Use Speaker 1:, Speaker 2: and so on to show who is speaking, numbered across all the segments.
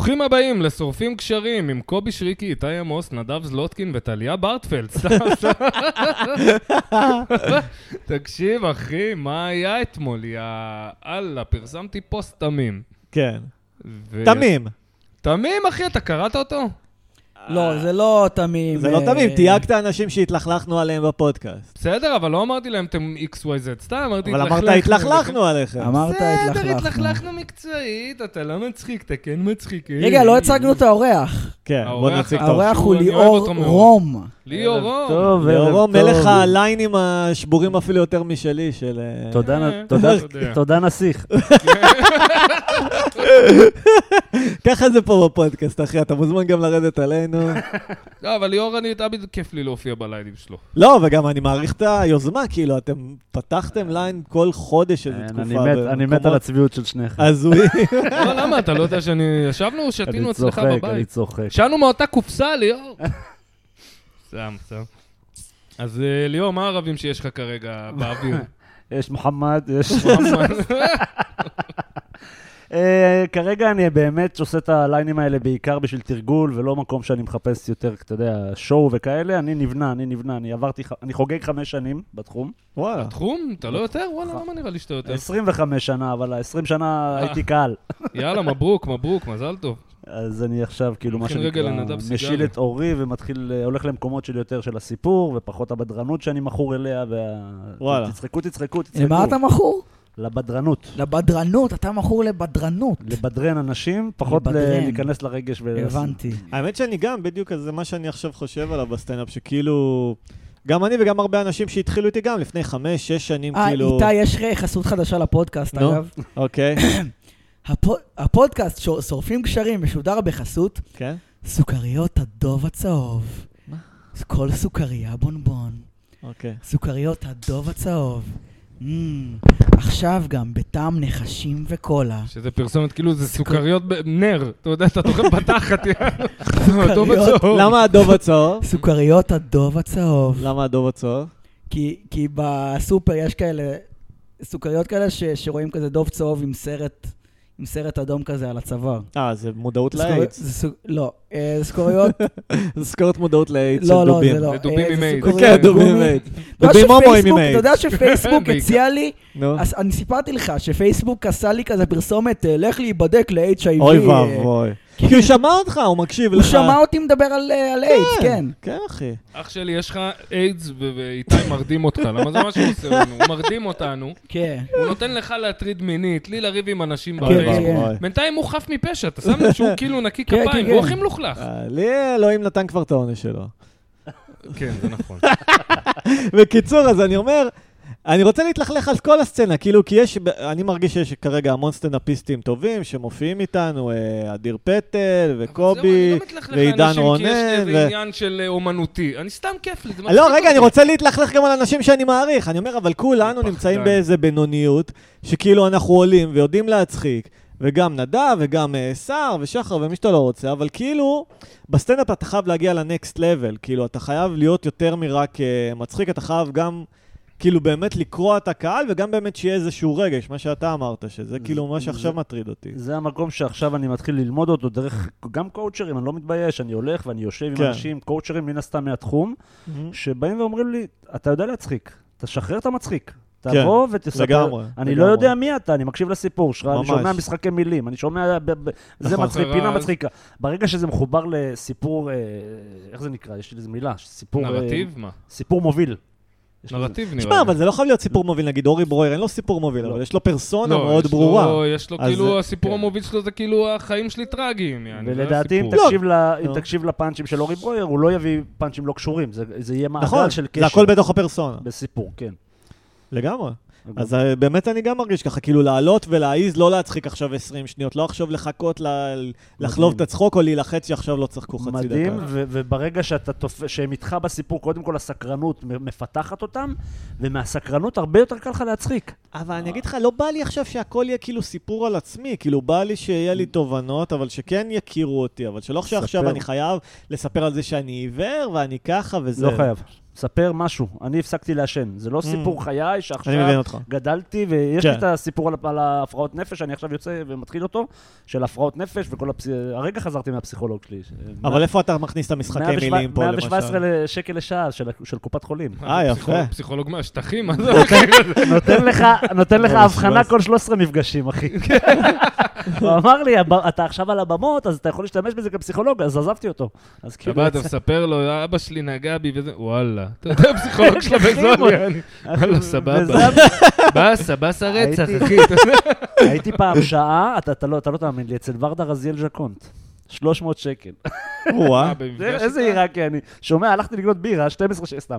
Speaker 1: ברוכים הבאים לשורפים קשרים עם קובי שריקי, איתי עמוס, נדב זלוטקין וטליה ברטפלד. סתם, סתם. תקשיב, אחי, מה היה אתמול? יא אללה, פרסמתי פוסט תמים.
Speaker 2: כן.
Speaker 1: ו-
Speaker 2: תמים.
Speaker 1: תמים, אחי, אתה קראת אותו?
Speaker 3: לא, זה לא תמים.
Speaker 2: אה, זה לא
Speaker 3: אה,
Speaker 2: תמים, תייגת אנשים שהתלכלכנו עליהם בפודקאסט.
Speaker 1: בסדר, אבל לא אמרתי להם אתם XYZ, סתם אמרתי
Speaker 2: אבל אמרת, התלכלכנו עליכם.
Speaker 3: אמרת,
Speaker 1: בסדר,
Speaker 3: התלכלכנו.
Speaker 1: התלכלכנו מקצועית, אתה לא מצחיק, אתה כן מצחיק. אה.
Speaker 3: רגע, לא הצגנו את האורח.
Speaker 2: כן, בוא
Speaker 1: האורח-
Speaker 2: נציג את
Speaker 1: האורח-
Speaker 2: האורח.
Speaker 3: האורח הוא
Speaker 1: אני אוהב
Speaker 3: ליאור
Speaker 1: אותו מאוד.
Speaker 3: רום.
Speaker 1: ליאור
Speaker 4: ערב
Speaker 1: רום.
Speaker 4: טוב, ערב
Speaker 2: ליאור,
Speaker 4: טוב.
Speaker 2: מלך הליינים השבורים אפילו יותר משלי, של... אה,
Speaker 4: תודה,
Speaker 1: אה,
Speaker 4: נ- תודה,
Speaker 1: אתה יודע.
Speaker 4: תודה נסיך.
Speaker 2: ככה זה פה בפודקאסט, אחי, אתה מוזמן גם לרדת עלינו.
Speaker 1: לא, אבל ליאור, אני תמיד כיף לי להופיע בליינים שלו.
Speaker 2: לא, וגם אני מעריך את היוזמה, כאילו, אתם פתחתם ליין כל חודש איזה
Speaker 4: אין,
Speaker 2: תקופה.
Speaker 4: כן, אני מת- אני מת על הצביעות של שניכם.
Speaker 2: הזוי.
Speaker 1: לא, למה? אתה לא יודע שאני... ישבנו, שתינו
Speaker 4: אני
Speaker 1: אצלך
Speaker 4: צוחק, אני
Speaker 1: בבית.
Speaker 4: צוחק.
Speaker 1: ישנו מאותה קופסה, ליאור. סתם, סתם. אז אה, ליאור, מה הערבים שיש לך כרגע באוויר?
Speaker 4: יש מוחמד, יש...
Speaker 1: מוחמד.
Speaker 4: אה, כרגע אני באמת עושה את הליינים האלה בעיקר בשביל תרגול, ולא מקום שאני מחפש יותר, אתה יודע, שואו וכאלה. אני נבנה, אני נבנה, אני עברתי, ח- אני חוגג חמש שנים בתחום.
Speaker 2: וואלה.
Speaker 1: תחום? אתה לא יותר? וואלה, למה נראה לי שאתה יותר?
Speaker 4: 25 שנה, אבל ה-20 שנה הייתי קהל.
Speaker 1: יאללה, מברוק, מברוק, מזל טוב.
Speaker 4: אז אני עכשיו, כאילו, מה
Speaker 1: הולכים רגע
Speaker 4: שנקרא,
Speaker 1: לנדב
Speaker 4: משיל
Speaker 1: סיגריה.
Speaker 4: את אורי ומתחיל, אה, הולך למקומות של יותר של הסיפור, ופחות הבדרנות שאני מכור אליה, וה...
Speaker 2: וואלה.
Speaker 4: תצחקו, תצחקו, תצחקו.
Speaker 3: למה אתה מכור?
Speaker 4: לבדרנות.
Speaker 3: לבדרנות, אתה מכור לבדרנות.
Speaker 4: לבדרן אנשים, פחות ל-
Speaker 3: לבדרן.
Speaker 4: להיכנס לרגש ול...
Speaker 3: הבנתי.
Speaker 2: האמת שאני גם, בדיוק, אז זה מה שאני עכשיו חושב עליו בסטנדאפ, שכאילו... גם אני וגם הרבה אנשים שהתחילו איתי גם לפני חמש, שש שנים,
Speaker 3: אה,
Speaker 2: כאילו...
Speaker 3: איתי, יש לך חסות חדשה לפודקאסט,
Speaker 2: נו.
Speaker 3: אגב.
Speaker 2: אוקיי,
Speaker 3: הפו- הפודקאסט שור- שורפים קשרים משודר בחסות
Speaker 2: כן.
Speaker 3: סוכריות הדוב הצהוב. כל סוכריה בונבון.
Speaker 2: אוקיי.
Speaker 3: סוכריות הדוב הצהוב. Mm, עכשיו גם בטעם נחשים וקולה.
Speaker 1: שזה פרסומת, כאילו זה סוכריות ב- נר. אתה יודע, אתה תוכל בתחת, יאללה. אותו
Speaker 3: סוכריות.
Speaker 1: בצהוב.
Speaker 2: למה הדוב הצהוב?
Speaker 3: סוכריות הדוב הצהוב.
Speaker 2: למה הדוב הצהוב?
Speaker 3: כי, כי בסופר יש כאלה, סוכריות כאלה ש, שרואים כזה דוב צהוב עם סרט, עם סרט אדום כזה על הצוואר.
Speaker 2: אה, זה מודעות
Speaker 3: סוכרי-
Speaker 2: לאיידס.
Speaker 3: זה סוג- לא, אה, זה סוכריות,
Speaker 2: זה סוכרת מודעות לאיידס של
Speaker 3: לא, לא,
Speaker 2: דובים.
Speaker 3: זה לא.
Speaker 1: זה דובים
Speaker 3: אה,
Speaker 1: עם איידס.
Speaker 3: סוכריות
Speaker 2: כן, דובים עם
Speaker 3: גומי.
Speaker 2: איידס.
Speaker 3: אתה יודע
Speaker 2: דובים הומואים עם
Speaker 3: שפייסבוק- אתה יודע
Speaker 2: איידס.
Speaker 3: שפייסבוק
Speaker 1: בעיקר.
Speaker 3: הציע לי,
Speaker 2: נו.
Speaker 3: אז אני סיפרתי לך שפייסבוק עשה לי כזה פרסומת, אה, לך להיבדק ל-HIV.
Speaker 2: אוי ואבוי. כי הוא שמע אותך, הוא מקשיב לך.
Speaker 3: הוא שמע אותי מדבר על אה, על איידס, כן.
Speaker 2: כן, אחי.
Speaker 1: אח שלי, יש לך איידס ו- ואיתי מרדים אותך, למה זה מה שהוא עושה לנו? הוא מרדים אותנו,
Speaker 3: כן.
Speaker 1: הוא נותן לך להטריד מינית, לי לריב עם אנשים
Speaker 3: כן,
Speaker 2: אוי
Speaker 3: כן,
Speaker 1: בפייסבוק.
Speaker 3: כן.
Speaker 2: ואבוי.
Speaker 1: בינתיים הוא חף מפשע, אתה שם לב שהוא כאילו נקי
Speaker 3: כן,
Speaker 1: כפיים,
Speaker 3: כן,
Speaker 1: הוא
Speaker 3: כן.
Speaker 1: הכי מלוכלך.
Speaker 2: אה, לי אלוהים נתן כבר את העונש שלו. אה.
Speaker 1: כן, זה נכון.
Speaker 2: בקיצור, אז אני אומר, אני רוצה להתלכלך על כל הסצנה, כאילו, כי יש, אני מרגיש שיש כרגע המון סטנדאפיסטים טובים שמופיעים איתנו, אה, אדיר פטל
Speaker 1: לא
Speaker 2: וקובי ועידן
Speaker 1: כי יש לי
Speaker 2: רונן.
Speaker 1: איזה
Speaker 2: ו-
Speaker 1: עניין של אה, אומנותי. אני סתם כיף לי, זה מצחיק
Speaker 2: לא, רגע, אני
Speaker 1: אותי.
Speaker 2: רוצה להתלכלך גם על אנשים שאני מעריך. אני אומר, אבל כולנו
Speaker 1: פחדן.
Speaker 2: נמצאים באיזה בינוניות, שכאילו אנחנו עולים ויודעים להצחיק, וגם נדב, וגם אה, סער, ושחר, ומי שאתה לא רוצה, אבל כאילו, בסטנדאפ אתה חייב להגיע לנקסט לבל. כאילו, אתה חייב להיות יותר מרק אה, מצחיק, אתה חייב גם, כאילו, באמת לקרוע את הקהל, וגם באמת שיהיה איזשהו רגש, מה שאתה אמרת, שזה כאילו מה שעכשיו מטריד אותי.
Speaker 4: זה המקום שעכשיו אני מתחיל ללמוד אותו דרך גם קואוצ'רים, אני לא מתבייש, אני הולך ואני יושב
Speaker 2: כן.
Speaker 4: עם אנשים, קואוצ'רים מן הסתם מהתחום,
Speaker 2: Mhm.
Speaker 4: שבאים ואומרים לי, אתה יודע להצחיק, תשחרר את המצחיק. תבוא ותספר.
Speaker 2: כן, לגמרי,
Speaker 4: אני
Speaker 2: לגמרי.
Speaker 4: לא יודע מי אתה, אני מקשיב לסיפור שלך, אני
Speaker 2: ממש.
Speaker 4: שומע משחקי מילים, אני שומע... ב- ב- זה
Speaker 2: נכון.
Speaker 4: מצחיק,
Speaker 1: זה
Speaker 4: פינה
Speaker 1: רעש.
Speaker 4: מצחיקה. ברגע שזה מחובר לסיפור, אה, איך זה נקרא? יש לי איזה מילה, סיפור... אה,
Speaker 1: נרטיב? מה?
Speaker 4: סיפור מוביל. יש לזה-
Speaker 1: נרטיב נראה
Speaker 2: תשמע,
Speaker 1: לי.
Speaker 2: אבל זה לא חייב להיות סיפור מוביל, נגיד אורי ברויר, אין לו סיפור מוביל,
Speaker 4: לא.
Speaker 2: אבל יש לו פרסונה
Speaker 1: לא,
Speaker 2: מאוד
Speaker 1: יש לו-
Speaker 2: ברורה.
Speaker 1: יש לו
Speaker 2: אז-
Speaker 1: כאילו, הסיפור
Speaker 4: כן.
Speaker 1: המוביל שלו זה כאילו החיים שלי טרגיים. יעני, זה
Speaker 4: ולדעתי, אם
Speaker 1: הסיפור.
Speaker 4: תקשיב ל- אם
Speaker 2: לא.
Speaker 4: תקשיב לפאנצ'ים של אורי ברויר, הוא לא יביא פאנצ'ים לא קשורים, זה- זה יהיה מעגל
Speaker 2: נכון,
Speaker 4: של
Speaker 2: זה
Speaker 4: קשר.
Speaker 2: הכל בתוך הפרסונה.
Speaker 4: בסיפור, כן.
Speaker 2: לגמרי. אז אה, באמת אני גם מרגיש ככה, כאילו לעלות ולהעיז, לא להצחיק עכשיו 20 שניות, לא עכשיו לחכות, ל- לחלוב את הצחוק או להילחץ שעכשיו לא צחקו חצי דקה.
Speaker 4: מדהים, ו- וברגע שאתה תופ... שהם איתך בסיפור, קודם כל הסקרנות מ- מפתחת אותם, ומהסקרנות הרבה יותר קל לך להצחיק.
Speaker 2: אבל
Speaker 4: אה.
Speaker 2: אני אגיד לך, לא בא לי עכשיו שהכל יהיה כאילו סיפור על עצמי, כאילו בא לי שיהיה לי תובנות, אבל שכן יכירו אותי, אבל שלא שעכשיו
Speaker 4: ספר.
Speaker 2: אני חייב לספר על זה שאני עיוור ואני ככה וזה.
Speaker 4: לא חייב. ספר משהו, אני הפסקתי לעשן, זה לא סיפור חיי שעכשיו
Speaker 2: Mm. אני מבין אותך. אותך.
Speaker 4: גדלתי, ויש
Speaker 2: כן.
Speaker 4: לי את הסיפור על- על ההפרעות נפש, אני עכשיו יוצא ומתחיל אותו, של הפרעות נפש וכל הפס... הרגע חזרתי מהפסיכולוג שלי.
Speaker 2: אבל איפה אתה מכניס את המשחקי מילים פה, למשל?
Speaker 4: 117 ל- שקל לשעה של- של קופת חולים.
Speaker 2: אה, יפה.
Speaker 1: פסיכולוג- לא, פסיכולוג מהשטחים, מה זה אחי?
Speaker 4: נותן לך, נותן לך
Speaker 1: לא,
Speaker 2: אבל
Speaker 4: הבחנה
Speaker 2: 17.
Speaker 4: כל 13 מפגשים, אחי. הוא אמר לי, "הב- אתה עכשיו על הבמות, אז אתה יכול להשתמש בזה כפסיכולוג, אז עזבתי אותו. אז
Speaker 1: אתה
Speaker 4: כאילו,
Speaker 1: בא, אתה מספר לו, אבא שלי נגע בי וזה, וואלה. אתה יודע, הפסיכולוג שלו בזוליה. אני-
Speaker 2: אה,
Speaker 1: וואלה, סבבה. באסה, באסה רצח,
Speaker 4: הייתי-
Speaker 1: אחי. אתה יודע.
Speaker 4: הייתי פעם שעה, אתה- אתה לא אתה לא תאמין לי, אצל ורדה רזיאל ז'קונט. 300 שקל.
Speaker 2: או-אה.
Speaker 1: במפגש
Speaker 4: זה-
Speaker 1: איתה?
Speaker 4: איזה עיראקי אני. שומע, הלכתי לקנות בירה, 12 שקל, סתם.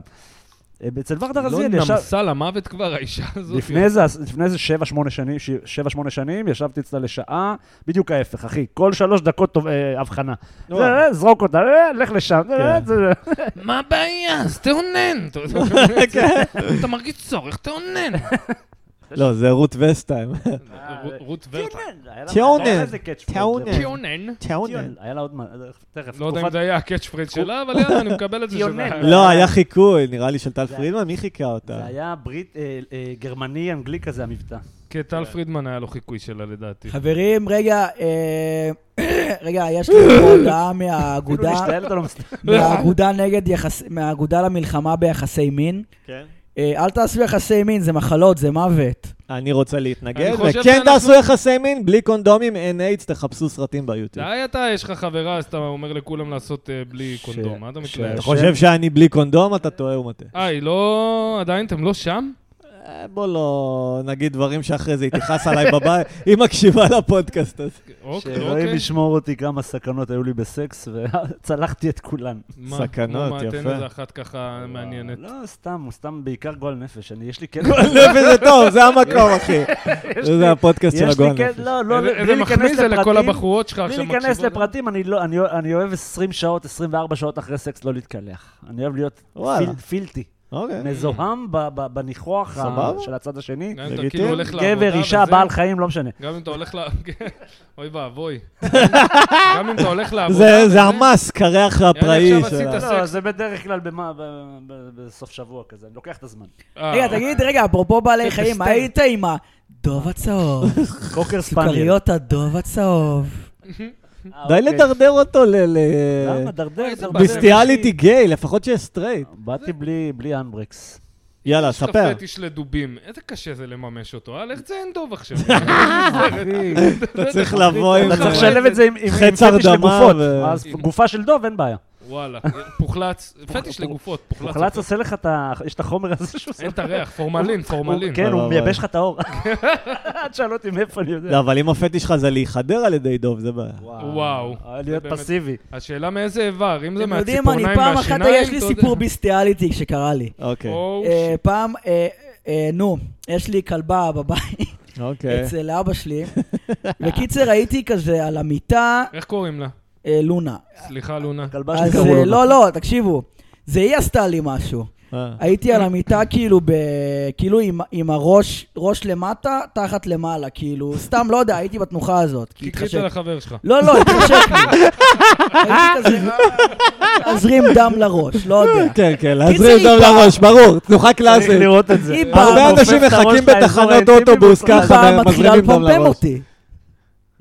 Speaker 4: אה, אצל ורדה
Speaker 1: לא
Speaker 4: רזיאל ישב...
Speaker 1: נמסה למוות כבר, האישה הזאת.
Speaker 4: לפני זה, לפני זה שבע, שמונה שנים, ש- שבע, שמונה שנים, ישבתי אצלה לשעה, בדיוק ההפך, אחי. כל שלוש דקות טוב- אה, הבחנה.
Speaker 2: נו.
Speaker 4: זה, אה, זרוק אותה, אה, לך לשם. אה,
Speaker 2: כן.
Speaker 4: זה- כן.
Speaker 1: מה הבעיה? אז תאונן. אתה יודע, אתה מרגיש צורך, תאונן.
Speaker 2: לא, זה רות וסטיים.
Speaker 1: רות- רות ורטה.
Speaker 4: היה לה-
Speaker 2: טיונן.
Speaker 4: היה לה איזה catchphrase.
Speaker 2: טיונן.
Speaker 1: תאונן.
Speaker 2: טיונן.
Speaker 4: טיונן. היה לה עוד מה, אה, תכף.
Speaker 1: לא יודע אם
Speaker 4: כן. תקופת-
Speaker 1: זה היה הקאץ' פרייד שלה, אבל יאללה, אני מקבל את זה שזה...
Speaker 4: טיונן.
Speaker 2: לא, היה חיקוי, נראה לי של טל
Speaker 4: זה-
Speaker 2: פרידמן, מי חיכה אותה?
Speaker 4: זה היה ברית, אה, אה, גרמני-אנגלי כזה, המבטא.
Speaker 1: כן, טל פרידמן היה לו חיקוי שלה, לדעתי.
Speaker 3: חברים, רגע, אה, רגע, יש לי פה הודעה
Speaker 4: כאילו
Speaker 3: מהאגודה,
Speaker 4: משתעל, אתה לא מסתכל.
Speaker 3: מהאגודה נגד יחס... מהאגודה למלחמה ביחסי מין.
Speaker 2: כן.
Speaker 3: אה, אל תעשו יחסי מין, זה מחלות, זה מוות.
Speaker 2: אני רוצה להתנגד,
Speaker 1: אני חושב
Speaker 2: וכן
Speaker 1: שאנחנו-
Speaker 2: תעשו יחסי מין, בלי קונדומים, אין איידס, תחפשו סרטים ביוטיוב.
Speaker 1: די אתה, יש לך חברה, אז אתה אומר לכולם לעשות אה, בלי
Speaker 4: ש-
Speaker 1: קונדום. מה אתה
Speaker 4: ש-
Speaker 1: מתלהב?
Speaker 2: אתה חושב שאני בלי קונדום, אתה טועה ומטעה.
Speaker 1: אה, היא לא... עדיין אתם לא שם?
Speaker 2: אה, בוא לא נגיד דברים שאחרי זה היא תכעס עליי בבית, היא מקשיבה לפודקאסט הזה.
Speaker 1: אוקיי,
Speaker 4: שאלוהים
Speaker 1: אוקיי.
Speaker 4: ישמור אותי כמה סכנות היו לי בסקס, וצלחתי את כולן.
Speaker 1: מה-
Speaker 2: סכנות,
Speaker 1: נו, מה, תן
Speaker 2: יפה.
Speaker 1: איזה אחת ככה מעניינת.
Speaker 4: לא, סתם, סתם בעיקר גועל נפש. אני, יש לי כן קטע...
Speaker 2: נפש לא זה טוב, זה המקום, אחי. זה הפודקאסט של
Speaker 4: יש לי
Speaker 2: הגועל
Speaker 4: קטע...
Speaker 2: נפש.
Speaker 4: לא, לא,
Speaker 1: איזה-
Speaker 4: בלי
Speaker 1: איזה מחמיא
Speaker 4: להיכנס
Speaker 1: אה, זה לכל
Speaker 4: לפרטים.
Speaker 1: הבחורות שלך
Speaker 4: בלי
Speaker 1: עכשיו
Speaker 4: להיכנס
Speaker 1: מקשיבות.
Speaker 4: לפרטים, אני לא- אני אוהב- אני אוהב 20 שעות, 24 שעות אחרי סקס לא להתקלח. אני אוהב להיות
Speaker 2: וואלה.
Speaker 4: פיל- פילטי.
Speaker 2: אוקיי.
Speaker 4: מזוהם ב- ב- בניחוח ה-
Speaker 2: סבבה.
Speaker 4: של הצד השני.
Speaker 1: גם אם אתה
Speaker 2: לגיטימי.
Speaker 1: כאילו הולך לעבודה
Speaker 4: גבר, אישה,
Speaker 1: וזה,
Speaker 4: בעל חיים, לא משנה.
Speaker 1: גם אם אתה הולך ל... אוי ואבוי. גם אם אתה הולך לעבודה...
Speaker 2: זה-
Speaker 1: וזה,
Speaker 2: זה המס, קרח
Speaker 1: יאללה,
Speaker 2: הפראי
Speaker 1: עכשיו
Speaker 2: של...
Speaker 1: עשית
Speaker 2: ה-
Speaker 1: הסקס.
Speaker 4: לא, זה בדרך כלל במה- ב- ב- בסוף שבוע כזה, אני לוקח את הזמן.
Speaker 1: אה,
Speaker 3: רגע, תגיד, רגע, אפרופו בעלי חיים, מה
Speaker 4: סתם.
Speaker 3: היית עם הדוב הצהוב?
Speaker 4: קוקר ספניאל.
Speaker 3: סוכריות הדוב הצהוב.
Speaker 4: אה,
Speaker 2: די
Speaker 4: אוקיי.
Speaker 2: לדרדר אותו ל... ל-
Speaker 4: למה? דרדר,
Speaker 1: איזה
Speaker 4: דרדר.
Speaker 1: בעיה.
Speaker 2: ביסטיאליטי גיי, לפחות שיהיה סטרייט.
Speaker 4: באתי בלי בלי אנברקס.
Speaker 2: יאללה, ספר.
Speaker 1: יש פטיש לדובים, איזה קשה זה לממש אותו, אה? לך תציין דוב עכשיו.
Speaker 2: אתה צריך לבוא עם
Speaker 4: אתה צריך
Speaker 2: זה.
Speaker 4: לשלב את זה עם עם- עם
Speaker 2: חץ
Speaker 4: פטיש
Speaker 2: הרדמה
Speaker 4: לגופות.
Speaker 2: ו-
Speaker 4: אז גופה של דוב, אין בעיה.
Speaker 1: וואלה, פוחלץ, פטיש לגופות, פוחלץ.
Speaker 4: מוחלץ עושה לך את ה... יש את החומר הזה שהוא עושה.
Speaker 1: אין את הריח, פורמלין,
Speaker 4: הוא-
Speaker 1: פורמלין.
Speaker 4: כן, הוא
Speaker 2: אבל-
Speaker 4: מייבש לך את האור. אל תשאל אותי מאיפה אני יודע.
Speaker 2: לא, אבל אם הפטיש שלך זה להיחדר על ידי דוב, זה בעיה.
Speaker 1: וואו.
Speaker 4: אה, להיות
Speaker 1: זה באמת-
Speaker 4: פסיבי.
Speaker 1: השאלה מאיזה איבר, אם זה
Speaker 3: אתם יודעים, אני
Speaker 1: לא, מהציפורניים
Speaker 3: פעם אחת,
Speaker 1: והשיניים,
Speaker 3: יש לי
Speaker 1: אתה יודע. Oh,
Speaker 3: סיפור ביסטיאליטי שקרה לי.
Speaker 2: אוקיי,
Speaker 1: או,
Speaker 3: אה, פעם, אה, אה, נו, יש לי כלבה בבית
Speaker 1: כן.
Speaker 2: אוקיי.
Speaker 3: אצל אבא שלי. בקיצר, הייתי כזה על המיטה,
Speaker 1: איך קוראים לה?
Speaker 3: אה, לונה.
Speaker 1: סליחה, לונה.
Speaker 4: כלבה
Speaker 3: אז
Speaker 4: שקראו
Speaker 3: אה,
Speaker 4: לו.
Speaker 3: לא, לא, תקשיבו. זה היא עשתה לי משהו.
Speaker 2: אה.
Speaker 3: הייתי על המיטה כאילו ב... כאילו עם, עם הראש, ראש למטה, תחת למעלה, כאילו, סתם, לא יודע, הייתי בתנוחה הזאת. כי
Speaker 1: קיקית
Speaker 3: התחשק.
Speaker 1: לחבר שלך.
Speaker 3: לא, לא, התחשק לי. הייתי כזה, תזרים דם לראש, לא
Speaker 4: אה.
Speaker 3: יודע.
Speaker 2: כן, כן,
Speaker 3: קיצר,
Speaker 2: להזרים
Speaker 3: היא
Speaker 2: דם
Speaker 3: באה-
Speaker 2: לראש, ברור, תנוחה
Speaker 4: צריך
Speaker 2: קלאסית.
Speaker 4: לראות את זה.
Speaker 3: היא באה-
Speaker 2: הרבה
Speaker 4: הופך
Speaker 2: אנשים
Speaker 4: את הראש
Speaker 2: מחכים
Speaker 4: לאזור
Speaker 2: בתחנות
Speaker 4: האינטימי
Speaker 2: אוטובוס,
Speaker 4: והוא
Speaker 2: ככה
Speaker 3: פעם מתחילה
Speaker 2: מזרימים דם
Speaker 3: לפמפם
Speaker 2: לראש.
Speaker 3: אותי.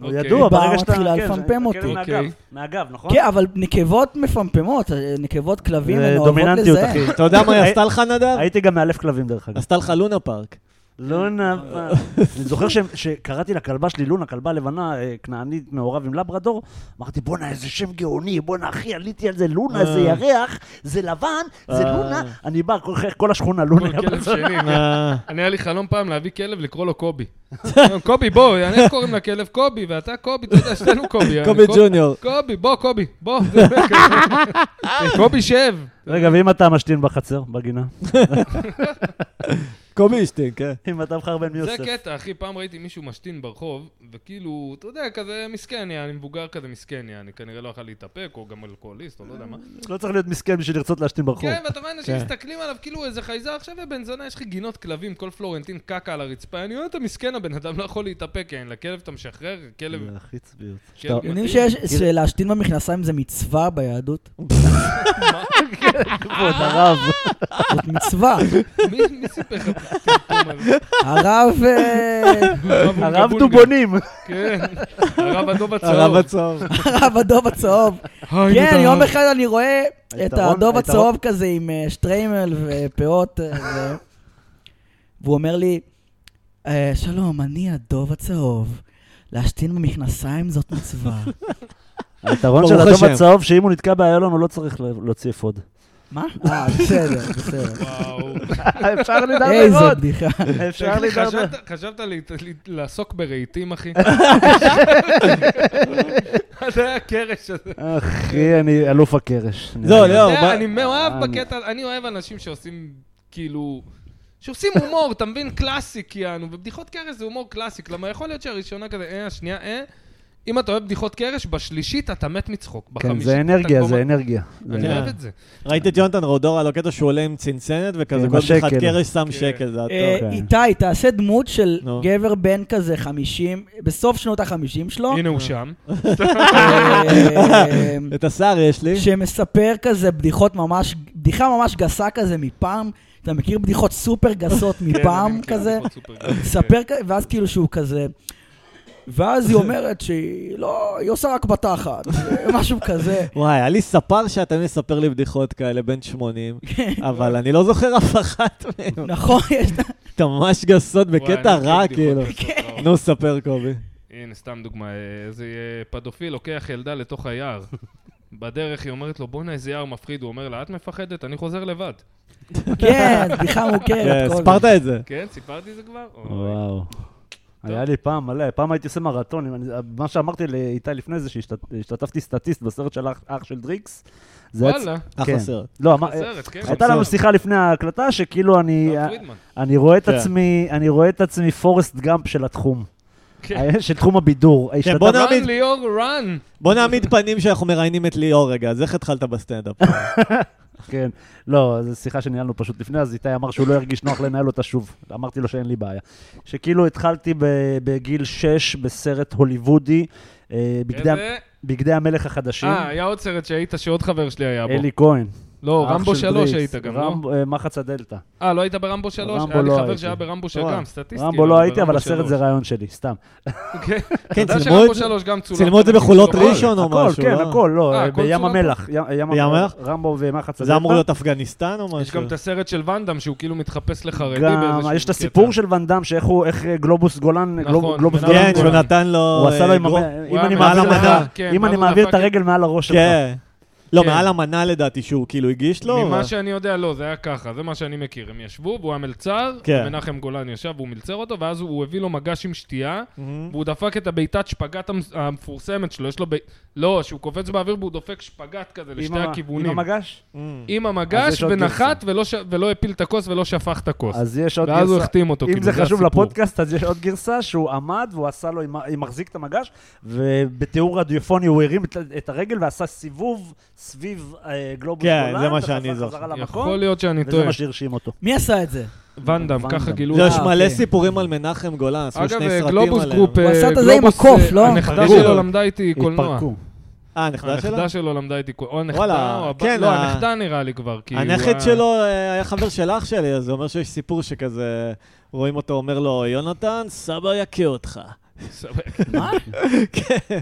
Speaker 4: הוא
Speaker 1: אוקיי.
Speaker 4: ידוע,
Speaker 3: באה
Speaker 4: ברגע שאתה...
Speaker 3: מתחילה
Speaker 4: כן,
Speaker 3: לפמפם
Speaker 4: אתה מכיר
Speaker 1: אותי.
Speaker 4: מהגב,
Speaker 1: אוקיי.
Speaker 4: מהגב, נכון?
Speaker 3: כן, אבל נקבות מפמפמות, אה, נקבות כלבים,
Speaker 4: זה
Speaker 3: הן אוהבות
Speaker 4: דומיננטיות,
Speaker 3: לזה.
Speaker 4: אחי.
Speaker 2: אתה יודע מה היא
Speaker 4: הי-
Speaker 2: עשתה לך, נדב?
Speaker 4: הייתי גם מאלף כלבים דרך אגב.
Speaker 2: עשתה לך לונה פארק.
Speaker 4: לונה, לא אני זוכר ש- שקראתי לכלבה שלי, לונה, כלבה לבנה, אה, כנענית, מעורב עם לברדור, אמרתי, בואנה, איזה שם גאוני, בואנה, אחי, עליתי על זה, לונה, זה
Speaker 2: אה.
Speaker 4: ירח, זה לבן, זה
Speaker 2: אה.
Speaker 4: לונה, אני בא, כל- כל השכונה לונה.
Speaker 1: כל כלב שני.
Speaker 2: אה,
Speaker 1: אני היה לי חלום פעם להביא כלב, לקרוא לו קובי. קובי, בוא, אני איך קוראים לכלב קובי, ואתה קובי, אתה יודע, שנינו קובי. אני
Speaker 2: קובי ג'וניור.
Speaker 1: קובי, בוא, קובי, בוא. קובי, שב.
Speaker 4: רגע, ואם אתה משתין בחצר, בגינה?
Speaker 2: קובי אשטין, כן.
Speaker 4: אם אתה מחרבן מי
Speaker 1: זה כן.
Speaker 4: יוסף?
Speaker 1: קטע, אחי, פעם ראיתי מישהו משתין ברחוב, וכאילו, אתה יודע, כזה מסכן, אני מבוגר כזה מסכן, אני כנראה לא יכול להתאפק, או גם אלכוהוליסט, או לא יודע מה.
Speaker 4: לא צריך להיות מסכן בשביל לרצות להשתין ברחוב.
Speaker 1: כן, ואתה רואה אנשים
Speaker 2: כן.
Speaker 1: מסתכלים עליו, כאילו איזה חייזר עכשיו, ובן זונה, יש לך גינות כלבים, כל פלורנטין קקה על הרצפה, אני אומר, אתה מסכן, הבן אדם לא יכול להתאפק, כן, לכלב אתה משחרר, כלב...
Speaker 2: אה.
Speaker 4: זה הכי צביעות.
Speaker 1: כלב
Speaker 3: יודעים
Speaker 1: מתאים.
Speaker 3: שיש- שלהשתין במכנסיים זה מצווה ביהדות?
Speaker 1: מה?
Speaker 4: כבוד הרב.
Speaker 3: זאת מצווה.
Speaker 1: מי מי סיפר לך את הסיפור הזה?
Speaker 3: הרב... אה,
Speaker 4: הרב
Speaker 1: בונגה.
Speaker 4: דובונים.
Speaker 1: כן, הרב הדוב
Speaker 2: הרב
Speaker 1: הצהוב.
Speaker 2: הצהוב.
Speaker 3: הרב הדוב הצהוב.
Speaker 1: היי,
Speaker 3: כן,
Speaker 1: נדב.
Speaker 3: יום אחד אני רואה את
Speaker 4: היתרון-
Speaker 3: הדוב
Speaker 4: היתרון-
Speaker 3: הצהוב כזה עם אה, שטריימל ופאות, אה, ו- והוא אומר לי, "אה, שלום, אני הדוב הצהוב. להשתין במכנסיים זאת מצווה.
Speaker 4: היתרון של
Speaker 2: ברוך
Speaker 4: אדום
Speaker 2: השם.
Speaker 4: הצהוב, שאם הוא נתקע באיילון, הוא לא צריך ל- להוציא אפוד.
Speaker 3: מה? אה, בסדר, בסדר.
Speaker 1: וואו.
Speaker 4: אפשר לדעת
Speaker 3: איזו בדיחה.
Speaker 4: אפשר
Speaker 1: תגיד,
Speaker 4: לדעת
Speaker 1: חשבת- חשבת להת- להת- לעסוק ברהיטים, אחי? זה היה הקרש הזה.
Speaker 4: אחי, אני אלוף הקרש.
Speaker 2: לא,
Speaker 4: אני-
Speaker 2: לא.
Speaker 1: אתה יודע,
Speaker 2: מה-
Speaker 1: אני מאוהב
Speaker 4: אני-
Speaker 1: בקטע, אני אוהב אנשים שעושים, כאילו... שעושים הומור, אתה מבין? קלאסי, כאילו, ובדיחות קרש זה הומור קלאסי, כלומר, יכול להיות שהראשונה כזה, אה, השנייה, אה. אם אתה אוהב בדיחות קרש, בשלישית אתה מת מצחוק.
Speaker 4: כן,
Speaker 1: בחמישית
Speaker 4: זה
Speaker 1: אתה
Speaker 4: אנרגיה,
Speaker 1: כבר-
Speaker 4: זה אנרגיה. זה-
Speaker 1: אני אוהב
Speaker 2: כן.
Speaker 1: את זה.
Speaker 2: ראית את יונתן רודורה על הקטע שהוא עולה עם צנצנת וכזה,
Speaker 4: כן,
Speaker 2: כל אחד
Speaker 4: השקל.
Speaker 2: קרש שם
Speaker 1: כן.
Speaker 2: שקל, זה
Speaker 3: אה,
Speaker 2: הטוב.
Speaker 4: כן.
Speaker 3: איתי, תעשה דמות של
Speaker 2: נו.
Speaker 3: גבר בן כזה 50, בסוף שנות ה-50 שלו,
Speaker 1: הנה הוא שם.
Speaker 3: אה,
Speaker 2: את השיער יש
Speaker 1: כן.
Speaker 2: לי.
Speaker 3: שמספר כזה בדיחות ממש, בדיחה ממש גסה כזה מפעם. אתה מכיר בדיחות סופר גסות
Speaker 1: כן, אני
Speaker 3: מפעם
Speaker 1: מכיר
Speaker 3: כזה?
Speaker 1: בדיחות סופר כן. גדולות.
Speaker 3: ספר כזה, ואז כאילו שהוא כזה... ואז היא אומרת שהיא לא, היא עושה רק בתחת, משהו כזה.
Speaker 2: וואי, היה לי ספר שאתה מספר לי בדיחות כאלה, בן 80,
Speaker 4: כן.
Speaker 2: אבל אני לא זוכר אף אחת מהן.
Speaker 4: לא.
Speaker 3: נכון, יש...
Speaker 2: אתה ממש גסות
Speaker 1: וואי,
Speaker 2: בקטע
Speaker 1: אני
Speaker 2: רע,
Speaker 1: מכיר
Speaker 2: כאילו.
Speaker 1: בדיחות גסות, וואו.
Speaker 2: נו, ספר, קובי.
Speaker 1: הנה, סתם דוגמה, אה, איזה אה, פדופיל לוקח ילדה לתוך היער. בדרך היא אומרת לו, בואנה, איזה יער מפחיד. הוא אומר לה, את מפחדת, אני חוזר לבד.
Speaker 3: כן, בדיחה
Speaker 2: כן,
Speaker 3: מוכרת. כל
Speaker 2: סיפרת
Speaker 3: זה.
Speaker 2: את זה.
Speaker 1: כן, סיפרתי זה כבר? אוי.
Speaker 4: וואו. היה לי פעם מלא, פעם הייתי עושה מרתונים. אני- מה שאמרתי לאיתי לפני זה שהשתתפתי סטטיסט בסרט של אח- אח של דריקס. זה היה צ-
Speaker 1: וואלה,
Speaker 4: כן.
Speaker 2: אחלה סרט.
Speaker 4: לא, אמר-
Speaker 1: חוזרת, כן.
Speaker 4: הייתה לנו אה, שיחה לפני ההקלטה שכאילו אני...
Speaker 1: הרב פרידמן.
Speaker 4: אני רואה את
Speaker 2: כן.
Speaker 4: עצמי, אני רואה את עצמי פורסט גאמפ של התחום, אה,
Speaker 1: כן.
Speaker 4: של תחום הבידור.
Speaker 2: כן, בוא
Speaker 4: השתתפתי-
Speaker 2: נעמיד-
Speaker 1: רן ליאור, רן!
Speaker 2: בוא נעמיד פנים שאנחנו מראיינים את ליאור רגע, אז איך התחלת בסטנדאפ?
Speaker 4: כן, לא, זו שיחה שניהלנו פשוט לפני, אז איתי אמר שהוא לא ירגיש נוח לנהל אותה שוב. אמרתי לו שאין לי בעיה. שכאילו התחלתי ב- בגיל 6 בסרט הוליוודי, אה, בגדי,
Speaker 1: איזה...
Speaker 4: בגדי המלך החדשים,
Speaker 1: אה, היה עוד סרט שהיית שעוד חבר שלי היה בו.
Speaker 4: אלי כהן.
Speaker 1: לא,
Speaker 4: האח
Speaker 1: רמבו
Speaker 4: של
Speaker 1: שלוש
Speaker 4: דריס,
Speaker 1: היית גם, לא?
Speaker 4: רמב- אה, מחץ הדלתא.
Speaker 1: אה, לא היית ברמבו שלוש?
Speaker 4: רמבו
Speaker 1: היה לי
Speaker 4: לא
Speaker 1: חבר
Speaker 4: הייתי.
Speaker 1: שהיה ברמבו
Speaker 4: וואי,
Speaker 1: שלגם, סטטיסטי.
Speaker 4: רמבו לא הייתי, אבל הסרט
Speaker 1: ברמבו
Speaker 4: זה רעיון שלי, סתם.
Speaker 1: שלוש. כן,
Speaker 2: כן,
Speaker 1: אתה יודע
Speaker 2: צילמו
Speaker 1: שרמבו
Speaker 2: את זה-
Speaker 1: שלוש גם צולם.
Speaker 2: צילמו את זה בחולות
Speaker 1: הכל,
Speaker 2: ראשון או
Speaker 4: הכל,
Speaker 2: משהו,
Speaker 4: כן,
Speaker 2: לא?
Speaker 4: הכל, לא,
Speaker 1: אה,
Speaker 4: אה,
Speaker 1: הכל
Speaker 4: בים
Speaker 1: צולם
Speaker 4: המלח. ים-
Speaker 2: בים המלח?
Speaker 4: רמבו ומחץ הדלתא.
Speaker 2: זה אמור להיות אפגניסטן או משהו?
Speaker 1: יש גם את הסרט של ואנדאם שהוא כאילו מתחפש לחרדי
Speaker 4: גם,
Speaker 1: באיזשהו
Speaker 4: יש
Speaker 1: קטע.
Speaker 4: את הסיפור של ואן דאם, שאיך הוא- איך אה, גלובוס גולן,
Speaker 1: נכון,
Speaker 4: גלוב- גלובוס
Speaker 1: מנחם
Speaker 4: גולן,
Speaker 2: כן,
Speaker 1: גולן.
Speaker 2: שהוא נתן לו...
Speaker 4: הוא עשה לו
Speaker 2: אה,
Speaker 4: עם
Speaker 2: גרום-
Speaker 4: המ-
Speaker 1: הוא
Speaker 4: אם
Speaker 1: היה
Speaker 4: אני
Speaker 1: מעל
Speaker 4: מעביר את
Speaker 2: המדע.
Speaker 4: ה-
Speaker 1: כן,
Speaker 4: אם אני
Speaker 1: מעל
Speaker 4: מעביר את
Speaker 1: המדע,
Speaker 4: הרגל מעל הראש שלך.
Speaker 2: כן. לא,
Speaker 1: כן.
Speaker 2: מעל המנה לדעתי שהוא כאילו הגיש לו.
Speaker 1: ממה
Speaker 2: אבל-
Speaker 1: שאני יודע, לא, זה היה ככה, זה מה שאני מכיר. הם ישבו, והוא היה מלצר,
Speaker 2: כן.
Speaker 1: מנחם גולן ישב והוא מלצר אותו, ואז הוא הביא לו מגש עם שתייה,
Speaker 2: מהמם.
Speaker 1: והוא דפק את הבעיטת שפגאט המס- המפורסמת שלו, יש לו ב... לא, שהוא קופץ באוויר והוא דופק שפגאט כזה
Speaker 4: עם
Speaker 1: לשתי
Speaker 4: המ-
Speaker 1: הכיוונים.
Speaker 4: עם המגש?
Speaker 2: מהמם.
Speaker 1: עם
Speaker 4: אז
Speaker 1: המגש,
Speaker 4: יש עוד
Speaker 1: ונחת, ולא ש- ולא הפיל את הכוס ולא שפך את הכוס.
Speaker 4: אז יש עוד
Speaker 1: ואז הוא
Speaker 4: גרסה.
Speaker 1: החתים אותו,
Speaker 4: אם
Speaker 1: כאילו,
Speaker 4: זה חשוב
Speaker 1: הסיפור.
Speaker 4: לפודקאסט, אז יש עוד גרסה שהוא עמד והוא עשה לו, עם ה- עם מחזיק את המגש, ובתיאור רדיופוני הוא הרים את- את הרגל ועשה סיבוב סביב אה, גלובוס
Speaker 2: כן,
Speaker 4: גולן.
Speaker 2: זה מה
Speaker 4: וחזר
Speaker 2: שאני זוכר.
Speaker 4: חזרה למקום,
Speaker 1: יכול להיות שאני
Speaker 4: וזה
Speaker 1: טועה.
Speaker 4: מה שהרשים אותו.
Speaker 3: מי עשה את זה?
Speaker 1: ואנדאם,
Speaker 4: ואן
Speaker 1: ככה
Speaker 4: דאם.
Speaker 1: גילו.
Speaker 2: לא, יש
Speaker 3: אה,
Speaker 2: מלא
Speaker 3: אוקיי.
Speaker 2: סיפורים על מנחם גולן, עשו
Speaker 1: אגב,
Speaker 2: שני סרטים
Speaker 1: גלובוס
Speaker 2: עליהם.
Speaker 1: גרופ... אה,
Speaker 3: הוא עשה את הזה עם
Speaker 1: גלובוס,
Speaker 3: הקוף,
Speaker 1: אה,
Speaker 3: לא?
Speaker 1: הנכדה
Speaker 2: התפרקו.
Speaker 1: שלו למדה איתי קולנוע.
Speaker 4: התפרקו.
Speaker 2: אה, הנכדה שלה?
Speaker 1: הנכדה שלו למדה איתי קולנוע. או הנכדה,
Speaker 2: וואלה,
Speaker 1: או הבת...
Speaker 2: כן,
Speaker 1: לא,
Speaker 2: ה-
Speaker 1: הנכדה נראה לי כבר, כאילו...
Speaker 2: הנכד
Speaker 1: ה-
Speaker 2: שלו אה, היה חבר של אח שלי, אז זה אומר שיש סיפור שכזה, רואים אותו אומר לו, יונתן, סבא יכה אותך.
Speaker 3: מה?
Speaker 2: כן,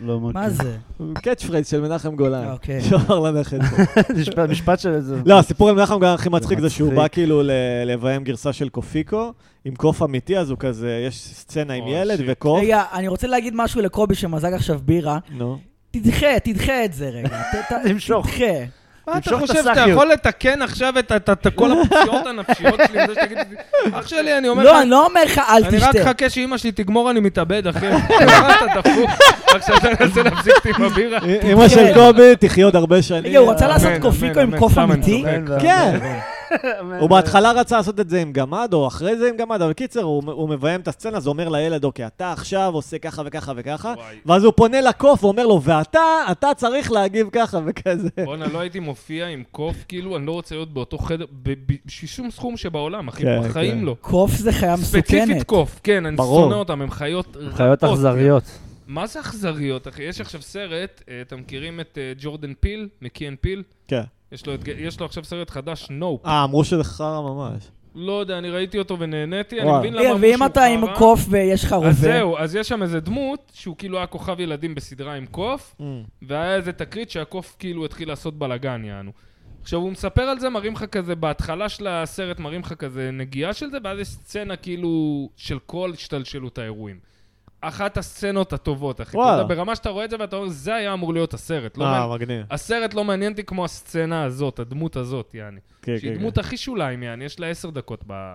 Speaker 4: לא מכיר.
Speaker 3: מה זה?
Speaker 2: קאץ' פרייז של מנחם גולן.
Speaker 3: אוקיי.
Speaker 2: שאמר לנכד שלו.
Speaker 4: משפט- משפט של... זה-
Speaker 2: לא, הסיפור על מנחם גולן הכי מצחיק זה שהוא
Speaker 4: מצחיק.
Speaker 2: בא כאילו ל- לביים גרסה של קופיקו, עם קוף אמיתי, אז הוא כזה, יש סצנה עם
Speaker 1: אוי,
Speaker 2: ילד
Speaker 1: שיט.
Speaker 2: וקוף.
Speaker 3: רגע, אני רוצה להגיד משהו לקובי שמזג עכשיו בירה.
Speaker 2: נו.
Speaker 3: תדחה, תדחה את זה רגע. ת- ת-
Speaker 4: תמשוך.
Speaker 3: תדחה.
Speaker 1: מה אתה
Speaker 4: למשוך את
Speaker 1: חושב, אתה
Speaker 4: הסאחיות.
Speaker 1: יכול לתקן עכשיו את- את את כל הפציעות הנפשיות שלי? עם זה שתגיד לי, אח שלי, אני אומר לך...
Speaker 3: לא, אני לא אומר לך אל
Speaker 1: אני רק
Speaker 3: תשתה.
Speaker 1: אחכה שאימא שלי תגמור, אני מתאבד, אחי. מה אתה דפוק? עכשיו אתה מנסה להפסיק אותי עם הבירה.
Speaker 2: אמא של קובי, תחי עוד הרבה שנים.
Speaker 3: רגע, הוא רצה
Speaker 1: אמן,
Speaker 3: לעשות
Speaker 1: אמן,
Speaker 3: קופיקו עם
Speaker 1: אמן,
Speaker 3: קוף
Speaker 1: סתם, אה, כן, אני
Speaker 3: אמיתי?
Speaker 1: צוחק.
Speaker 4: אמן ואמן.
Speaker 2: כן.
Speaker 4: אה.
Speaker 2: הוא בהתחלה רצה לעשות את זה עם גמד, או אחרי זה עם גמד, אבל קיצר, הוא הוא מביים את הסצנה, אז הוא אומר לילד, אוקיי, אתה עכשיו עושה ככה וככה וככה,
Speaker 1: וואי.
Speaker 2: ואז הוא פונה לקוף ואומר לו, ואתה, אתה צריך להגיב ככה וכזה.
Speaker 1: בואנה, לא הייתי מופיע עם קוף, כאילו, אני לא רוצה להיות באותו חדר, ב- ב- בשום סכום שבעולם, אחי,
Speaker 2: כן, כן.
Speaker 1: בחיים לא.
Speaker 3: קוף זה חיה
Speaker 1: ספציפית
Speaker 3: מסוכנת.
Speaker 1: קוף, כן, אני
Speaker 2: ברור.
Speaker 1: שונא אותם, הם חיות רעות.
Speaker 4: חיות אכזריות.
Speaker 1: מה זה אכזריות, אחי? יש עכשיו סרט, אה, אתם מכירים את אה, ג'ורדן פיל, מקיאן פיל?
Speaker 2: כן.
Speaker 1: יש לו, את, יש לו עכשיו סרט חדש, נופ.
Speaker 2: אה, אמרו שזה חרא ממש.
Speaker 1: לא יודע, אני ראיתי אותו ונהניתי, אני
Speaker 2: וואי.
Speaker 1: מבין למה
Speaker 3: אה,
Speaker 1: אמרו שהוא
Speaker 3: ואם אתה עם
Speaker 1: חרא.
Speaker 3: קוף ויש לך רובה...
Speaker 1: אז זהו, אז יש שם איזה דמות שהוא כאילו היה כוכב ילדים בסדרה עם קוף,
Speaker 2: Mm.
Speaker 1: והיה איזה תקרית שהקוף כאילו התחיל לעשות בלאגן, יענו. עכשיו, הוא מספר על זה, מראים לך כזה, בהתחלה של הסרט מראים לך כזה נגיעה של זה, ואז יש סצנה כאילו של כל השתלשלות האירועים. אחת הסצנות הטובות, אחי. אתה
Speaker 2: וואלה.
Speaker 1: יודע, ברמה שאתה רואה את זה ואתה אומר, זה היה אמור להיות הסרט. לא מעניין-
Speaker 2: אה, מגניב.
Speaker 1: הסרט לא מעניין אותי כמו הסצנה הזאת, הדמות הזאת, יעני.
Speaker 2: כן,
Speaker 1: שהיא
Speaker 2: כן,
Speaker 1: דמות הכי שוליים, יעני, יש לה עשר דקות ב-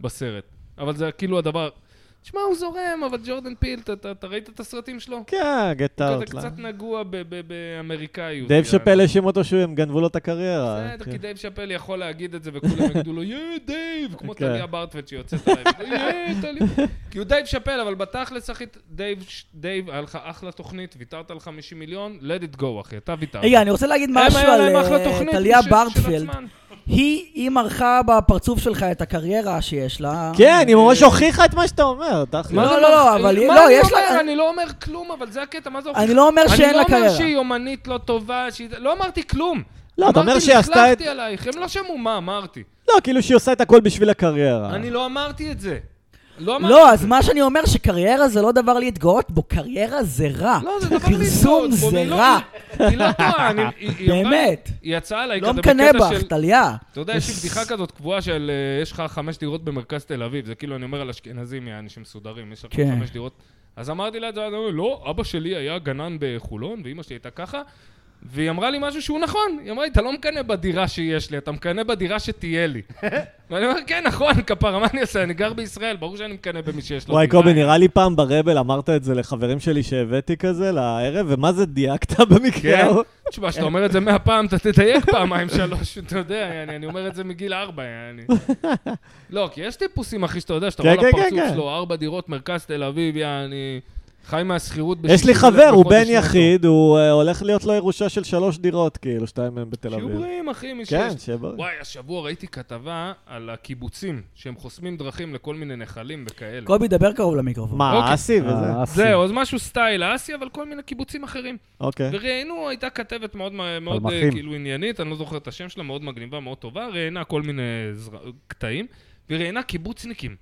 Speaker 1: בסרט. אבל זה כאילו הדבר... תשמע, הוא זורם, אבל ג'ורדן פיל, אתה- אתה אתה ראית את הסרטים שלו?
Speaker 2: כן. כן, גט
Speaker 1: הוא
Speaker 2: אאוט.
Speaker 1: כזה קצת נגוע ב- ב- באמריקאיות. יעני.
Speaker 2: דייב שאפל האשים אותו שהם גנבו לו את הקריירה.
Speaker 1: בסדר,
Speaker 2: כן.
Speaker 1: כי דייב שאפל יכול להגיד את זה, וכולם יגידו לו, יא דייב! כמו
Speaker 2: כן.
Speaker 1: טליה ברטפלד שיוצאת עליי, יא טליה. כי הוא דייב שאפל, אבל בתכלס, אחי, דייב, דייב, היה לך אחלה תוכנית, ויתרת על 50 מיליון, let it go, אחי, אתה ויתרת.
Speaker 3: רגע, אני רוצה להגיד
Speaker 1: הם,
Speaker 3: משהו
Speaker 1: היה
Speaker 3: על
Speaker 1: להם
Speaker 3: אה,
Speaker 1: אחלה תוכנית
Speaker 3: טליה
Speaker 1: של- של
Speaker 3: ברטפלד.
Speaker 1: עצמן.
Speaker 3: היא, היא מרחה בפרצוף שלך את הקריירה שיש לה.
Speaker 2: כן, היא ממש הוכיחה את מה שאתה אומר, תכל'ס.
Speaker 1: מה
Speaker 3: לא,
Speaker 1: זה
Speaker 3: לא,
Speaker 1: מרח-
Speaker 3: לא, אבל היא-
Speaker 1: מה
Speaker 3: לא,
Speaker 1: אני
Speaker 3: יש לה-
Speaker 1: אומר? אני לא אומר כלום, אבל זה הקטע, מה זה הופך?
Speaker 3: אני לא אומר שאין לה
Speaker 1: אני לא אומר
Speaker 3: קריירה.
Speaker 1: שהיא אומנית לא טובה, שהיא... לא אמרתי כלום.
Speaker 2: לא, אתה אומר שהיא עשתה
Speaker 1: אמרתי,
Speaker 2: את...
Speaker 1: לכלכתי עלייך, הם לא שמעו מה אמרתי.
Speaker 2: לא, כאילו שהיא עושה את הכל בשביל הקריירה.
Speaker 1: אני לא אמרתי את זה. לא אמרתי
Speaker 3: אה. לא,
Speaker 1: את
Speaker 3: אז
Speaker 1: זה.
Speaker 3: מה שאני אומר, שקריירה זה לא דבר להתגאות בו, קריירה זה רע.
Speaker 1: לא, זה דבר
Speaker 3: פרסום
Speaker 1: להתגאות בו,
Speaker 3: זה
Speaker 1: אני לא-
Speaker 3: רע.
Speaker 1: היא לא טועה, אני- היא- היא אמרה-
Speaker 3: באמת.
Speaker 1: היא יצאה עליי
Speaker 3: לא
Speaker 1: כזה
Speaker 3: מקנא
Speaker 1: בקטע
Speaker 3: בך,
Speaker 1: של...
Speaker 3: טליה.
Speaker 1: אתה יודע, יש לי בדיחה כזאת קבועה של אה, יש לך חמש דירות במרכז תל אביב, זה כאילו אני אומר על אשכנזים, יעני, שמסודרים, יש לך
Speaker 3: כן.
Speaker 1: חמש דירות. אז אמרתי לה את זה, אז אמרו לי, לא, אבא שלי היה גנן בחולון, ואימא שלי הייתה ככה, והיא אמרה לי משהו שהוא נכון, היא אמרה לי, אתה לא מקנא בדירה שיש לי, אתה מקנא בדירה שתהיה לי. ואני אומר, כן, נכון, כפרה, מה אני עושה? אני גר בישראל, ברור שאני מקנא במי שיש לו
Speaker 2: וואי,
Speaker 1: דירה."
Speaker 2: קובי, נראה לי פעם ברבל אמרת את זה לחברים שלי שהבאתי כזה לערב, ומה זה דייקת במקרה
Speaker 1: כן?
Speaker 2: ההוא?
Speaker 1: תשמע, כשאתה אומר את זה מאה פעם, אתה תדייק פעמיים שלוש, אתה יודע, אני, אני אומר את זה מגיל ארבע, אני... לא, כי יש טיפוסים, אחי, שאתה יודע, שאתה
Speaker 2: כן,
Speaker 1: רואה
Speaker 2: כן, כן,
Speaker 1: לפרצוף
Speaker 2: כן.
Speaker 1: שלו, ארבע דירות, מרכז תל אביב, יעני... חי מהשכירות
Speaker 2: יש לי
Speaker 1: בשישים אלף
Speaker 2: חבר, הוא
Speaker 1: בחודש
Speaker 2: בן
Speaker 1: נטו.
Speaker 2: יחיד, הוא אה, הולך להיות לו ירושה של שלוש דירות, כאילו, שתיים מהם בתל
Speaker 1: שיהיו
Speaker 2: אביב.
Speaker 1: בריאים, אחי, מי שיש.
Speaker 2: כן, שיהיה בריא.
Speaker 1: וואי, השבוע ראיתי כתבה על הקיבוצים, שהם חוסמים דרכים לכל מיני נחלים וכאלה.
Speaker 3: קובי, דבר קרוב למיקרופון.
Speaker 1: אוקיי.
Speaker 2: מה, אסי וזה?
Speaker 4: אה, אסי.
Speaker 1: זהו, אז משהו סטייל אסי, אבל כל מיני קיבוצים אחרים.
Speaker 2: אוקיי.
Speaker 1: וראיינו, הייתה כתבת מאוד, מאוד
Speaker 4: פלמחים.
Speaker 1: אה, כאילו עניינית, אני לא זוכר את השם שלה, מאוד מגניבה, מאוד טובה, ראיינה כל מיני זר... קטעים, וראיינה קיבוצניקים.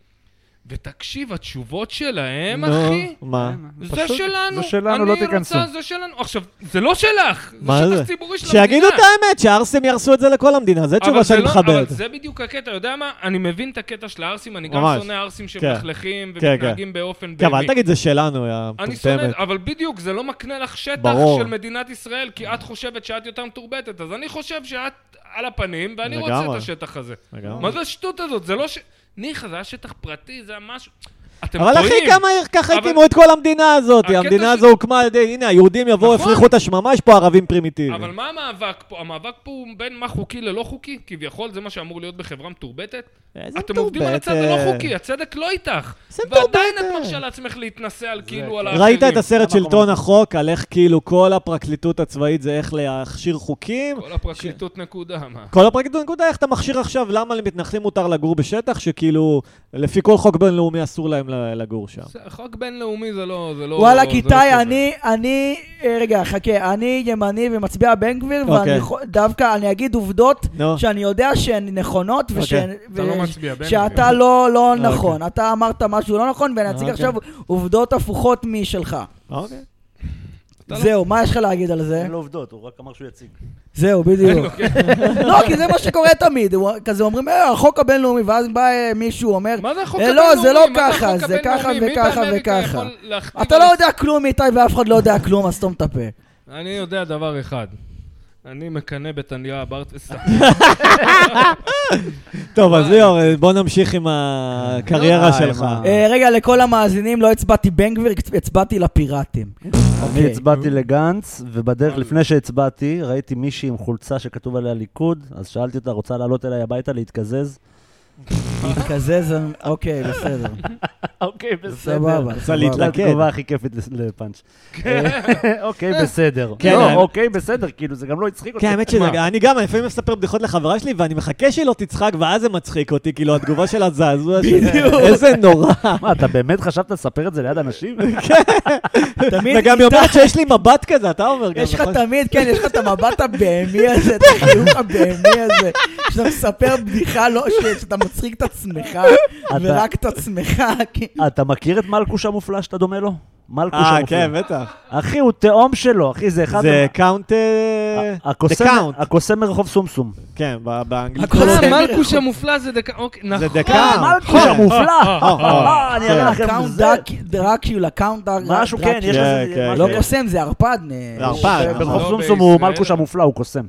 Speaker 1: ותקשיב, התשובות שלהם,
Speaker 2: נו,
Speaker 1: אחי,
Speaker 2: מה?
Speaker 1: זה
Speaker 4: פשוט,
Speaker 1: שלנו.
Speaker 4: זה שלנו,
Speaker 1: אני
Speaker 4: לא תיכנסו.
Speaker 1: רוצה, זה שלנו. עכשיו, זה לא שלך, זה
Speaker 2: מה
Speaker 1: שטח
Speaker 2: זה?
Speaker 1: ציבורי של המדינה.
Speaker 2: שיגידו את האמת, שהערסים יהרסו את זה לכל המדינה, זו
Speaker 1: אבל
Speaker 2: תשובה
Speaker 1: זה
Speaker 2: שאני
Speaker 1: לא-
Speaker 2: מכבד.
Speaker 1: אבל זה בדיוק הקטע, יודע מה? אני מבין את הקטע של הערסים, אני גם
Speaker 2: ממש.
Speaker 1: שונא ערסים
Speaker 2: כן.
Speaker 1: שמלכלכים
Speaker 2: כן.
Speaker 1: ומתנהגים באופן
Speaker 2: כן, אבל
Speaker 1: בהמי.
Speaker 2: אל תגיד זה שלנו, יא
Speaker 1: אני שונא,
Speaker 2: מטומטמת.
Speaker 1: אבל בדיוק, זה לא מקנה לך שטח
Speaker 2: ברור.
Speaker 1: של מדינת ישראל, כי את חושבת שאת יותר מתורבתת, אז אני חושב שאת על הפנים, ואני רוצה את
Speaker 2: לגמרי.
Speaker 1: השטח הזה.
Speaker 2: לגמרי.
Speaker 1: מה זה השטות הזאת? זה לא ש... ניחא, זה היה שטח פרטי, זה היה משהו... אתם טועים.
Speaker 2: אבל אחי, כמה ככה
Speaker 1: אבל-
Speaker 2: הקימו את כל המדינה הזאת,
Speaker 1: הקטע
Speaker 2: המדינה
Speaker 1: ש-
Speaker 2: הזו הוקמה על ידי, הנה, היהודים יבואו,
Speaker 1: נכון.
Speaker 2: יפריחו את השממה, יש פה ערבים פרימיטיביים.
Speaker 1: אבל מה המאבק פה? המאבק פה הוא בין מה חוקי ללא חוקי? כביכול זה מה שאמור להיות בחברה מתורבתת?
Speaker 2: איזה
Speaker 1: אתם עובדים על הצד הלא
Speaker 2: מטורבתת.
Speaker 1: חוקי, הצדק לא איתך.
Speaker 2: איזה
Speaker 1: ועדיין את
Speaker 2: מטורבתת.
Speaker 1: מרשה לעצמך להתנסה על כאילו
Speaker 4: כן.
Speaker 1: על האחרים.
Speaker 2: ראית את הסרט
Speaker 4: למה
Speaker 2: שלטון
Speaker 4: אנחנו-
Speaker 2: החוק, על איך כאילו כל הפרקליטות הצבאית זה איך להכשיר חוקים?
Speaker 1: כל הפרקליטות נקודה, מה?
Speaker 2: כל הפרקליטות, נקודה, איך אתה מכשיר עכשיו, למה למתנחלים מותר לגור בשטח שכאילו, לפי כל חוק בינלאומי אסור להם ל- לגור שם.
Speaker 1: זה- חוק בינלאומי זה לא... זה לא-
Speaker 3: וואלה,
Speaker 1: זה לא
Speaker 3: גיטאי,
Speaker 1: קובע.
Speaker 3: אני, אני, אה, רגע, חכה, אני ימני ומצביע בן גביר, ואני
Speaker 2: אוקיי.
Speaker 3: חו- דווקא, אני אגיד עובדות
Speaker 2: נו.
Speaker 3: שאני יודע שהן נכונות, ושהן...
Speaker 1: אתה לא מצביע, בן
Speaker 3: שאתה
Speaker 1: גביר.
Speaker 3: לא, לא
Speaker 2: אוקיי.
Speaker 3: נכון, אתה אמרת משהו לא נכון, ואני אציג
Speaker 2: אוקיי.
Speaker 3: עכשיו עובדות הפוכות משלך.
Speaker 2: אוקיי.
Speaker 1: לא-
Speaker 3: זהו, מה יש לך להגיד על זה?
Speaker 4: אין לו לא עובדות, הוא רק אמר שהוא יציג.
Speaker 3: זהו, בדיוק. לא, כי זה מה שקורה תמיד, הוא- כזה אומרים, "אה, החוק הבינלאומי, ואז בא אה, מישהו, אומר,
Speaker 1: מה זה החוק
Speaker 3: אה,
Speaker 1: הבינלאומי?
Speaker 3: לא, זה לא
Speaker 1: מה
Speaker 3: ככה,
Speaker 1: החוק
Speaker 3: זה ככה
Speaker 1: הבינלאומי? מי
Speaker 3: וככה
Speaker 1: באמריקה
Speaker 3: וככה.
Speaker 1: יכול להכתיב
Speaker 3: אתה לא
Speaker 1: על-
Speaker 3: יודע כלום איתי ואף אחד לא יודע כלום, אז סתום את הפה.
Speaker 1: אני יודע דבר אחד. אני מקנא בטניה בארט... סתם.
Speaker 2: טוב, אז ליאור, בוא נמשיך עם הקריירה
Speaker 4: אה,
Speaker 2: שלך.
Speaker 4: עם ה-
Speaker 3: אה, רגע, לכל המאזינים, לא הצבעתי בן גביר, הצבעתי לפיראטים.
Speaker 4: אני
Speaker 2: אוקיי.
Speaker 4: הצבעתי לגנץ, ובדרך לפני שהצבעתי, ראיתי מישהי עם חולצה שכתוב עליה ליכוד, אז שאלתי אותה, רוצה לעלות אליי הביתה להתקזז?
Speaker 3: להתקזז, אוקיי, בסדר.
Speaker 4: אוקיי, בסדר.
Speaker 3: סבבה.
Speaker 2: רוצה
Speaker 3: סבבה.
Speaker 4: זו
Speaker 2: להתלקט.
Speaker 4: התגובה הכי כיפית לס- לפאנץ'. אוקיי, בסדר.
Speaker 2: כן,
Speaker 4: לא,
Speaker 2: האמת-
Speaker 4: אוקיי, בסדר, כאילו, זה גם לא הצחיק אותי.
Speaker 2: כן, האמת שזה, אני גם, לפעמים מספר בדיחות לחברה שלי, ואני מחכה שהיא לא תצחק, ואז זה מצחיק אותי, כאילו, התגובה שלה זעזוע שלי.
Speaker 3: בדיוק.
Speaker 2: איזה נורא.
Speaker 4: מה, אתה באמת חשבת לספר את זה ליד אנשים?
Speaker 3: תמיד
Speaker 2: וגם היא
Speaker 3: איתך-
Speaker 2: אומרת שיש לי מבט כזה, אתה אומר גם,
Speaker 3: יש לך
Speaker 2: נכון?
Speaker 3: תמיד, כן, יש לך את המבט הבהמי הזה, את החיוך הבהמי הזה, שאתה מספר בדיחה, לא, ש- שאתה מצחיק את עצמך, ורק את עצמך, כי...
Speaker 4: אתה מכיר את מלכוש המופלא שאתה דומה לו? מלכוש
Speaker 2: אה,
Speaker 4: המופלא.
Speaker 2: כן, בטח.
Speaker 4: אחי, הוא תאום שלו, אחי, זה אחד...
Speaker 2: זה
Speaker 4: מה-
Speaker 2: קאונט...
Speaker 4: ה-
Speaker 2: זה
Speaker 4: הקוסם-
Speaker 2: קאונט,
Speaker 4: הקוסם מרחוב סומסום.
Speaker 2: כן, ב- באנגלית.
Speaker 3: הכל-
Speaker 1: אה, מלכוש המופלא זה דקה, אוקיי, נכון.
Speaker 2: זה
Speaker 4: אה,
Speaker 2: דקאונט.
Speaker 4: מלכוש המופלא! אה, אני אראה לכם
Speaker 3: קאונט
Speaker 4: זה.
Speaker 3: דרקיולה, קאונט דרקיולה.
Speaker 4: משהו, כן, יש
Speaker 2: כן,
Speaker 4: לזה...
Speaker 2: כן, נכון.
Speaker 4: משהו-
Speaker 3: לא קוסם, זה ערפד. נה.
Speaker 2: זה ערפד,
Speaker 3: הוא-
Speaker 4: ברחוב
Speaker 1: לא
Speaker 4: סומסום הוא
Speaker 1: בישראל.
Speaker 4: מלכוש המופלא, הוא קוסם.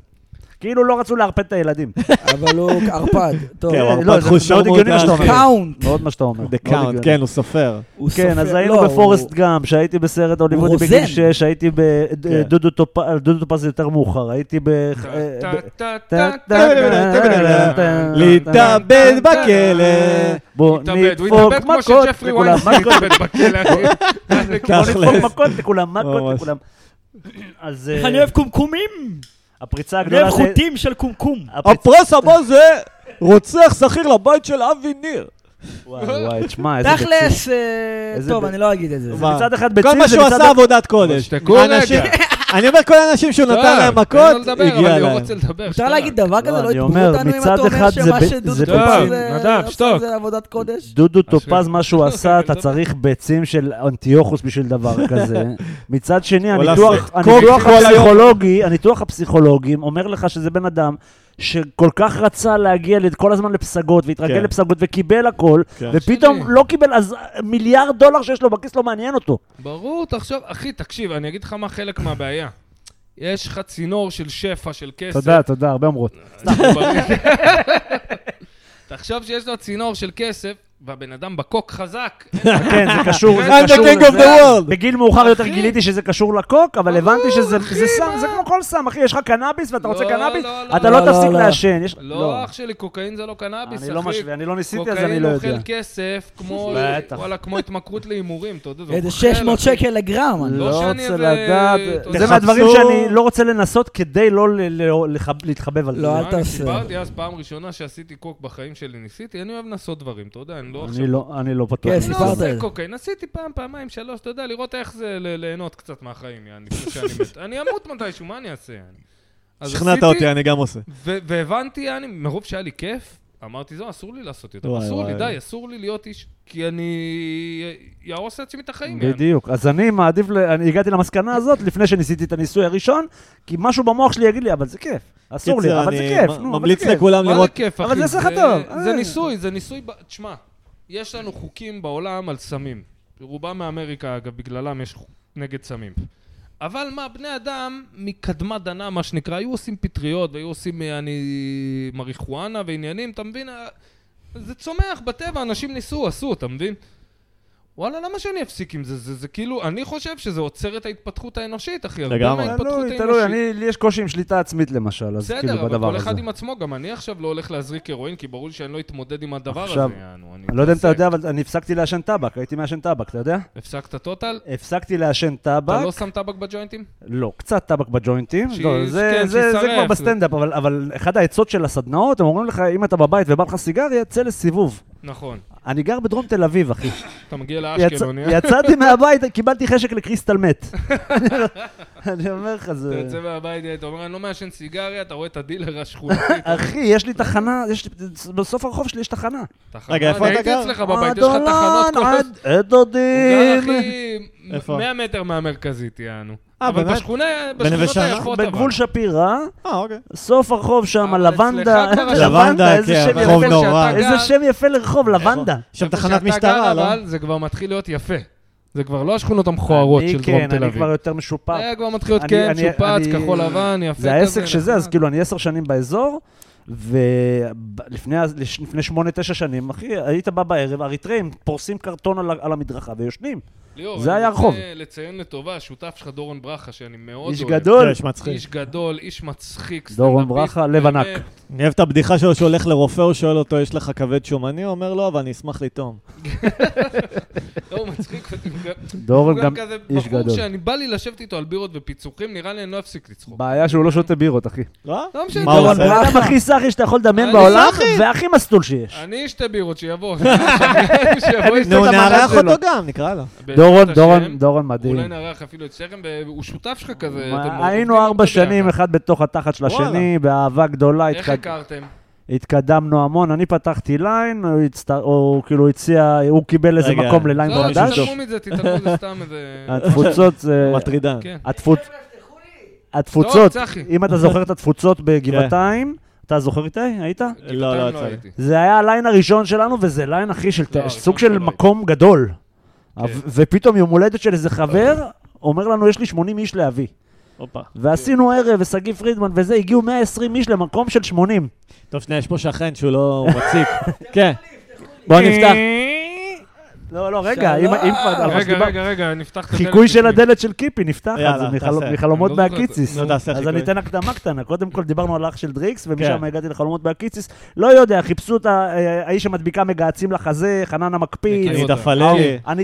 Speaker 4: כאילו לא רצו לערפד את הילדים.
Speaker 3: אבל הוא ערפד. טוב,
Speaker 2: כן, הוא
Speaker 4: לא,
Speaker 2: ערפד
Speaker 4: זה
Speaker 2: חושר
Speaker 4: מאוד הגיוני מה שאתה
Speaker 2: מודע.
Speaker 4: אומר.
Speaker 3: קאונט.
Speaker 4: מאוד מה שאתה אומר.
Speaker 2: The
Speaker 4: מאוד
Speaker 2: Count,
Speaker 4: לא הגיוני.
Speaker 2: כן, הוא סופר.
Speaker 3: הוא
Speaker 4: כן,
Speaker 3: סופר-
Speaker 4: אז היינו
Speaker 3: לא, הוא-
Speaker 4: בפורסט גאם, שהייתי בסרט הוליוודי
Speaker 3: רוזן.
Speaker 4: בגיל 6, הייתי
Speaker 2: כן.
Speaker 4: בדודו טופז, דודו טופז זה יותר מאוחר, הייתי אה, ב...
Speaker 1: טה, טה, טה, טה, טה.
Speaker 2: להתאבד בכלא.
Speaker 4: בוא
Speaker 1: התאבד, הוא
Speaker 4: נדפוק
Speaker 1: התאבד כמו
Speaker 4: מכות
Speaker 1: שג'פרי
Speaker 4: לכולם,
Speaker 1: וויינשטיין התאבד בכלא, אחי.
Speaker 4: בוא נדפוק
Speaker 2: תכלס.
Speaker 4: מכות לכולם, מכות
Speaker 2: ממש.
Speaker 4: לכולם. אז אה,
Speaker 3: אני אוהב קומקומים!
Speaker 4: הפריצה
Speaker 3: אני אוהב
Speaker 4: הגדולה זה...
Speaker 3: חוטים של קומקום.
Speaker 4: הפריצ-
Speaker 2: הפרס הבא זה רוצח שכיר לבית של אבי ניר.
Speaker 4: וואי, וואי, תשמע, איזה ביצים.
Speaker 3: תכלס, אה,
Speaker 4: איזה
Speaker 3: טוב,
Speaker 4: ב-
Speaker 3: אני לא אגיד את זה.
Speaker 2: מה?
Speaker 4: מצד אחד
Speaker 2: כל
Speaker 4: ביצים,
Speaker 2: מה
Speaker 4: זה
Speaker 2: שהוא
Speaker 4: מצד
Speaker 2: עשה עבודת קודש.
Speaker 1: תשתקו רגע.
Speaker 2: האנשים- אני אומר, כל האנשים שהוא
Speaker 1: טוב,
Speaker 2: נתן להם
Speaker 1: תן לא, לו
Speaker 2: מכות,
Speaker 1: לדבר, אבל
Speaker 2: הגיע
Speaker 1: אני לא
Speaker 2: להם.
Speaker 1: רוצה לדבר.
Speaker 3: אפשר
Speaker 1: שטרק.
Speaker 3: להגיד דבר כזה?
Speaker 4: לא,
Speaker 3: לא
Speaker 4: אני
Speaker 3: יתבעו
Speaker 4: אומר,
Speaker 3: אותנו אם
Speaker 4: מצד
Speaker 3: אתה אומר
Speaker 4: אחד זה
Speaker 3: שמה
Speaker 4: ב- זה
Speaker 3: שדודו
Speaker 1: טוב,
Speaker 3: פרס
Speaker 1: אה, נדב, שתוק.
Speaker 3: זה עבודת קודש?
Speaker 4: דודו
Speaker 1: אשרי.
Speaker 4: טופז, מה שהוא עשה, אתה צריך ביצים של אנטיוכוס בשביל דבר כזה. מצד שני,
Speaker 2: או
Speaker 4: הניתוח
Speaker 2: לעשות
Speaker 4: הניתוח
Speaker 2: קוק כל היום.
Speaker 4: הפסיכולוגי, הניתוח הפסיכולוגי אומר לך שזה בן אדם שכל כך רצה להגיע לת- כל הזמן לפסגות, והתרגל
Speaker 2: כן.
Speaker 4: לפסגות וקיבל הכל,
Speaker 2: כן.
Speaker 4: ופתאום
Speaker 1: שלי.
Speaker 4: לא קיבל, אז מיליארד דולר שיש לו בכיס לא מעניין אותו.
Speaker 1: ברור, תחשוב, אחי, תקשיב, אני אגיד לך מה חלק מהבעיה. יש לך צינור של שפע, של כסף. לא
Speaker 4: תודה, הרבה אומרות.
Speaker 1: תחשוב שיש לו צינור של כסף, והבן אדם בקוק חזק.
Speaker 4: כן, זה קשור, זה
Speaker 2: I'm the
Speaker 4: קשור
Speaker 2: king of the
Speaker 4: לזה.
Speaker 2: world.
Speaker 4: בגיל מאוחר יותר
Speaker 1: אחי.
Speaker 4: גיליתי שזה קשור לקוק, אבל הבנתי שזה
Speaker 1: אחי,
Speaker 4: זה סם,
Speaker 1: מה?
Speaker 4: זה כמו כל סם, אחי, יש לך קנאביס ואתה רוצה
Speaker 1: לא,
Speaker 4: קנאביס,
Speaker 1: לא, לא,
Speaker 4: אתה
Speaker 3: לא,
Speaker 4: לא
Speaker 3: לא,
Speaker 4: תפסיק
Speaker 3: לא.
Speaker 4: לעשן. יש-
Speaker 1: לא, אח שלי, קוקאין זה לא קנאביס, אחי.
Speaker 4: אני לא משווה, אני לא ניסיתי, אז אני
Speaker 1: קוקאין
Speaker 4: לא
Speaker 1: אוכל
Speaker 4: יודע.
Speaker 1: כסף, כמו,
Speaker 4: בטח.
Speaker 1: וואלה, כמו התמכרות להימורים, אתה יודע, זה
Speaker 3: איזה
Speaker 1: אוכל,
Speaker 3: 600
Speaker 1: אחי.
Speaker 3: שקל לגרם. אני-
Speaker 1: לא
Speaker 4: לא
Speaker 1: שאני
Speaker 4: רוצה
Speaker 1: איזה-
Speaker 4: לדעת.
Speaker 1: אתה יודע.
Speaker 4: זה מהדברים
Speaker 2: תחפשו-
Speaker 4: שאני לא רוצה לנסות כדי לא ל- ל- לחב- להתחבב על זה.
Speaker 3: לא, אל
Speaker 1: מה,
Speaker 3: תעשה.
Speaker 1: אני סיפרתי אז פעם ראשונה שעשיתי קוק בחיים שלי, ניסיתי, אני אוהב לנסות דברים, אתה יודע, אני לא עכשיו...
Speaker 4: אני לא- אני לא בטוח.
Speaker 3: כן,
Speaker 1: אני
Speaker 3: סיפרת
Speaker 1: לא
Speaker 3: את
Speaker 1: עושה
Speaker 3: זה.
Speaker 1: קוקאין, עשיתי פעם, פעמיים, שלוש, אתה יודע, לראות איך זה ל- ליהנות קצת מהחיים, יעני, לפני שאני מת. אני אמות מתישהו, מה אני אעשה? יעני? אז
Speaker 2: שכנעת
Speaker 1: עשיתי,
Speaker 2: אותי, אני גם עושה.
Speaker 1: ו- והבנתי, יעני, מרוב שהיה לי כיף, אמרתי, זהו, אסור לי לעשות יותר,
Speaker 2: וואי,
Speaker 1: אסור לי,
Speaker 2: וואי.
Speaker 1: די, אסור לי להיות איש, כי אני יהרוס לעצמי את החיים, יעני.
Speaker 4: בדיוק. אז אני מעדיף, ל- אני הגעתי למסקנה הזאת לפני שניסיתי את הניסוי הראשון, כי משהו במוח שלי יגיד לי, אבל זה כיף. אסור לי,
Speaker 2: קיצר,
Speaker 4: אבל זה
Speaker 2: אני
Speaker 4: כיף.
Speaker 2: מ-
Speaker 4: נו, אבל זה
Speaker 2: ממליץ
Speaker 4: כיף."
Speaker 2: לכולם
Speaker 1: מה זה
Speaker 2: לראות.
Speaker 1: כיף, אחי?
Speaker 4: אבל זה עושה לך טוב.
Speaker 1: זה
Speaker 4: אה.
Speaker 1: ניסוי, זה ניסוי... ב- תשמע, יש לנו חוקים בעולם על סמים. רובם מאמריקה, אגב, בגללם יש חוק נגד סמים. אבל מה, בני אדם מקדמת דנא, מה שנקרא, היו עושים פטריות והיו עושים אה, אני, מריחואנה ועניינים, אתה מבין? אה, זה צומח בטבע, אנשים ניסו, עשו, אתה מבין? וואלה, למה שאני אפסיק עם זה? זה, זה כאילו, אני חושב שזה עוצר את ההתפתחות האנושית, אחי. הרבה
Speaker 2: לגמרי.
Speaker 1: מההתפתחות
Speaker 4: תלוי,
Speaker 1: האנושית-
Speaker 4: תלוי, אני- לי יש קושי עם שליטה עצמית למשל, אז כאילו
Speaker 1: בסדר, אבל
Speaker 4: בדבר
Speaker 1: כל
Speaker 4: הזה.
Speaker 1: אחד עם עצמו, גם אני עכשיו לא הולך להזריק הירואין, כי ברור לי שאני לא אתמודד עם הדבר
Speaker 4: עכשיו,
Speaker 1: הזה. יענו,
Speaker 4: אני לא יודע אם אתה
Speaker 1: אתעסק.
Speaker 4: יודע, אבל אני הפסקתי לעשן טבק, הייתי מעשן טבק, אתה יודע?
Speaker 1: הפסקת טוטל?
Speaker 4: הפסקתי לעשן טבק.
Speaker 1: אתה לא שם טבק בג'וינטים?
Speaker 4: לא, קצת טבק בג'וינטים.
Speaker 1: ש-
Speaker 4: לא, זה,
Speaker 1: כן,
Speaker 4: זה, זה
Speaker 1: שישרף.
Speaker 4: כבר בסטנדאפ, אבל, אבל אחד העצות של הסדנאות, הם אומרים לך, אם אתה בבית ובא לך סיגריה, צא לסיבוב.
Speaker 1: נכון.
Speaker 4: אני גר בדרום תל אביב, אחי.
Speaker 1: אתה מגיע
Speaker 4: יצ...
Speaker 1: לאשקלון, יא?
Speaker 4: יצאתי מהבית, קיבלתי חשק לקריסטל מת. אני אומר לך,
Speaker 1: אתה
Speaker 4: זה...
Speaker 1: יוצא מהבית, אתה אומר, אני לא מעשן סיגריה, אתה רואה את הדילר השכונתי.
Speaker 4: אחי, יש לי תחנה, יש לי... בסוף הרחוב שלי יש תחנה.
Speaker 1: תחנה.
Speaker 2: רגע, איפה
Speaker 1: אני
Speaker 2: אתה
Speaker 1: הייתי
Speaker 2: גר?
Speaker 1: אצלך בבית, יש לך תחנות כל הזמן.
Speaker 4: עד אדודים.
Speaker 1: הוא גר הכי
Speaker 2: איפה?
Speaker 1: 100 מטר מהמרכזית, יענו.
Speaker 2: אה,
Speaker 1: אבל
Speaker 2: באמת?
Speaker 1: בשכונה,
Speaker 2: בנווה
Speaker 1: בשכונות
Speaker 2: שאנן?
Speaker 1: היפות אבל.
Speaker 4: בגבול שפירא,
Speaker 2: אה, אוקיי.
Speaker 4: סוף הרחוב שם,
Speaker 1: אבל אצלך
Speaker 4: לבנדה.
Speaker 1: כבר השכונה-
Speaker 2: לבנדה,
Speaker 4: איזה
Speaker 2: כן,
Speaker 4: שם
Speaker 2: רחוב
Speaker 4: יפה.
Speaker 1: שאתה
Speaker 2: נורא.
Speaker 1: גר.
Speaker 4: איזה שם יפה לרחוב, לבנדה.
Speaker 2: יש שם
Speaker 1: איפה
Speaker 2: תחנת
Speaker 1: שאתה
Speaker 2: משטרה,
Speaker 1: גר,
Speaker 2: לא?
Speaker 1: אבל זה כבר מתחיל להיות יפה. זה כבר לא השכונות המכוערות של דרום
Speaker 4: כן,
Speaker 1: תל
Speaker 4: אני
Speaker 1: אביב.
Speaker 4: כבר יותר משופר.
Speaker 1: היה כבר מתחיל להיות
Speaker 4: אני-
Speaker 1: כן,
Speaker 4: אני-
Speaker 1: שופץ,
Speaker 4: אני-
Speaker 1: כחול לבן, יפה.
Speaker 4: זה העסק
Speaker 1: כזה, נכון.
Speaker 4: שזה, אז
Speaker 1: נחמד.
Speaker 4: כאילו, אני עשר שנים באזור, ולפני שמונה, תשע שנים, אחי, היית בא בערב, אריתראים פורסים קרטון על ה- על המדרכה ויושנים.
Speaker 1: ליאור,
Speaker 4: זה
Speaker 1: אני
Speaker 4: היה
Speaker 1: רוצה
Speaker 4: הרחוב.
Speaker 1: לציין לטובה, שותף שלך דורון ברכה, שאני מאוד
Speaker 4: איש
Speaker 1: אוהב.
Speaker 4: גדול.
Speaker 2: יש מצחיק.
Speaker 1: איש גדול, איש מצחיק,
Speaker 4: דורון
Speaker 1: סטנדאפיסט,
Speaker 4: ברכה, לב
Speaker 1: באמת.
Speaker 4: ענק.
Speaker 2: אני אוהב את הבדיחה שלו שהולך לרופא, הוא שואל אותו, יש לך כבד שומני? הוא אומר לו, אבל אני אשמח לטעום.
Speaker 1: לא, הוא מצחיק אותי. הוא גם-
Speaker 4: דורון
Speaker 1: הוא
Speaker 4: גם
Speaker 1: גם כזה
Speaker 4: איש
Speaker 1: בחור
Speaker 4: גדול.
Speaker 1: שאני בא לי לשבת איתו על בירות ופיצוחים, נראה לי אני לא אפסיק לצחוק.
Speaker 4: בעיה שהוא לא שותה בירות, אחי.
Speaker 2: לא?
Speaker 1: לא משנה.
Speaker 2: מה הוא
Speaker 1: דורון
Speaker 2: עושה?
Speaker 4: הבן אדם הכי סאחי שאתה יכול לדמיין
Speaker 1: אני
Speaker 4: בעולם,
Speaker 1: סאחי.
Speaker 4: והכי מסלול שיש.
Speaker 1: אני אשתה בירות, שיבוא. שיבוא, ישתה
Speaker 2: נו,
Speaker 1: את המנה
Speaker 2: נארח
Speaker 1: שלו.
Speaker 2: אותו גם, נקרא לו.
Speaker 1: בעזרת
Speaker 4: דורון,
Speaker 1: השם,
Speaker 4: דורון, דורון מדהים.
Speaker 1: אולי נארח אפילו את שניכם, והוא שותף שלך כזה.
Speaker 4: מה,
Speaker 1: אתם עובדים
Speaker 4: היינו ארבע
Speaker 1: הרבה
Speaker 4: שנים,
Speaker 1: ביחד.
Speaker 4: אחד בתוך התחת של
Speaker 2: וואלה.
Speaker 4: השני, באהבה גדולה,
Speaker 1: איך
Speaker 4: התקד-
Speaker 1: הכרתם?
Speaker 4: התקדמנו המון. אני פתחתי ליין, הוא הצט- הוא כאילו הציע, הוא קיבל איזה
Speaker 2: רגע.
Speaker 4: מקום לליין
Speaker 1: לא,
Speaker 4: חדש.
Speaker 1: תתעלמו מזה, תתעלמו מזה סתם איזה...
Speaker 4: אה, התפוצות זה...
Speaker 2: אה, מטרידן.
Speaker 1: כן.
Speaker 4: התפוצ-
Speaker 1: טוב,
Speaker 4: התפוצות,
Speaker 1: לא, צחי.
Speaker 4: אם אתה זוכר את התפוצות בגבעתיים,
Speaker 1: כן.
Speaker 4: אתה זוכר איתי? היית?
Speaker 1: כי
Speaker 2: לא, לא
Speaker 1: בינתיים
Speaker 2: יצא לי.
Speaker 1: הייתי.
Speaker 4: זה היה הליין הראשון שלנו, וזה ליין, אחי, של
Speaker 1: לא, הראשון
Speaker 4: סוג של
Speaker 1: שלא
Speaker 4: מקום גדול.
Speaker 1: כן.
Speaker 4: ו- ופתאום יום הולדת של
Speaker 1: לא.
Speaker 4: איזה חבר, אומר לנו, יש לי 80 איש להביא.
Speaker 2: הופה.
Speaker 4: ועשינו
Speaker 1: כן.
Speaker 4: ערב, ושגיא פרידמן וזה, הגיעו 120 איש למקום של 80.
Speaker 2: טוב, שנייה, יש פה שכן שהוא לא הוא מציק. כן. בוא נפתח.
Speaker 4: לא, לא, רגע, אם אם כבר, על מה
Speaker 1: רגע,
Speaker 4: שדיבר-
Speaker 1: רגע, רגע, נפתח את הדלת.
Speaker 4: חיקוי של
Speaker 1: בפנים.
Speaker 4: הדלת של קיפי נפתחת,
Speaker 2: יאללה,
Speaker 4: זה מחל-
Speaker 2: תעשה.
Speaker 4: מחלומות
Speaker 1: אני לא זוכר את
Speaker 4: בהקיציס.
Speaker 1: זה.
Speaker 2: נו, תעשה
Speaker 4: אז
Speaker 2: חיקוי.
Speaker 4: אני אתן הקדמה קטנה. קודם כל דיברנו על אח של דריקס, ומשם
Speaker 2: כן.
Speaker 4: הגעתי לחלומות בהקיציס. לא יודע, חיפשו את ה- אה, האיש המדביקה מגהצים לחזה, חנן המקפיץ,
Speaker 1: מכיר
Speaker 2: אני
Speaker 1: אותו.
Speaker 2: דפללי.
Speaker 4: אני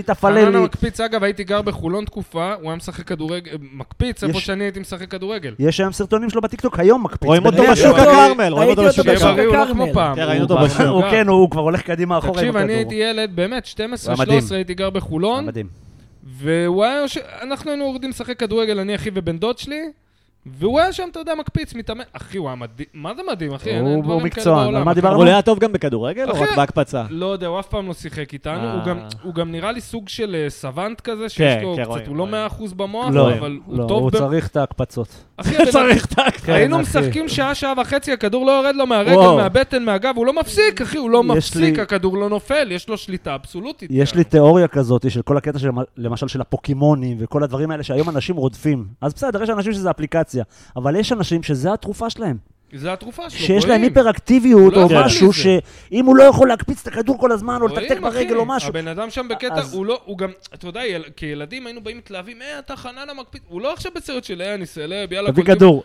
Speaker 1: חנן
Speaker 4: תפלל לי.
Speaker 1: המקפיץ, אגב, הייתי גר בחולון תקופה, הוא היה משחק כדורגל, אה, מקפיץ, איפה
Speaker 4: יש-
Speaker 1: שאני הייתי משחק כדורגל.
Speaker 4: יש היום סרטונים שלו בטיקטוק, היום מקפיץ.
Speaker 2: רואים אותו
Speaker 4: בדרך.
Speaker 2: בשוק
Speaker 1: ראיתי
Speaker 2: הכרמל, רואים אותו
Speaker 3: ראיתי
Speaker 2: בשוק
Speaker 3: אותו
Speaker 1: שיהיה
Speaker 3: בשוק.
Speaker 2: הכרמל.
Speaker 1: בריא, הוא לא כמו
Speaker 3: בכרמל.
Speaker 1: פעם.
Speaker 2: כן, ראינו
Speaker 1: הוא
Speaker 2: אותו
Speaker 1: בא-
Speaker 2: בשוק.
Speaker 4: הוא
Speaker 1: גר.
Speaker 4: כן, הוא כבר הולך קדימה אחורה. עם
Speaker 1: תקשיב, אני
Speaker 4: הכדור.
Speaker 1: הייתי ילד, באמת, 12,
Speaker 4: הוא היה מדהים.
Speaker 1: 13 הייתי גר
Speaker 4: הוא
Speaker 1: בחולון,
Speaker 4: מדהים.
Speaker 1: והוא היה יושב, אנחנו היינו יורדים לשחק כדורגל, אני אחי ובן דוד שלי, והוא היה שם, אתה יודע, מקפיץ, מתאמן. אחי, הוא היה מדהים, מה זה מדהים, אחי? אין- אין
Speaker 4: הוא- הוא
Speaker 1: דברים כאלה
Speaker 4: מקצוען, על
Speaker 1: בעולם.
Speaker 4: מה
Speaker 2: אבל
Speaker 4: דיברנו?
Speaker 2: הוא היה טוב גם בכדורגל או
Speaker 1: אחי,
Speaker 2: רק בהקפצה?
Speaker 1: לא יודע, הוא אף פעם לא שיחק איתנו,
Speaker 2: אה.
Speaker 1: הוא גם- הוא גם נראה לי סוג של אה, סוונט כזה,
Speaker 2: כן,
Speaker 1: שיש לו
Speaker 2: כן,
Speaker 1: קצת,
Speaker 2: רואים,
Speaker 1: הוא לא
Speaker 2: רואים.
Speaker 1: 100% במוח,
Speaker 4: לא,
Speaker 1: אבל
Speaker 4: לא,
Speaker 1: הוא
Speaker 4: הוא
Speaker 1: טוב. ב-
Speaker 4: צריך את ההקפצות.
Speaker 1: אחי, הבן-
Speaker 2: את ההקפצה.
Speaker 1: היינו
Speaker 4: כן, אחי.
Speaker 1: משחקים שעה, שעה וחצי, הכדור לא יורד לו מהרגל,
Speaker 2: וואו.
Speaker 1: מהבטן, מהגב, הוא לא מפסיק, אחי, הוא לא
Speaker 4: יש
Speaker 1: מפסיק,
Speaker 4: לי-
Speaker 1: הכדור לא נופל, יש לו שליטה אבסולוטית. אה,
Speaker 4: יש
Speaker 1: כאן.
Speaker 4: לי תיאוריה כזאת של כל הקטע של, למשל של הפוקימונים וכל הדברים האלה שהיום אנשים רודפים. אז בסדר, יש אנשים שזה אפליקציה, אבל יש אנשים שזה התרופה שלהם.
Speaker 1: זה התרופה שלו,
Speaker 4: שיש להם
Speaker 1: לא רואים.
Speaker 4: היפראקטיביות
Speaker 1: הוא לא
Speaker 4: או
Speaker 1: יכול
Speaker 4: משהו
Speaker 1: בלי זה.
Speaker 4: שאם הוא לא יכול להקפיץ את הכדור כל הזמן או לתקתק
Speaker 1: רואים, אחי,
Speaker 4: ברגל או משהו.
Speaker 1: הבן אדם שם בקטע,
Speaker 4: אז-
Speaker 1: הוא לא, הוא גם, אתה יודע, יל- כילדים היינו באים מתלהבים, אה, אתה חנן המקפיץ, הוא לא עכשיו בסרט של, אה, אני סלב, יאללה, קולטים."
Speaker 4: תביא כדור.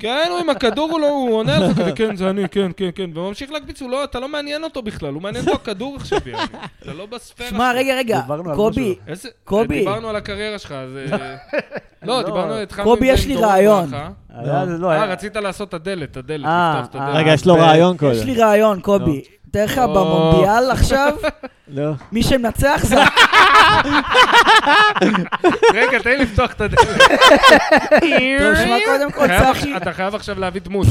Speaker 1: כן, הוא עם הכדור, הוא לא, הוא עונה לך כזה, כן, זה אני, כן, כן, כן, וממשיך להקפיץ, הוא לא, אתה לא מעניין אותו בכלל, הוא מעניין אותו הכדור עכשיו, יאללה. אתה לא בספירה.
Speaker 3: שמע,
Speaker 1: שלו.
Speaker 3: רגע, רגע,
Speaker 4: דיברנו על
Speaker 3: קובי,
Speaker 4: משהו.
Speaker 1: איזה...
Speaker 3: קובי.
Speaker 1: דיברנו על הקריירה שלך, אז... אה, לא, דיברנו, התחלנו
Speaker 3: קובי,
Speaker 1: עם זה
Speaker 3: יש
Speaker 1: עם
Speaker 3: לי
Speaker 1: דורון
Speaker 3: רעיון.
Speaker 1: ברכה.
Speaker 4: היה- זה לא
Speaker 1: אה,
Speaker 4: היה.
Speaker 1: רצית לעשות את הדלת, הדלת,
Speaker 4: אה,
Speaker 1: לפתוח את
Speaker 4: אה.
Speaker 1: הדלת.
Speaker 2: רגע, יש לו
Speaker 4: ב-
Speaker 2: רעיון
Speaker 3: יש
Speaker 2: קודם.
Speaker 3: לי רעיון, קובי. תאר לך,
Speaker 1: או.
Speaker 3: במונדיאל עכשיו,
Speaker 2: לא.
Speaker 3: מי שמנצח זה...
Speaker 1: רגע, תן לי לפתוח את הדלת.
Speaker 3: טוב, שמע, קודם כל,
Speaker 1: חייב
Speaker 3: צחי.
Speaker 1: עכש- אתה חייב עכשיו להביא דמות.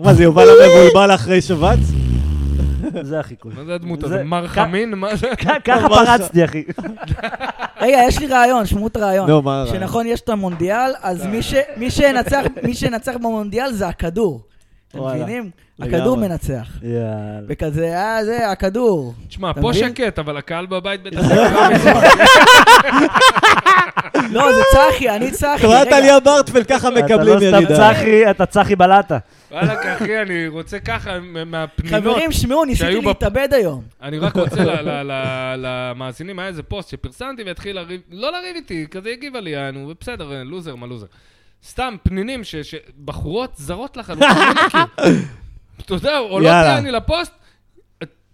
Speaker 2: מה זה, יובל המבולבל אחרי שבץ?
Speaker 4: זה החיקוי.
Speaker 1: מה זה הדמות
Speaker 4: זה-
Speaker 1: הזאת? מר חמין? מה זה?
Speaker 4: כ- ככה
Speaker 2: ממש.
Speaker 4: פרצתי, אחי.
Speaker 3: רגע, יש לי רעיון, שמעו את הרעיון.
Speaker 2: נו, מה הרעיון?
Speaker 3: לא, שנכון, יש את המונדיאל,
Speaker 1: אה.
Speaker 3: אז מי ש- מי שינצח- מי שינצח במונדיאל זה הכדור. אתם
Speaker 2: וואלה.
Speaker 3: מבינים?
Speaker 2: לגמרי.
Speaker 3: הכדור מנצח.
Speaker 4: יאללה.
Speaker 3: וכזה, אה, זה, הכדור.
Speaker 1: תשמע,
Speaker 3: אתה
Speaker 1: פה
Speaker 3: מבין?
Speaker 1: שקט, אבל הקהל בבית בטח... לא מבין.
Speaker 3: לא, זה צחי, אני צחי.
Speaker 2: תורת
Speaker 3: רגע.
Speaker 2: עלייה ברטפלד ככה
Speaker 4: אתה
Speaker 2: מקבלים
Speaker 4: לא סתם
Speaker 2: ירידה.
Speaker 4: צחי, אתה צחי בלטה.
Speaker 1: וואלכ, אחי, אני רוצה ככה, מה- מהפנינות.
Speaker 3: חברים, שמעו, ניסיתי
Speaker 1: שהיו בפ-
Speaker 3: להתאבד היום.
Speaker 1: אני רק רוצה ל- ל- ל- למאזינים, היה איזה פוסט שפרסמתי והתחיל לריב, לא לריב איתי, כזה הגיבה לי, יענו, ובסדר, אה, לוזר מה לוזר. סתם פנינים, ש- ש- בחורות זרות לחלוטין, לא מכיר. אתה יודע, עולות
Speaker 2: יאללה.
Speaker 1: לי אני לפוסט,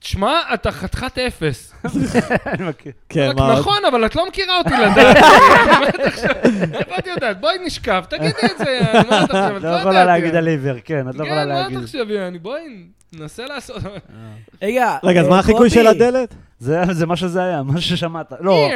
Speaker 1: תשמע, אתה חתיכת אפס.
Speaker 4: כן, אני מכיר.
Speaker 2: כן,
Speaker 1: רק
Speaker 2: מה עוד?
Speaker 1: נכון, אבל את לא מכירה אותי לדעת. באמת עכשיו, איפה את יודעת? בואי נשכב, תגידי את זה, יענו, מה את עכשיו? את
Speaker 4: לא
Speaker 1: לא יודעת.
Speaker 4: יכולה להגיד
Speaker 1: יענו.
Speaker 4: על עיוור, כן, את לא יכולה
Speaker 1: כן, מה את
Speaker 4: להגיד.
Speaker 1: עכשיו, יעני, בואי, ננסה לעשות...
Speaker 3: רגע,
Speaker 2: רגע, אז
Speaker 3: אה,
Speaker 2: מה החיקוי
Speaker 3: קובי,
Speaker 2: של הדלת?
Speaker 4: זה זה מה שזה היה, מה ששמעת. לא.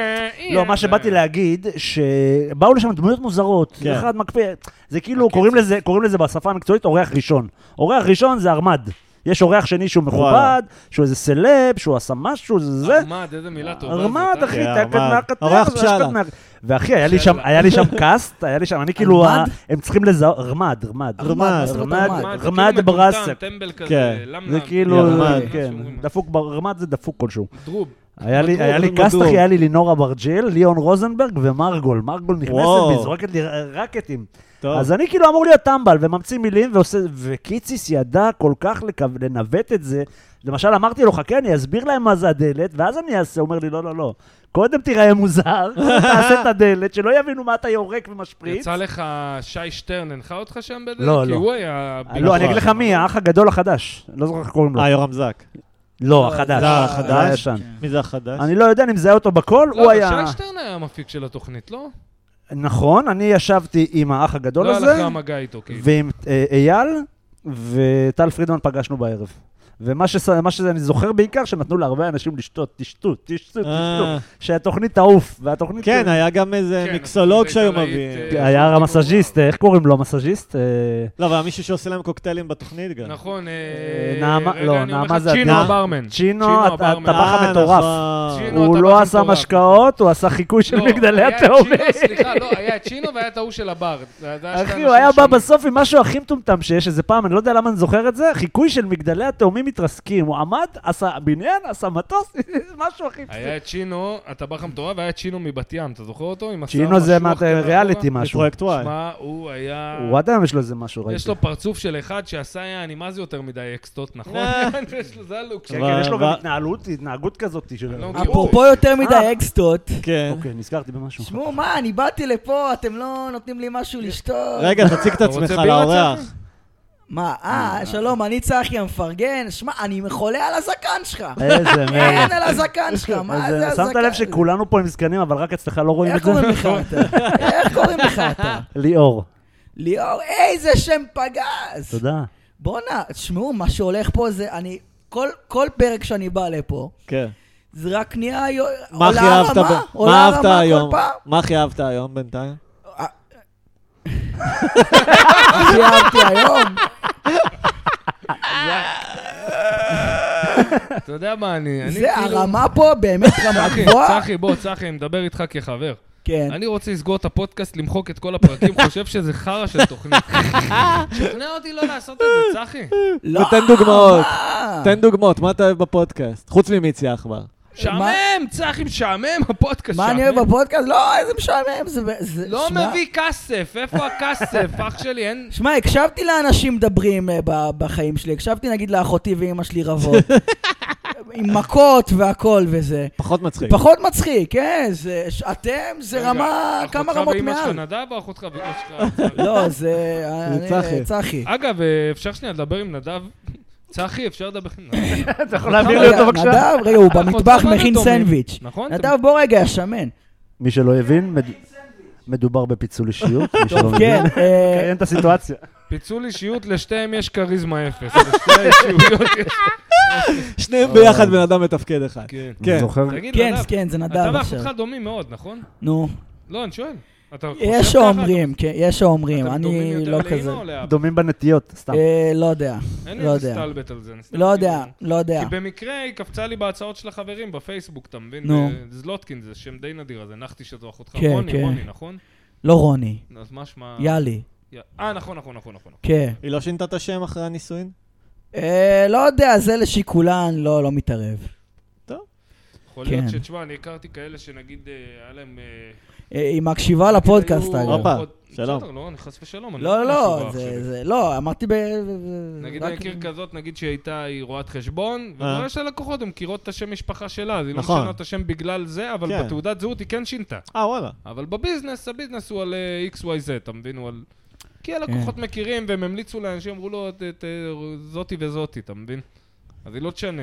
Speaker 4: לא, מה שבאתי
Speaker 1: אה.
Speaker 4: להגיד, שבאו לשם דמויות מוזרות,
Speaker 2: כן.
Speaker 4: אחד מקפיא, זה כאילו, קוראים לזה- קוראים לזה בשפה המקצועית אורח ראשון. אורח ראשון זה ארמד. יש אורח שני שהוא
Speaker 2: וואלה.
Speaker 4: מכובד, שהוא איזה סלב, שהוא עשה משהו, זה זה.
Speaker 1: ארמד, איזה מילה טובה.
Speaker 4: ארמד,
Speaker 1: זאת, אה?
Speaker 4: אחי,
Speaker 2: אה,
Speaker 4: תעקד
Speaker 2: ארמד.
Speaker 4: מהקטר.
Speaker 2: אורח
Speaker 4: זה השקד
Speaker 2: פשאלה.
Speaker 4: מה- ואחי, היה לי שם-
Speaker 1: פשאלה.
Speaker 4: היה לי שם קאסט, היה לי שם, אני כאילו,
Speaker 3: ארמד?
Speaker 4: ה- הם צריכים לזהות, ארמד, ארמד.
Speaker 2: ארמד,
Speaker 3: מה זאת אומרת
Speaker 4: ארמד,
Speaker 3: ארמד?
Speaker 1: ארמד, זה כאילו
Speaker 4: ארמד
Speaker 1: מטומטם,
Speaker 4: ברסק.
Speaker 1: טמבל כזה,
Speaker 2: כן.
Speaker 1: למנה.
Speaker 4: זה כאילו,
Speaker 2: ארמד.
Speaker 4: כן,
Speaker 1: שאומרים.
Speaker 4: דפוק, ב- ארמד זה דפוק כלשהו.
Speaker 1: דרוב.
Speaker 4: היה לי-
Speaker 2: מדוע?
Speaker 4: היה לי
Speaker 2: מדוע?
Speaker 4: קסטח, היה לי לינור אברג'יל, ליאון רוזנברג ומרגול. מרגול נכנסת
Speaker 2: וואו.
Speaker 4: בי, זורקת לי רקטים.
Speaker 2: טוב.
Speaker 4: אז אני כאילו אמור להיות טמבל וממציא מילים, ועושה, וקיציס ידע כל כך לקו- לנווט את זה. למשל, אמרתי לו, חכה, אני אסביר להם מה זה הדלת, ואז אני אעשה, הוא אומר לי, לא, לא, לא. קודם תיראה מוזר, קודם תעשה את הדלת, שלא יבינו מה אתה יורק ומשפריץ.
Speaker 1: יצא לך שי שטרן, הנחה אותך שם בדרך?
Speaker 4: לא,
Speaker 1: כי
Speaker 4: לא.
Speaker 1: הוא היה...
Speaker 4: לא, אני אגיד לך מי, האח הגדול החדש. לא זוכר איך קוראים לו.
Speaker 2: נכון. אה, יורם זק.
Speaker 4: לא, החדש.
Speaker 2: זה החדש?
Speaker 4: זה הישן.
Speaker 3: כן.
Speaker 2: מי זה החדש?
Speaker 4: אני לא יודע, אני מזהה אותו בקול,
Speaker 1: לא,
Speaker 4: הוא
Speaker 1: אבל
Speaker 4: היה...
Speaker 1: שי שטרן היה המפיק של התוכנית, לא?
Speaker 4: נכון, אני ישבתי עם האח הגדול
Speaker 1: לא
Speaker 4: הזה.
Speaker 1: היה לך מגע איתו, כאילו.
Speaker 4: ועם אה, אייל וטל פרידמן פגשנו בערב. ומה שס- מה שאני זוכר בעיקר, שנתנו להרבה אנשים לשתות, תשתו, תשתו, תשתו,
Speaker 2: אה.
Speaker 4: שהתוכנית תעוף, והתוכנית...
Speaker 2: כן, היה גם איזה
Speaker 1: כן,
Speaker 2: מיקסולוג
Speaker 1: זה
Speaker 2: שהיו
Speaker 1: עיתונאית,
Speaker 2: מביאים.
Speaker 1: אה,
Speaker 4: היה המסאז'יסט, איך קוראים לו המסאז'יסט? אה,
Speaker 2: לא, אבל היה מישהו שעושה להם קוקטיילים בתוכנית גם.
Speaker 1: נכון, אה,
Speaker 4: אה, נעמה-
Speaker 1: רגע,
Speaker 4: לא,
Speaker 1: אני אומר
Speaker 4: נעמה
Speaker 1: לך,
Speaker 4: זה
Speaker 1: צ'ינו
Speaker 2: הדעה.
Speaker 1: הברמן.
Speaker 4: צ'ינו, הט-
Speaker 1: הברמן. לא,
Speaker 4: הטבח
Speaker 2: אה,
Speaker 4: המטורף.
Speaker 2: נכון.
Speaker 1: צ'ינו,
Speaker 4: הוא
Speaker 1: כן, אתה
Speaker 4: לא
Speaker 1: באופן
Speaker 4: עשה
Speaker 1: מטורף.
Speaker 4: משקאות, הוא עשה חיקוי של
Speaker 1: לא,
Speaker 4: מגדלי
Speaker 1: היה את
Speaker 4: התאומים.
Speaker 1: צ'ינו, סליחה, לא, היה את צ'ינו והיה את ההוא של הבר. זה הדעה של
Speaker 4: אחי,
Speaker 1: האנשים
Speaker 4: הוא היה בא
Speaker 1: שונים.
Speaker 4: בסוף עם משהו הכי מטומטם שיש, איזה פעם, אני לא יודע למה אני זוכר את זה, חיקוי של מגדלי התאומים מתרסקים. הוא עמד, עשה בניין, עשה מטוס, משהו הכי...
Speaker 1: היה את צ'ינו, הטבח המטורף, והיה את צ'ינו מבת ים, אתה זוכר אותו? עם השיער
Speaker 4: צ'ינו זה
Speaker 1: משוח
Speaker 4: מה-
Speaker 1: כזה אחורה?
Speaker 4: ריאליטי משהו.
Speaker 2: מפרויקט וואי.
Speaker 1: שמע, הוא היה...
Speaker 4: הוא עד היום יש לו איזה משהו, ראיתי.
Speaker 1: יש לו פרצוף של אחד שעשה, יעני, מה זה יותר מדי אקסטות, נכון?
Speaker 3: אה.
Speaker 1: יש לו, זה הלוק
Speaker 4: כן,
Speaker 1: שלו.
Speaker 4: כן, יש לו גם
Speaker 2: ו-
Speaker 4: התנהלות, התנהגות כזאת. של-
Speaker 1: לא מכיר.
Speaker 3: אפרופו יותר מדי
Speaker 4: אה.
Speaker 3: אקסטות,
Speaker 2: כן.
Speaker 4: אוקיי, נזכרתי במשהו.
Speaker 3: תשמעו, מה, אני באתי לפה, אתם לא נותנים לי משהו לשתות.
Speaker 2: רגע, תציג את
Speaker 1: אתה רוצה
Speaker 2: עצמך
Speaker 1: בירה,
Speaker 2: לאורח.
Speaker 3: מה, אה, שלום, אני צחי המפרגן, שמע, אני חולה על הזקן שלך.
Speaker 4: איזה מלך.
Speaker 3: אין על הזקן שלך, מה זה
Speaker 4: איזה-
Speaker 3: הזקן?
Speaker 4: אה, שמת לב שכולנו פה עם זקנים, אבל רק אצלך לא רואים את
Speaker 3: איך
Speaker 4: זה?
Speaker 3: קוראים לך אתה? איך קוראים לך אתה?
Speaker 4: ליאור.
Speaker 3: ליאור, איזה שם פגז!
Speaker 4: תודה.
Speaker 3: בואנה, תשמעו, מה שהולך פה זה, אני, כל, כל פרק שאני בא לפה,
Speaker 2: כן.
Speaker 3: זה רק נהיה, יו-
Speaker 2: מה הכי
Speaker 3: עולה
Speaker 2: אהבת?
Speaker 3: הרמה,
Speaker 2: ב-
Speaker 3: עולה
Speaker 2: מה אהבת
Speaker 3: הרמה כל
Speaker 2: היום?
Speaker 3: פעם.
Speaker 2: מה הכי אהבת היום בינתיים?
Speaker 3: הכי אהבתי היום.
Speaker 1: אתה יודע מה, אני... אני
Speaker 3: זה
Speaker 1: כאילו-
Speaker 3: הרמה פה באמת רמה
Speaker 1: צחי,
Speaker 3: גבוהה.
Speaker 1: צחי, בוא, צחי, אני מדבר איתך כחבר.
Speaker 3: כן.
Speaker 1: אני רוצה לסגור את הפודקאסט, למחוק את כל הפרקים, חושב שזה חרא של תוכנית. שכנע אותי לא לעשות את זה, צחי.
Speaker 3: לא,
Speaker 2: ותן דוגמאות.
Speaker 3: מה?
Speaker 2: תן דוגמאות, מה אתה אוהב בפודקאסט? חוץ ממיצי עכבר.
Speaker 1: משעמם, צחי משעמם, הפודקאסט
Speaker 3: מה אני
Speaker 1: משעמם.
Speaker 3: אוהב בפודקאסט? לא, איזה משעמם. זה- זה-
Speaker 1: לא
Speaker 3: שמע-
Speaker 1: מביא כסף, איפה הכסף? אח שלי, אין...
Speaker 3: שמע, הקשבתי לאנשים מדברים אה, ב- בחיים שלי. הקשבתי נגיד לאחותי ואימא שלי רבות. עם מכות והכל וזה.
Speaker 2: פחות מצחיק.
Speaker 3: פחות מצחיק, כן? זה- ש- אתם, זה
Speaker 1: רגע,
Speaker 3: רמה, כמה רמות
Speaker 1: אחותך ואימא שלך
Speaker 3: מעל.
Speaker 1: נדב או אחותך ואימא שלך?
Speaker 3: לא, זה... אני-
Speaker 2: צחי.
Speaker 3: צחי.
Speaker 1: אגב, אה, אפשר שנייה לדבר עם נדב? צחי, אפשר לדבר עם נדב?
Speaker 4: אתה יכול להעביר לי אותו בבקשה?
Speaker 3: נדב, רגע, הוא
Speaker 1: אנחנו
Speaker 3: במטבח
Speaker 1: צבענו
Speaker 3: מכין
Speaker 1: דומים.
Speaker 3: סנדוויץ'.
Speaker 1: נכון?
Speaker 3: נדב, בוא רגע, שמן. כן,
Speaker 4: מי שלא הבין, מד- מדובר בפיצול אישיות. מי שלא
Speaker 3: כן,
Speaker 4: מבין,
Speaker 3: אה,
Speaker 4: קיים את הסיטואציה.
Speaker 1: פיצול אישיות, לשתיהם יש כריזמה אפס. לשתי האישיויות יש...
Speaker 2: שניהם ביחד בן אדם מתפקד אחד.
Speaker 1: כן.
Speaker 2: אה, כן.
Speaker 4: אני זוכר.
Speaker 1: תגיד,
Speaker 3: כן,
Speaker 1: נדב,
Speaker 3: כן, זה
Speaker 1: אתה
Speaker 3: נדב עכשיו.
Speaker 1: ואחותך דומים מאוד, נכון?
Speaker 3: נו,
Speaker 1: לא, אני שואל. אתה חושב
Speaker 3: יש
Speaker 1: ככה?
Speaker 3: שאומרים, כן, יש שאומרים,
Speaker 1: אתם דומים
Speaker 3: אני
Speaker 1: יותר
Speaker 3: לא
Speaker 1: לאמא
Speaker 3: כזה.
Speaker 1: או לאבא?
Speaker 4: דומים בנטיות, סתם.
Speaker 3: אה, לא יודע,
Speaker 1: אין
Speaker 3: לא
Speaker 1: לי
Speaker 3: יודע.
Speaker 1: מסתלבט על זה. אני סתם
Speaker 3: לא יודע,
Speaker 1: כאילו-
Speaker 3: לא יודע.
Speaker 1: כי במקרה היא קפצה לי בהצעות של החברים בפייסבוק, אתה מבין?
Speaker 3: נו.
Speaker 1: ו- זלוטקין זה שם די נדיר, אז הנחתי שזו אחותך.
Speaker 3: כן,
Speaker 1: רוני,
Speaker 3: כן.
Speaker 1: רוני, נכון?
Speaker 3: לא רוני,
Speaker 1: אז משמע...
Speaker 3: יאלי,
Speaker 1: יא- אה, נכון, נכון, נכון, נכון.
Speaker 3: כן.
Speaker 2: היא לא שינתה את השם אחרי הנישואין?
Speaker 3: אה, לא יודע, זה לשיקולן, לא, לא מתערב.
Speaker 1: יכול להיות
Speaker 3: כן.
Speaker 1: שתשמע, אני הכרתי כאלה שנגיד, אה, היה להם... אה,
Speaker 3: אה, היא מקשיבה לפודקאסט,
Speaker 1: היו-
Speaker 3: אגב.
Speaker 2: הופה,
Speaker 1: עוד-
Speaker 2: שלום.
Speaker 1: בסדר, לא, אני חס ושלום. אני
Speaker 3: לא,
Speaker 1: משהו
Speaker 3: לא,
Speaker 1: רע
Speaker 3: זה,
Speaker 1: עכשיו.
Speaker 3: זה, לא, אמרתי ב...
Speaker 1: אה, אוקיי. נגיד
Speaker 3: רק-
Speaker 1: אני מכיר כזאת, נגיד שהיא הייתה, היא רואת חשבון,
Speaker 2: אה.
Speaker 1: ובעיה של הלקוחות, הן מכירות את השם משפחה שלה, אז היא לא
Speaker 2: נכון.
Speaker 1: משנה את השם בגלל זה, אבל
Speaker 2: כן.
Speaker 1: בתעודת זהות היא כן שינתה.
Speaker 2: אה, וואלה.
Speaker 1: אבל בביזנס, הביזנס הוא על אה, XYZ, אתה מבין? הוא על... כי הלקוחות
Speaker 3: כן.
Speaker 1: מכירים, והם המליצו לאנשים, אמרו לו, "ת- ת- זאתי וזאתי, אתה מבין? אז היא לא תשנה.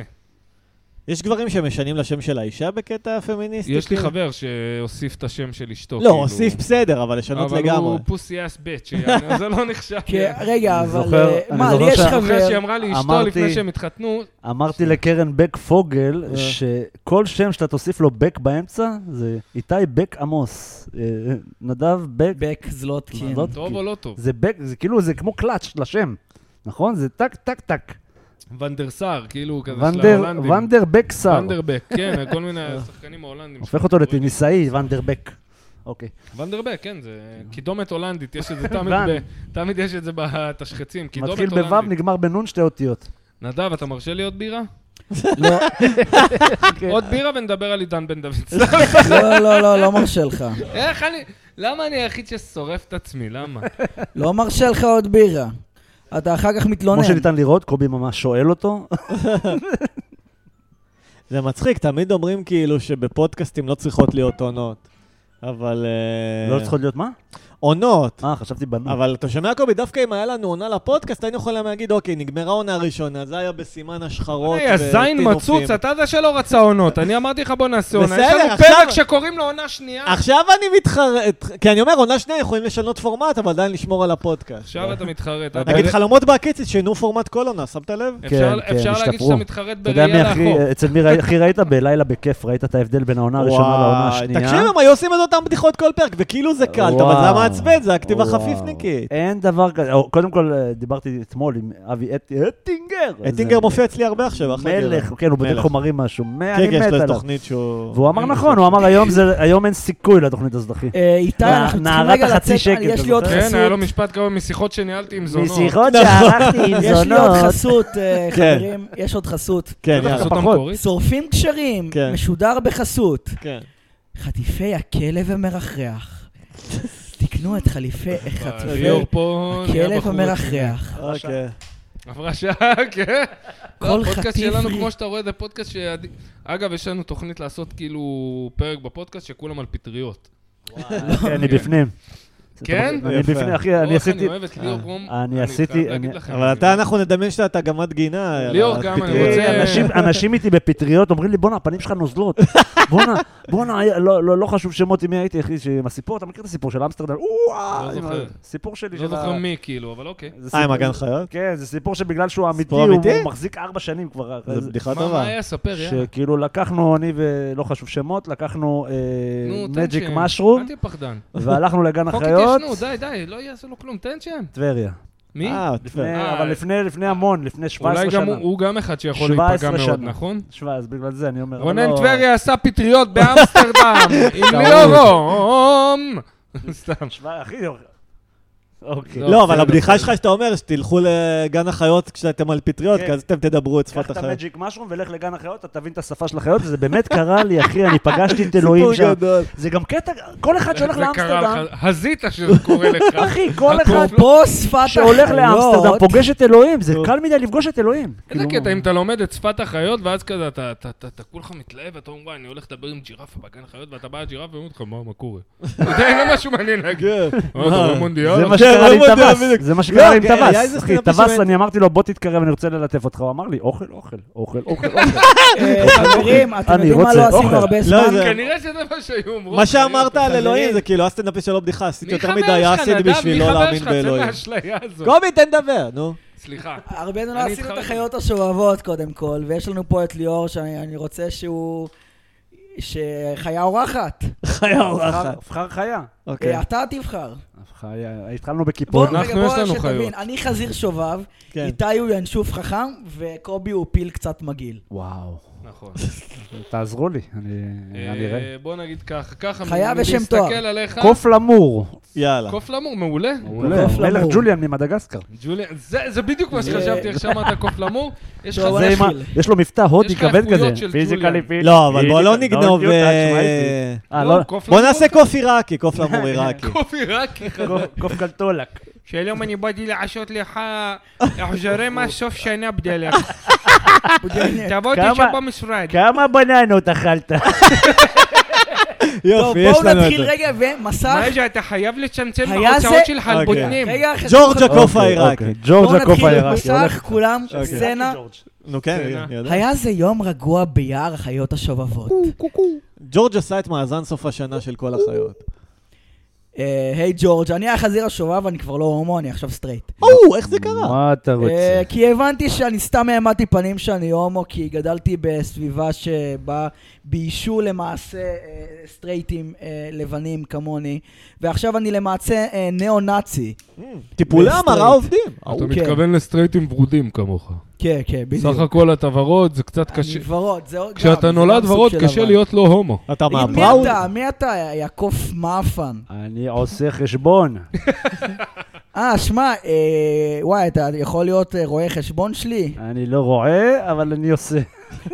Speaker 2: יש גברים שמשנים לשם של האישה בקטע הפמיניסטי?
Speaker 1: יש לי
Speaker 2: כאילו?
Speaker 1: חבר שהוסיף את השם של אשתו.
Speaker 2: לא,
Speaker 1: כאילו.
Speaker 2: הוסיף בסדר, אבל לשנות
Speaker 1: אבל הוא
Speaker 2: לגמרי.
Speaker 1: פוסי אס ביץ', יעני, זה לא נחשב.
Speaker 3: כן, רגע,
Speaker 4: אני
Speaker 3: אבל...
Speaker 4: זוכר-
Speaker 3: אה,
Speaker 4: אני
Speaker 3: מה, לי
Speaker 4: זוכר
Speaker 3: יש
Speaker 4: שה-
Speaker 1: אחרי שהיא
Speaker 3: חבר...
Speaker 1: אמרה לי אשתו
Speaker 4: אמרתי-
Speaker 1: לפני שהם התחתנו,
Speaker 4: אמרתי לקרן בק פוגל,
Speaker 2: אה.
Speaker 4: שכל שם שאתה תוסיף לו בק באמצע, זה איתי בק עמוס. אה, נדב בק,
Speaker 3: בק זלוטקין.
Speaker 4: זאת-
Speaker 1: טוב או לא טוב?
Speaker 4: זה בק, זה כאילו, זה כמו קלאץ' לשם, נכון? זה טק, טק, טק.
Speaker 1: ונדרסר, כאילו, כזה של
Speaker 4: ונדר,
Speaker 1: ההולנדים.
Speaker 4: ונדר בק סער.
Speaker 1: ונדרבק, כן, כל מיני השחקנים ההולנדים.
Speaker 4: הופך אותו לטניסאי, ונדר בק. אוקיי.
Speaker 1: ונדרבק, כן, זה קידומת הולנדית, יש את זה תמיד,
Speaker 4: ון.
Speaker 1: ב... תמיד יש את זה בתשחצים, קידומת
Speaker 4: מתחיל
Speaker 1: הולנדית.
Speaker 4: בוו, נגמר בנון, שתי אותיות.
Speaker 1: נדב, אתה מרשה לי עוד בירה?
Speaker 3: לא,
Speaker 1: עוד בירה ונדבר על עידן בן דוד.
Speaker 3: לא, לא, לא, לא מרשה לך.
Speaker 1: איך אני... למה אני היחיד ששורף את עצמי? למה?
Speaker 3: לא מרשה לך עוד בירה. אתה אחר כך מתלונן.
Speaker 4: כמו שניתן לראות, קובי ממש שואל אותו.
Speaker 2: זה מצחיק, תמיד אומרים כאילו שבפודקאסטים לא צריכות להיות עונות. אבל... אה,
Speaker 4: לא צריכות להיות מה?
Speaker 2: עונות.
Speaker 4: אה, חשבתי
Speaker 1: Mm.
Speaker 4: בנו.
Speaker 2: אבל אתה שומע, קובי, דווקא אם היה לנו עונה לפודקאסט, היינו יכולים להגיד, אוקיי, נגמרה העונה הראשונה, זה היה בסימן השחרות
Speaker 1: היי, הזין
Speaker 2: וטינופים."
Speaker 1: מצוץ, אתה זה שלא רצה עונות. אני אמרתי לך, בוא נעשה עונה. יש
Speaker 2: בסדר,
Speaker 1: לנו
Speaker 2: עכשיו-
Speaker 1: פרק שקוראים לו עונה שנייה.
Speaker 2: עכשיו אני מתחרט, כי אני אומר, עונה שנייה יכולים לשנות פורמט, אבל עדיין לשמור על הפודקאסט.
Speaker 1: עכשיו אתה מתחרט. אתה-
Speaker 2: נגיד, חלומות בעקיצית שינו פורמט כל עונה, שמת לב?
Speaker 1: אפשר
Speaker 4: כן,
Speaker 1: אפשר להגיד
Speaker 4: השתפרו.
Speaker 1: שאתה מתחרט
Speaker 4: אתה יודע מי
Speaker 1: בראייה לאחור.
Speaker 4: הכי, אה, אצל מי ראי- הכי ראית? בלילה בכיף, ראית את ההבדל בין העונה הראשונה
Speaker 2: וואי,
Speaker 4: לעונה השנייה?
Speaker 2: תקשיב, הם היו עושים את אותם בדיחות כל פרק, וכאילו זה קלט, אבל
Speaker 4: וואו,
Speaker 2: זה היה מעצבן, זה הכתיבה
Speaker 4: וואו.
Speaker 2: חפיפניקית.
Speaker 4: אין דבר כזה, או, קודם כל אה, דיברתי אתמול עם אבי אט- אטינגר.
Speaker 2: אטינגר
Speaker 4: זה-
Speaker 2: מופיע אצלי הרבה עכשיו, אחלה גבר.
Speaker 4: מלך, כן, הוא בודק
Speaker 2: מלך.
Speaker 4: חומרים משהו, מה,
Speaker 2: כן,
Speaker 4: אני
Speaker 2: כן, יש
Speaker 4: מת
Speaker 2: לו איזה
Speaker 4: עליו.
Speaker 2: תוכנית שהוא...
Speaker 4: והוא אמר נכון, הוא אמר היום זה- היום אין סיכוי לתוכנית הזאת, אחי.
Speaker 3: אה, איתי,
Speaker 4: נע-
Speaker 3: אנחנו צריכים
Speaker 4: נערת
Speaker 3: רגע
Speaker 4: החצי
Speaker 3: לצאת,
Speaker 4: שקל,
Speaker 3: יש
Speaker 4: אתה
Speaker 3: לי עוד
Speaker 4: זוכר?
Speaker 1: כן, היה לו
Speaker 3: חסות.
Speaker 1: משיפט כמה משיחות שניהלתי עם זונות.
Speaker 4: משיחות
Speaker 2: נכון.
Speaker 4: שערכתי עם
Speaker 3: יש לי עוד
Speaker 4: זונות.
Speaker 3: חסות, אה,
Speaker 2: כן.
Speaker 3: חברים, יש עוד חסות.
Speaker 2: כן,
Speaker 1: אתה יודע,
Speaker 2: יאללה.
Speaker 1: חסות
Speaker 4: פחות.
Speaker 1: המקורית.
Speaker 3: שורפים קשרים,
Speaker 2: כן.
Speaker 3: משודר בחסות.
Speaker 2: כן.
Speaker 3: חטיפי הכלב המרחרח. תקנו את חליפי, חטיפי
Speaker 1: אה,
Speaker 4: אה,
Speaker 1: ליאור פה
Speaker 4: כן.
Speaker 1: נהיה
Speaker 3: הכלב
Speaker 1: בחוץ.
Speaker 3: המרחרח.
Speaker 2: אוקיי.
Speaker 1: עברה שעה, כן.
Speaker 3: כל
Speaker 1: לא, הפודקאסט
Speaker 3: חטיף
Speaker 1: שלנו,
Speaker 3: לי.
Speaker 1: כמו שאתה רואה, זה פודקאסט ש... אגב, יש לנו תוכנית לעשות כאילו פרק בפודקאסט שכולם על פטריות.
Speaker 4: כן, אני בפנים.
Speaker 1: כן?
Speaker 4: אני
Speaker 2: יפה.
Speaker 4: בפנים, אחי,
Speaker 1: אורך,
Speaker 4: אני עשיתי...
Speaker 1: אני
Speaker 4: אה,
Speaker 1: אוהב את ליאור גרום.
Speaker 4: אני עשיתי-
Speaker 1: חייב
Speaker 4: אני-
Speaker 1: להגיד לכם.
Speaker 2: אבל אתה, אנחנו נדמיין שאתה גמת גינה. יאללה,
Speaker 1: ליאור,
Speaker 2: אז
Speaker 1: גם, אני
Speaker 2: פתאום-
Speaker 1: רוצה-
Speaker 4: אה, אנשים- אנשים איתי בפטריות אומרים לי, בואנה, הפנים שלך נוזלות. בואנה, בואנה, היה- לא- לא לא חשוב שמות עם מי הייתי, אחי, שעם הסיפור, אתה מכיר את הסיפור של אמסטרדם?
Speaker 1: לא
Speaker 4: וואו,
Speaker 1: זוכר.
Speaker 4: סיפור
Speaker 1: לא
Speaker 4: שלי של...
Speaker 1: זוכר
Speaker 4: ה-
Speaker 1: מי, כאילו, אבל אוקיי.
Speaker 4: זה
Speaker 2: אה, עם
Speaker 4: סיפור-
Speaker 2: הגן חיות?
Speaker 4: כן, זה סיפור שבגלל שהוא אמיתי,
Speaker 2: סיפור
Speaker 4: הוא
Speaker 2: אמיתי?
Speaker 4: הוא מחזיק ארבע שנים כבר. אחרי
Speaker 2: זו
Speaker 4: זה.
Speaker 2: בדיחה
Speaker 1: מה אה, מה
Speaker 2: טובה.
Speaker 1: היה? ספר, יאללה.
Speaker 4: שכאילו לקחנו, אני ולא חשוב שמות, לקחנו אה,
Speaker 1: נו, תן
Speaker 4: מג'יק
Speaker 1: שם. אל
Speaker 4: משרום,
Speaker 1: תהיה פחדן.
Speaker 4: והלכנו לגן
Speaker 1: חוק
Speaker 4: החיות,
Speaker 1: התיישנו, די, די, לא יעשו לו כלום, תן שם.
Speaker 4: טבריה.
Speaker 1: מי?
Speaker 2: אה,
Speaker 4: לפני-
Speaker 2: טוב.
Speaker 1: אה,
Speaker 4: אבל לפני- לפני המון, לפני
Speaker 1: אולי
Speaker 4: 17
Speaker 1: גם
Speaker 4: שנה.
Speaker 1: הוא- הוא גם אחד שיכול להיפגע
Speaker 4: 17
Speaker 1: מאוד,
Speaker 4: שנה.
Speaker 1: נכון?
Speaker 4: 17, בגלל זה אני אומר.
Speaker 1: רונן
Speaker 4: לא-
Speaker 1: טבריה עשה פטריות באמסטרדם, עם ליאורום. סתם.
Speaker 4: שבע- אחי, אוקיי.
Speaker 1: לא,
Speaker 2: לא, אבל
Speaker 1: בסדר.
Speaker 2: הבדיחה שלך שאתה אומר, שתלכו לגן החיות כשאתם על פטריות,
Speaker 4: כן.
Speaker 2: כי אז אתם תדברו את
Speaker 4: קח
Speaker 2: שפת
Speaker 4: את
Speaker 2: החיות.
Speaker 4: המג'יק משרום ולך לגן החיות, אתה תבין את השפה של החיות, וזה באמת קרה לי, אחי, אני פגשתי את אלוהים שם.
Speaker 2: גדול.
Speaker 4: זה גם קטע, כל אחד שהולך
Speaker 1: זה קרה
Speaker 4: לאמסטרדם,
Speaker 1: לך, הזית שזה קורה לך.
Speaker 4: אחי, כל אחד
Speaker 3: אפרופו שפת
Speaker 2: לא.
Speaker 4: שהולך לאמסטרדם
Speaker 3: החיות,
Speaker 4: פוגש את אלוהים, זה
Speaker 2: נו.
Speaker 4: קל מדי לפגוש את אלוהים.
Speaker 1: איזה
Speaker 4: כאילו,
Speaker 1: קטע, אם
Speaker 2: לא.
Speaker 1: אתה לומד את שפת החיות, ואז כזה, אתה- אתה אתה- אתה כולך מתלהב, ואתה אומר, וואי, אני הולך לדבר עם ג'ירפה בגן חיות, ואתה בא לג'ירפה ואומר לך, מה, מה קורה? אתה יודע, אין לו משהו מעניין להגיד. "אה, אתה רואה מונדיאל?
Speaker 4: זה מה
Speaker 2: כן,
Speaker 4: שקרה
Speaker 2: לא
Speaker 4: לי עם
Speaker 2: יודע,
Speaker 4: טווס,
Speaker 2: בדיוק.
Speaker 4: זה מה
Speaker 2: לא,
Speaker 4: שקרה לי עם
Speaker 2: כן, היה
Speaker 4: טווס.
Speaker 2: איזה
Speaker 4: אחי,
Speaker 2: סטנדאפיסט
Speaker 4: טווס,
Speaker 2: שבאמת-
Speaker 4: אני אמרתי לו, בוא תתקרב, אני רוצה ללטף אותך. הוא אמר לי, אוכל, אוכל, אוכל, אוכל.
Speaker 3: אה, חברים, אתם
Speaker 4: אני
Speaker 3: יודעים מה
Speaker 4: רוצה
Speaker 3: לא עשינו
Speaker 4: אוכל.
Speaker 3: הרבה
Speaker 2: לא,
Speaker 3: זמן?
Speaker 2: זה-
Speaker 1: כנראה שזה מה שהיו אומרים.
Speaker 2: מה שאמרת על
Speaker 3: חברים.
Speaker 2: אלוהים זה כאילו הסטנדאפיסט שלו בדיחה, עשיתי יותר מדי אסיד בשביל לא
Speaker 1: מי
Speaker 2: להאמין
Speaker 1: חבר שלך? צא
Speaker 2: באלוהים.
Speaker 1: מהאשליה הזאת.
Speaker 2: קובי, תן לדבר, נו.
Speaker 1: סליחה.
Speaker 3: הרבה זמן לא
Speaker 1: אני
Speaker 3: עשינו את
Speaker 1: איתך.
Speaker 3: החיות השובבות קודם כל, ויש לנו פה את ליאור שאני אני רוצה שהוא... שחיה אורחת.
Speaker 2: חיה
Speaker 4: אבחר חיה.
Speaker 2: אוקיי.
Speaker 3: אה, אתה תבחר.
Speaker 4: חיה, התחלנו
Speaker 3: בוא,
Speaker 4: בקיפוד.
Speaker 3: רגע,
Speaker 1: אנחנו,
Speaker 3: בוא
Speaker 1: יש לנו
Speaker 3: שתבין,
Speaker 1: חיות.
Speaker 3: אני חזיר שובב,
Speaker 2: כן.
Speaker 3: איתי הוא ינשוף חכם, וקובי הוא פיל קצת מגעיל.
Speaker 4: וואו,
Speaker 1: נכון.
Speaker 4: תעזרו לי, אני אני אראה.
Speaker 1: אה, בוא נגיד ככה, ככה,
Speaker 3: חיה
Speaker 1: מ-
Speaker 3: ושם
Speaker 1: מלהסתכל
Speaker 3: תואר.
Speaker 1: עליך.
Speaker 4: קוף למור.
Speaker 2: יאללה.
Speaker 1: קוף למור, מעולה.
Speaker 4: מעולה,
Speaker 3: קוף
Speaker 4: מלך
Speaker 3: למור.
Speaker 4: ג'וליאן ממדגסקר.
Speaker 1: ג'וליאן, זה זה בדיוק מה
Speaker 3: זה-
Speaker 1: שחשבתי, איך שאמרת קוף למור. יש לך
Speaker 3: טוב,
Speaker 1: זה-
Speaker 3: בוא
Speaker 4: זה עם ה-
Speaker 3: נתחיל.
Speaker 4: יש לו מבטא הודי
Speaker 1: יש לך
Speaker 4: כבד
Speaker 1: איכויות
Speaker 4: כזה.
Speaker 1: של
Speaker 4: פיזיקלי,
Speaker 1: ג'וליאן.
Speaker 4: פיזיקלי.
Speaker 2: לא, אבל בוא לא נגנוב...
Speaker 4: you touch my
Speaker 2: אה,
Speaker 4: feet. אה, לא,
Speaker 1: קוף
Speaker 2: בוא
Speaker 1: למור,
Speaker 2: נעשה קוף עיראקי, קוף למור עיראקי.
Speaker 1: קוף עיראקי.
Speaker 4: קוף- קוף קלטולק.
Speaker 1: שלום, אני באתי לעשות לך החזרי מס סוף שנה בדלק. אה, תבוא
Speaker 4: כמה-
Speaker 1: תשב במשרד.
Speaker 4: כמה בננות אכלת?
Speaker 2: אוקיי,
Speaker 3: טוב,
Speaker 2: יופי, יש
Speaker 3: בואו
Speaker 2: לנו את
Speaker 3: נתחיל
Speaker 2: זה.
Speaker 3: רגע, ומסך.
Speaker 1: מה זה, אתה חייב לצמצם
Speaker 3: היה
Speaker 1: בהוצאות
Speaker 3: זה-
Speaker 1: שלך על
Speaker 2: אוקיי.
Speaker 1: בוטנים.
Speaker 3: רגע, חזיר
Speaker 2: ג'ורג'
Speaker 3: שובב.
Speaker 2: הקוף
Speaker 4: אוקיי,
Speaker 2: העיראקי.
Speaker 4: אוקיי. ג'ורג'
Speaker 3: בואו
Speaker 4: הקוף
Speaker 3: נתחיל
Speaker 4: העיראקי.
Speaker 3: במסך,
Speaker 4: הולך.
Speaker 3: כולם,
Speaker 2: אוקיי.
Speaker 3: סצנה.
Speaker 2: נו כן,
Speaker 1: סצנה.
Speaker 2: אני יודע.
Speaker 3: היה זה יום רגוע ביער החיות השובבות.
Speaker 2: ג'ורג' עשה את מאזן סוף השנה של כל החיות.
Speaker 3: אה, היי ג'ורג', אני החזיר השובב, אני כבר לא הומו, אני עכשיו סטרייט.
Speaker 2: או, איך זה קרה?
Speaker 4: מה אתה רוצה?
Speaker 3: אה, כי הבנתי שאני סתם העמדתי פנים שאני הומו, כי גדלתי בסביבה שבה ביישו למעשה אה, סטרייטים אה, לבנים כמוני, ועכשיו אני למעשה אה, ניאו-נאצי.
Speaker 2: טיפולי
Speaker 3: בסטרייט.
Speaker 2: המרה עובדים.
Speaker 1: אתה
Speaker 3: אוקיי.
Speaker 1: מתכוון לסטרייטים ורודים כמוך.
Speaker 3: כן, כן, בדיוק.
Speaker 1: סך הכל אתה ורוד, זה קצת
Speaker 3: אני
Speaker 1: קשה.
Speaker 3: ורוד, זה עוד...
Speaker 1: כשאתה
Speaker 3: גם, זה גם
Speaker 1: נולד
Speaker 3: סוג
Speaker 1: ורוד,
Speaker 3: של
Speaker 1: קשה
Speaker 3: לבן.
Speaker 1: להיות לא הומו.
Speaker 2: אתה
Speaker 3: תגיד, מי
Speaker 2: מהבראוד?
Speaker 3: אתה? מי אתה, יעקב מאפן?
Speaker 4: אני עושה חשבון.
Speaker 3: אה, שמע, אה, וואי, אתה יכול להיות אה, רואה חשבון שלי?
Speaker 4: אני לא רואה, אבל אני עושה.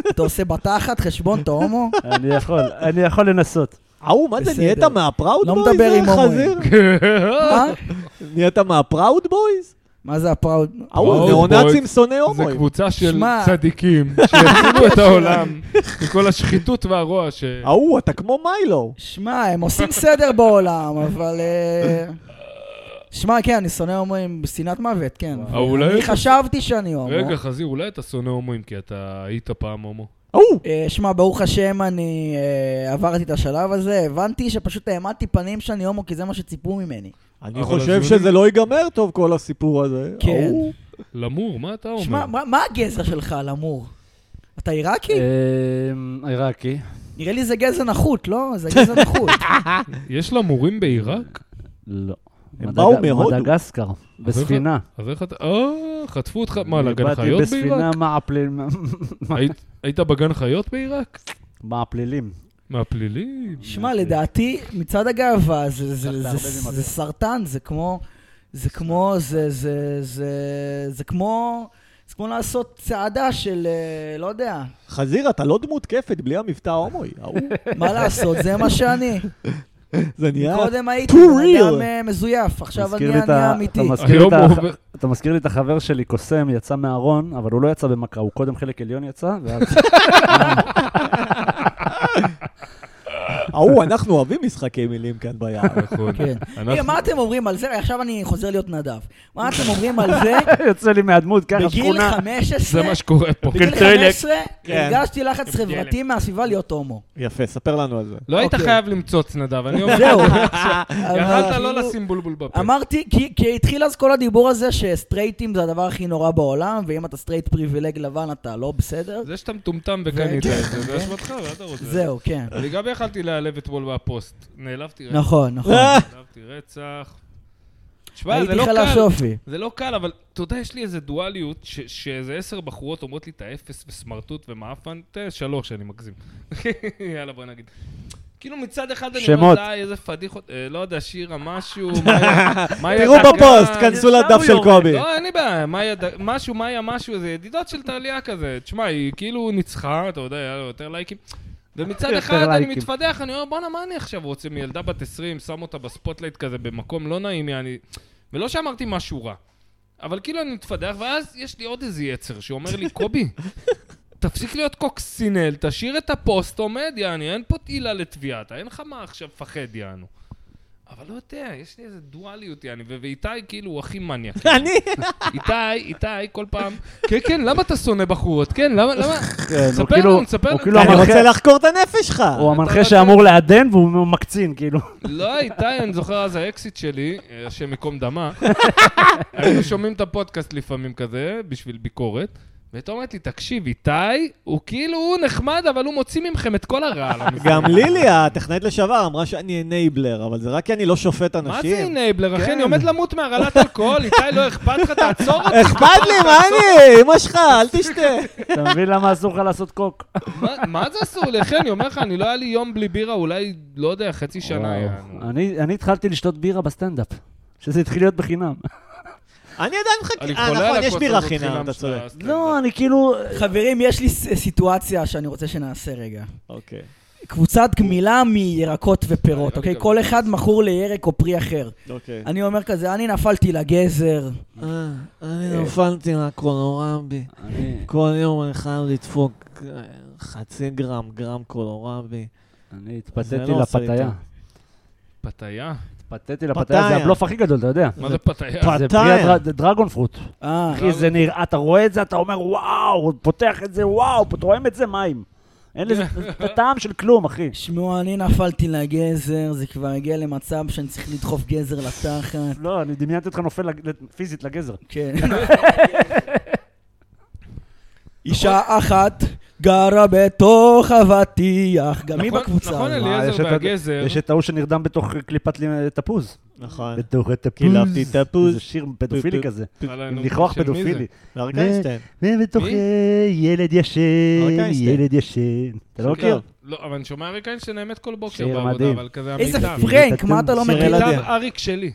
Speaker 3: אתה עושה בתחת חשבון, אתה הומו?
Speaker 4: אני יכול, אני יכול לנסות.
Speaker 2: ההוא, אה, מה זה,
Speaker 3: בסדר.
Speaker 2: נהיית מהפראוד
Speaker 3: לא
Speaker 2: בויז?
Speaker 3: מדבר
Speaker 2: אה,
Speaker 3: עם הומואים.
Speaker 2: חזיר?
Speaker 3: מה?
Speaker 2: נהיית מהפראוד בויז? אה,
Speaker 3: מה זה הפראוד?
Speaker 5: פראוד
Speaker 2: ההוא, נאונאצים
Speaker 5: בויז.
Speaker 2: שונאי
Speaker 5: זה
Speaker 2: הומואים.
Speaker 5: קבוצה של
Speaker 3: לא שמע.
Speaker 5: צדיקים שיצילו את העולם מכל השחיתות והרוע ש...
Speaker 2: ההוא, אתה כמו מיילו.
Speaker 3: שמע, הם עושים סדר בעולם, אבל... אה, שמע, כן, אני שונא הומואים בשנאת מוות, כן.
Speaker 5: אה, אולי-
Speaker 3: אני חשבתי שאני הומו.
Speaker 5: רגע, חזיר, אולי אתה שונא הומואים כי אתה היית פעם הומו.
Speaker 2: ההוא,
Speaker 3: אה, שמע, ברוך השם, אני אה, עברתי את השלב הזה, הבנתי שפשוט העמדתי פנים שאני הומו, כי זה מה שציפו ממני.
Speaker 2: אני
Speaker 5: אבל
Speaker 2: חושב
Speaker 5: אז
Speaker 2: שזה
Speaker 5: יודעים.
Speaker 2: לא ייגמר טוב, כל הסיפור הזה.
Speaker 3: כן.
Speaker 2: ההוא,
Speaker 5: למור, מה אתה אומר?
Speaker 3: שמע, מה- מה הגזע שלך, למור? אתה
Speaker 1: כן.
Speaker 3: עיראקי?
Speaker 4: אה, עיראקי.
Speaker 3: נראה לי זה גזע נחות, לא? זה גזע נחות.
Speaker 5: יש למורים בעיראק?
Speaker 4: לא.
Speaker 2: הם
Speaker 4: מדג-
Speaker 2: באו מהודו.
Speaker 4: מדגסקר, בספינה.
Speaker 5: אז איך אתה... אה, חטפו אותך... מה, לגן
Speaker 4: באתי
Speaker 5: חיות
Speaker 4: בספינה
Speaker 5: בעיראק?
Speaker 4: מעפלילים.
Speaker 5: היית- היית בגן חיות בעיראק?
Speaker 4: מעפלילים.
Speaker 5: מהפלילים?
Speaker 3: שמע, לדעתי, מצעד הגאווה זה- זה-
Speaker 4: הרבה
Speaker 3: זה-
Speaker 4: ממכר.
Speaker 3: זה סרטן, זה כמו... זה כמו... זה... זה... זה... זה כמו... זה כמו לעשות צעדה של... אה, לא יודע.
Speaker 2: חזיר, אתה לא דמות כיפת בלי המבטא ההומואי. ההוא,
Speaker 3: מה לעשות, זה מה שאני.
Speaker 2: זה נהיה...
Speaker 3: קודם הייתי
Speaker 2: too
Speaker 3: בן אדם
Speaker 2: real.
Speaker 3: אה, מזויף, עכשיו
Speaker 4: מזכיר
Speaker 3: אני
Speaker 4: לי את ה-
Speaker 3: אני אמיתי.
Speaker 4: אתה מזכיר לי
Speaker 5: היום
Speaker 4: את
Speaker 5: הוא
Speaker 4: הח-
Speaker 5: עובד-
Speaker 4: אתה מזכיר לי את החבר שלי, קוסם, יצא מהארון, אבל הוא לא יצא במכה, הוא קודם חלק עליון יצא, ואז...
Speaker 2: ההוא, אנחנו אוהבים משחקי מילים כאן ביער.
Speaker 5: נכון.
Speaker 3: כן.
Speaker 5: אנחנו-
Speaker 3: תראה, מה אתם אומרים על זה? עכשיו אני חוזר להיות נדב. מה אתם אומרים על זה?
Speaker 4: יוצא לי מהדמות, כן, ככה,
Speaker 3: בגיל
Speaker 4: שכונה.
Speaker 3: 15,
Speaker 5: זה מה שקורה פה.
Speaker 3: בגיל 15, הרגשתי לחץ
Speaker 5: כן.
Speaker 3: חברתי מהסביבה להיות הומו.
Speaker 2: יפה, ספר לנו על זה.
Speaker 5: לא היית
Speaker 3: אוקיי.
Speaker 5: חייב למצוץ, נדב, אני אומר.
Speaker 3: זהו. אבל
Speaker 5: יכלת
Speaker 3: כאילו-
Speaker 5: לא לשים בולבול בפה.
Speaker 3: אמרתי, כי, כי התחיל אז כל הדיבור הזה שסטרייטים זה הדבר הכי נורא בעולם, ואם אתה סטרייט פריבילג לבן אתה לא בסדר.
Speaker 5: זה שאתה מטומטם וקנית את זה, זה אשמתך, ואתה רוצה.
Speaker 3: זהו, כן.
Speaker 5: אני גם יכלתי להיעלב אתמול מהפוסט. נעלבתי רצח.
Speaker 3: נכון, נכון.
Speaker 5: נעלבתי רצח. תשמע, זה
Speaker 3: הייתי
Speaker 5: לא
Speaker 3: חלש
Speaker 5: קל.
Speaker 3: אופי.
Speaker 5: זה לא קל, אבל אתה יודע, יש לי איזה דואליות, ש- שאיזה עשר בחורות אומרות לי את האפס וסמרטוט ומאפן, תן שלוש, אני מגזים. יאללה, בוא נגיד. כאילו מצד אחד אני אומר,
Speaker 4: שמות.
Speaker 5: די, איזה פדיחות, אה, לא יודע, שירה, משהו, מאיה, מאיה
Speaker 2: תראו
Speaker 5: דגן.
Speaker 2: בפוסט, כנסו
Speaker 4: שם
Speaker 2: לדף
Speaker 4: הוא
Speaker 2: של
Speaker 4: יורד,
Speaker 2: קובי.
Speaker 5: לא, אין לי בעיה, מאיה, ד- משהו, מאיה, משהו, זה ידידות של טליה כזה. תשמע, היא כאילו ניצחה, אתה יודע, היה לו יותר לייקים. ומצד
Speaker 4: יותר
Speaker 5: אחד אני
Speaker 4: לייקים.
Speaker 5: מתפדח, אני אומר, בואנה, מה אני עכשיו רוצה מילדה בת 20, שם אותה בספוטלייט כזה במקום לא נעים, אני... ולא שאמרתי משהו רע. אבל כאילו אני מתפדח, ואז יש לי עוד איזה יצר שאומר לי, קובי, תפסיק להיות קוקסינל, תשאיר את הפוסט עומד, יעני, אין פה עילה לתביעה, אתה אין לך מה עכשיו לפחד, יענו. אבל לא יודע, יש לי איזה דואליות, יעני, ו- ואיתי כאילו הוא הכי מניאק.
Speaker 2: אני?
Speaker 5: איתי, איתי, כל פעם, כן, כן, למה אתה שונא בחורות? כן, למה, למה?
Speaker 4: כן, הוא
Speaker 5: ספר
Speaker 4: כאילו-
Speaker 5: לנו, ספר
Speaker 4: הוא
Speaker 5: לנו.
Speaker 3: לא,
Speaker 4: כאילו
Speaker 2: אני
Speaker 4: המנחה-
Speaker 2: רוצה לחקור את הנפש שלך.
Speaker 4: הוא המנחה
Speaker 5: אתה-
Speaker 4: שאמור לעדן והוא מקצין, כאילו.
Speaker 5: לא, איתי, אני זוכר אז האקסיט שלי, אה, השם ייקום דמה, היינו שומעים את הפודקאסט לפעמים כזה, בשביל ביקורת, והייתה אומרת לי, תקשיב, איתי, הוא כאילו, הוא נחמד, אבל הוא מוציא מכם את כל הרע על המשחק."
Speaker 2: גם לילי, הטכנאית לשעבר, אמרה שאני אנייבלר, אבל זה רק כי אני לא שופט אנשים.
Speaker 5: מה זה אינבלר, אחי?
Speaker 2: כן.
Speaker 5: אני עומד למות מהרעלת אלכוהול, איתי, לא אכפת לך, תעצור אותי.
Speaker 2: אכפת לי, מה אני? אמא שלך, אל תשתה.
Speaker 4: אתה מבין למה אסור לך לעשות קוק?
Speaker 5: מה- מה זה אסור לי, אחי? אני אומר לך, אני לא היה לי יום בלי בירה, אולי, לא יודע, חצי שנה. יענו.
Speaker 2: אה,
Speaker 4: אני אני התחלתי לשתות בירה בסטנדאפ, שזה התחיל להיות בחינם.
Speaker 2: אני עדיין מחכה.
Speaker 5: אני
Speaker 2: אה,
Speaker 5: חולה על
Speaker 2: נכון, יש
Speaker 5: הכוס
Speaker 2: בירה
Speaker 5: הזאת
Speaker 2: חינם,
Speaker 5: חינם
Speaker 2: אתה
Speaker 5: של
Speaker 2: צודק.
Speaker 5: הסטנדאפ.
Speaker 4: לא, אני כאילו...
Speaker 3: חברים, יש לי ס- סיטואציה שאני רוצה שנעשה רגע.
Speaker 2: אוקיי.
Speaker 3: קבוצת גמילה מירקות ופירות,
Speaker 5: אני
Speaker 3: אוקיי?
Speaker 5: אה, גם-
Speaker 3: כל אחד מכור לירק או פרי אחר.
Speaker 2: אוקיי.
Speaker 3: אני אומר כזה, אני נפלתי לגזר.
Speaker 2: אה,
Speaker 4: אה.
Speaker 2: אני נפלתי לקולורמבי.
Speaker 4: אני-
Speaker 2: כל יום אני חייב לדפוק אה, חצי גרם, גרם קולורמבי.
Speaker 4: אני
Speaker 2: זה
Speaker 4: התפתיתי
Speaker 2: לא עושה לי
Speaker 4: לפתיה.
Speaker 2: טוב.
Speaker 5: פתיה?
Speaker 4: התפתיתי לפתיה,
Speaker 2: פתיה.
Speaker 4: זה הבלוף הכי גדול, אתה יודע.
Speaker 5: מה זה פתיה?
Speaker 2: פ- נכון,
Speaker 4: זה
Speaker 2: פתיה.
Speaker 4: פרי הדר- דרגון פרוט.
Speaker 3: אה,
Speaker 4: אחי, זה נראה, אתה רואה את זה, אתה אומר, וואו, הוא פותח את זה, וואו, פות- רואים את זה מים. אין לזה זה טעם של כלום, אחי.
Speaker 3: שמעו, אני נפלתי לגזר, זה כבר הגיע למצב שאני צריך לדחוף גזר לתחת.
Speaker 4: לא, אני דמיינתי אותך נופל לג- לג- פיזית לגזר.
Speaker 3: כן. אישה אחת גרה בתוך אבטיח, גם היא
Speaker 5: נכון-
Speaker 3: בקבוצה.
Speaker 5: נכון,
Speaker 2: אה,
Speaker 3: הזאת.
Speaker 5: אליעזר
Speaker 4: מה, יש את ה-
Speaker 5: והגזר.
Speaker 4: יש את ההוא שנרדם בתוך קליפת לי- תפוז.
Speaker 2: נכון.
Speaker 4: בתוך התפוז.
Speaker 2: קילפתי
Speaker 4: זה
Speaker 2: תפוז.
Speaker 4: שיר פדופילי
Speaker 2: פ-
Speaker 4: כזה.
Speaker 5: על
Speaker 4: עם
Speaker 5: הנאום
Speaker 4: ניחוח
Speaker 5: של מי זה?
Speaker 4: פדופילי.
Speaker 2: לאריק
Speaker 4: ו-
Speaker 2: איינשטיין.
Speaker 4: ובתוך
Speaker 5: מי?
Speaker 4: אה, ילד ישן,
Speaker 2: אוקיי,
Speaker 4: ילד ישן. אתה לא מכיר?
Speaker 2: שוקר.
Speaker 5: לא, אבל אני שומע אריק איינשטיין האמת כל בוקר
Speaker 4: שיר
Speaker 5: בעבודה,
Speaker 4: מדהים.
Speaker 5: אבל כזה
Speaker 3: איזה
Speaker 5: המיטב.
Speaker 4: פרי-
Speaker 3: פרנק, מה אתה לא
Speaker 2: שיר
Speaker 3: מכיר?
Speaker 2: ילדים.
Speaker 5: מיטב אריק שלי.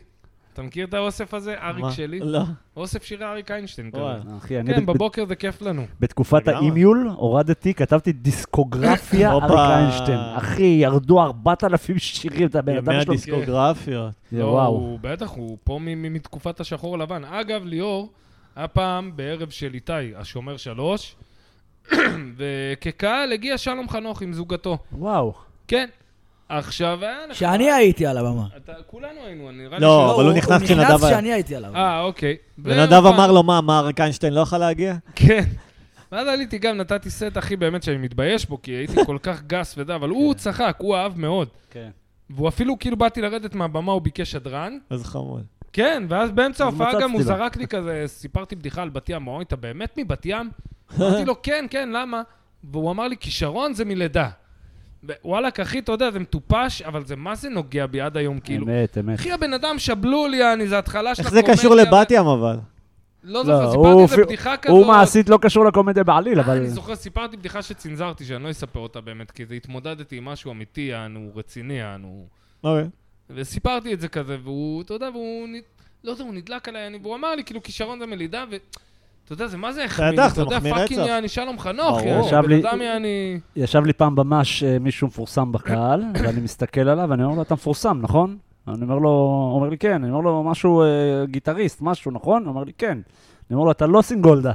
Speaker 5: אתה מכיר את האוסף הזה? אריק
Speaker 2: מה?
Speaker 5: שלי?
Speaker 2: לא.
Speaker 5: אוסף שירי אריק איינשטיין כזה.
Speaker 2: וואלה.
Speaker 4: אחי, אני
Speaker 5: כן,
Speaker 4: ב- ב-
Speaker 5: בבוקר זה כיף לנו.
Speaker 4: בתקופת
Speaker 2: לגמרי.
Speaker 4: האימיול הורדתי, כתבתי דיסקוגרפיה
Speaker 2: הופה.
Speaker 4: אריק איינשטיין. אחי, ירדו 4,000 שירים, אתה בן
Speaker 2: ימי
Speaker 4: אדם שלו.
Speaker 2: הדיסקוגרפיות.
Speaker 4: זה
Speaker 5: לא,
Speaker 4: וואו.
Speaker 5: הוא בטח, הוא פה מ- מ- מתקופת השחור לבן. אגב, ליאור, היה פעם בערב של איתי, השומר שלוש, וכקהל הגיע שלום חנוך עם זוגתו.
Speaker 4: וואו.
Speaker 5: כן. עכשיו היה לך...
Speaker 3: שאני הייתי על הבמה.
Speaker 5: אתה- כולנו היינו, נראה לי
Speaker 2: לא,
Speaker 5: ש-
Speaker 2: אבל הוא נכנס כשנדב
Speaker 3: הוא נכנס
Speaker 2: היה.
Speaker 3: כשאני הייתי על הבמה.
Speaker 5: אה, אוקיי.
Speaker 2: ונדב
Speaker 5: והוא-
Speaker 2: אמר לו, מה, מה, אריק איינשטיין לא יכול להגיע?
Speaker 5: כן. ואז עליתי גם, נתתי סט, אחי, באמת שאני מתבייש בו, כי הייתי כל כך גס וזה, אבל הוא צחק, הוא אהב מאוד.
Speaker 4: כן.
Speaker 5: והוא אפילו, כאילו באתי לרדת מהבמה, הוא ביקש שדרן.
Speaker 2: איזה חמוד.
Speaker 5: כן, ואז באמצע
Speaker 4: אז
Speaker 5: ההופעה גם
Speaker 4: מצצתי
Speaker 5: הוא
Speaker 4: לו.
Speaker 5: זרק לי כזה, סיפרתי בדיחה על בת ים, הוא אמר לי, אתה באמת מבת ים? אמרתי לו, כן, כן, למה? והוא אמר לי, כישרון זה מלידה. וואלכ, אחי, אתה יודע, זה מטופש, אבל זה מה זה נוגע בי עד היום, כאילו.
Speaker 4: אמת, אמת.
Speaker 5: אחי, הבן אדם שבלול, יעני, זה התחלה של
Speaker 2: איך זה
Speaker 5: הקומדיה.
Speaker 2: קשור לבת ים אבל?
Speaker 4: לא,
Speaker 5: לא זוכר,
Speaker 4: הוא
Speaker 5: סיפרתי איזה
Speaker 4: אפילו-
Speaker 5: בדיחה כזאת.
Speaker 4: הוא מעשית לא קשור לקומדיה בעליל,
Speaker 5: אה,
Speaker 4: אבל...
Speaker 5: אני זוכר, סיפרתי בדיחה שצנזרתי, שאני לא אספר אותה באמת, כי זה התמודדתי עם משהו אמיתי, יענו, רציני, יענו.
Speaker 2: אוקיי.
Speaker 4: אה,
Speaker 5: וסיפרתי את זה כזה, והוא, אתה יודע, והוא, נ- לא יודע, הוא נדלק עליי, אני- והוא אמר לי, כאילו, כישרון זה מלידה, ו... אתה יודע, זה מה זה החמיא,
Speaker 2: בטח,
Speaker 5: אתה
Speaker 2: זה
Speaker 5: יודע,
Speaker 2: מחמיא
Speaker 5: פאקינג
Speaker 2: רצח.
Speaker 5: יעני שלום חנוך,
Speaker 2: ברור.
Speaker 5: יעני,
Speaker 4: עכשיו
Speaker 5: בן
Speaker 4: לי-
Speaker 5: אדם יעני...
Speaker 4: ישב לי פעם ממש אה, מישהו מפורסם בקהל, ואני מסתכל עליו, ואני אומר לו, אתה מפורסם, נכון? אני אומר לו, הוא אומר לי, כן. אני אומר לו, משהו, אה, גיטריסט, משהו, נכון? הוא אומר לי, כן. אני אומר לו, אתה לא סינגולדה.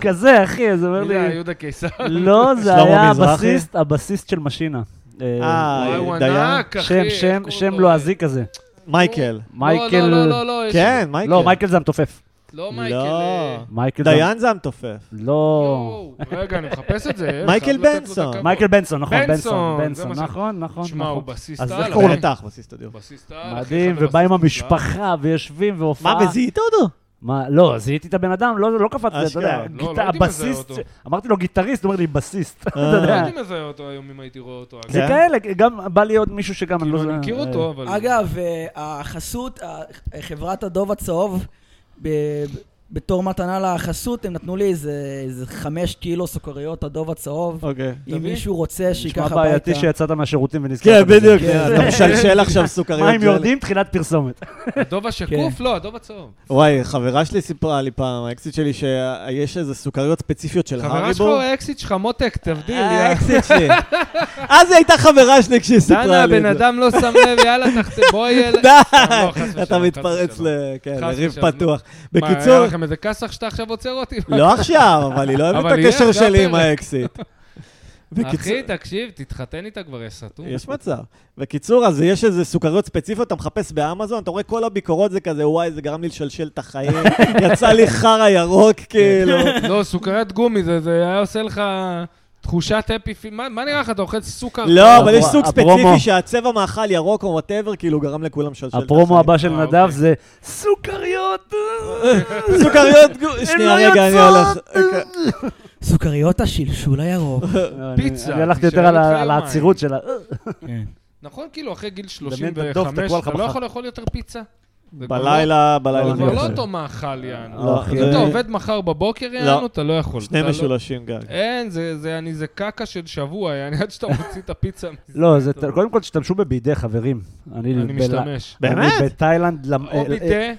Speaker 4: כזה, אחי, אז הוא אומר
Speaker 5: מי זה היה,
Speaker 4: לי,
Speaker 5: יהודה קיסר.
Speaker 4: לא, זה
Speaker 2: שלמה
Speaker 4: היה
Speaker 2: מזרחי?
Speaker 4: הבסיסט, הבסיסט של משינה. אה,
Speaker 2: אה,
Speaker 5: וואי, הוא
Speaker 2: דיין?
Speaker 5: ענק, אחי.
Speaker 4: שם,
Speaker 5: איך
Speaker 4: שם,
Speaker 5: קוראים
Speaker 4: שם
Speaker 5: לו?
Speaker 4: לועזי כזה.
Speaker 2: מייקל.
Speaker 4: מייקל...
Speaker 5: לא, לא, לא, לא, יש-
Speaker 2: כן, מייקל.
Speaker 4: לא, מייקל זה המתופף.
Speaker 5: לא מייקל.
Speaker 2: לא.
Speaker 5: אה,
Speaker 4: מייקל זה...
Speaker 2: דיין זה המתופף.
Speaker 4: לא.
Speaker 5: יואו, רגע, אני מחפש את זה.
Speaker 2: מייקל
Speaker 5: חייב לתת לו את
Speaker 2: בנסון.
Speaker 5: הכבוד.
Speaker 4: מייקל בנסון, נכון,
Speaker 5: בנסון,
Speaker 4: בנסון,
Speaker 5: זה
Speaker 4: בנסון,
Speaker 5: מה ש-
Speaker 4: נכון, נכון.
Speaker 5: שמע,
Speaker 4: נכון.
Speaker 5: הוא בסיסט
Speaker 4: אז
Speaker 5: על,
Speaker 4: איך
Speaker 5: אחי.
Speaker 4: קוראים?
Speaker 2: בטח, בסיס תדיר.
Speaker 5: בסיס טל,
Speaker 4: מדהים,
Speaker 5: אחי, אחד
Speaker 4: ובא עם
Speaker 5: בבסיס טל.
Speaker 4: המשפחה, ויושבים
Speaker 2: מה,
Speaker 4: והופעה.
Speaker 2: וזיהית אותו?
Speaker 4: מה, לא, זיהיתי את הבן אדם, לא לא קפצתי, אתה
Speaker 2: אשכרה.
Speaker 4: יודע,
Speaker 2: לא,
Speaker 5: לא
Speaker 4: גיטר-
Speaker 5: הייתי מזהה
Speaker 4: הבסיסט,
Speaker 5: אותו.
Speaker 4: אמרתי לו גיטריסט, הוא אומר לי בסיסט, אתה
Speaker 2: אה.
Speaker 5: לא
Speaker 4: יודע.
Speaker 5: הייתי מזהה אותו היום אם הייתי רואה אותו. אגב.
Speaker 4: זה
Speaker 2: כן?
Speaker 4: כאלה, גם בא לי עוד מישהו שגם, לא
Speaker 2: לא,
Speaker 5: כאילו,
Speaker 4: זוכר.
Speaker 5: אני מכיר אותו, אבל...
Speaker 3: אגב, אה, החסות, אה, חברת הדוב הצהוב, ב- בתור מתנה לחסות, הם נתנו לי איזה איזה חמש קילו סוכריות הדוב הצהוב.
Speaker 2: אוקיי.
Speaker 3: אם
Speaker 5: תביא.
Speaker 3: מישהו רוצה,
Speaker 4: נשמע
Speaker 3: שייקח הביתה.
Speaker 4: בעייתי שיצאת מהשירותים ונזכרת.
Speaker 2: כן,
Speaker 4: בזה.
Speaker 2: בדיוק.
Speaker 3: כן.
Speaker 2: אתה משלשל עכשיו סוכריות.
Speaker 4: מה הם
Speaker 2: כאלה.
Speaker 4: יורדים? תחילת פרסומת.
Speaker 5: הדוב השקוף?
Speaker 2: כן.
Speaker 5: לא, הדוב הצהוב.
Speaker 2: וואי, חברה שלי סיפרה לי פעם, האקסיט שלי, שיש איזה סוכריות ספציפיות של
Speaker 5: חברה שלך
Speaker 2: הריבו.
Speaker 5: הוא האקסיט שלך, מותק, תבדיל,
Speaker 2: אה,
Speaker 5: יא.
Speaker 2: האקסיט שלי. אז היא הייתה חברה שלי כשהיא סיפרה לי.
Speaker 5: דנה,
Speaker 2: את
Speaker 5: הבן
Speaker 2: זה.
Speaker 5: אדם לא שם לב, יאללה, תחת... בואי... אל- לא, חס
Speaker 2: די!
Speaker 5: ושלום,
Speaker 2: אתה
Speaker 5: חס
Speaker 2: מתפרץ
Speaker 5: ושלום.
Speaker 2: ל- כן,
Speaker 5: חס
Speaker 2: לריב
Speaker 5: ושלום.
Speaker 2: פתוח.
Speaker 5: מה, היה
Speaker 2: בקיצור,
Speaker 5: לכם איזה כסח שאתה עכשיו עוצר אותי?
Speaker 2: לא עכשיו, אבל היא לא אוהבת
Speaker 5: אבל
Speaker 2: את
Speaker 5: יהיה,
Speaker 2: הקשר
Speaker 5: זה
Speaker 2: שלי עם
Speaker 5: הפרק.
Speaker 2: האקסיט. בקיצור-
Speaker 5: אחי, תקשיב, תתחתן איתה כבר, יא סתום.
Speaker 2: יש מצב. בקיצור, אז יש איזה סוכריות ספציפיות, אתה מחפש באמזון, אתה רואה כל הביקורות זה כזה, וואי, זה גרם לי לשלשל את החיים, יצא לי חרא ירוק,
Speaker 5: כן.
Speaker 2: כאילו.
Speaker 5: לא, סוכרת גומי, זה זה היה עושה לך תחושת אפי... פי- מה מה נראה לך, אתה אוכל סוכר?
Speaker 2: לא, אבל יש
Speaker 4: הפרומו-
Speaker 2: סוג
Speaker 4: אה, הפרומו.
Speaker 2: ספציפי שהצבע מאכל ירוק או וואטאבר, כאילו גרם לכולם לשלשל את
Speaker 4: הפרומו הבא של
Speaker 5: אה,
Speaker 4: נדב
Speaker 5: אוקיי.
Speaker 4: זה סוכריות.
Speaker 2: סוכריות גו... שנייה,
Speaker 4: לא
Speaker 2: רגע, אני
Speaker 4: יוצאות.
Speaker 2: הולך. אוקיי,
Speaker 3: סוכריות השלשול הירוק.
Speaker 5: פיצה,
Speaker 4: אני הלכתי
Speaker 5: תישאר
Speaker 4: יותר על
Speaker 5: איתך
Speaker 4: ה- על
Speaker 5: יומיים.
Speaker 4: העצירות של ה...
Speaker 5: נכון, כאילו, אחרי גיל
Speaker 4: דמיין את הדוב,
Speaker 5: 35,
Speaker 4: תקוע לך
Speaker 5: אתה לא
Speaker 4: בחר.
Speaker 5: יכול לאכול יותר פיצה? זה כבר לא-
Speaker 2: בלילה,
Speaker 4: לא,
Speaker 2: בלילה.
Speaker 5: זה
Speaker 4: אני
Speaker 5: כבר
Speaker 4: לא
Speaker 5: לא
Speaker 4: יכול.
Speaker 5: אותו מאכל, יענו.
Speaker 2: לא,
Speaker 4: אחי.
Speaker 2: זה-
Speaker 5: אתה עובד מחר בבוקר, יענו, אתה לא יכול.
Speaker 2: שני
Speaker 5: אתה לא-
Speaker 2: משולשים גג.
Speaker 5: אין, זה, זה, אני, זה קקה של שבוע, יעני, עד שאתה מוציא את הפיצה. מזה.
Speaker 4: לא, זה- קודם כל תשתמשו בבידי, חברים. אני
Speaker 5: אני
Speaker 4: לא, בלה- אה,
Speaker 5: משתמש.
Speaker 2: באמת?
Speaker 4: אני בתאילנד... למ-
Speaker 5: או בידה,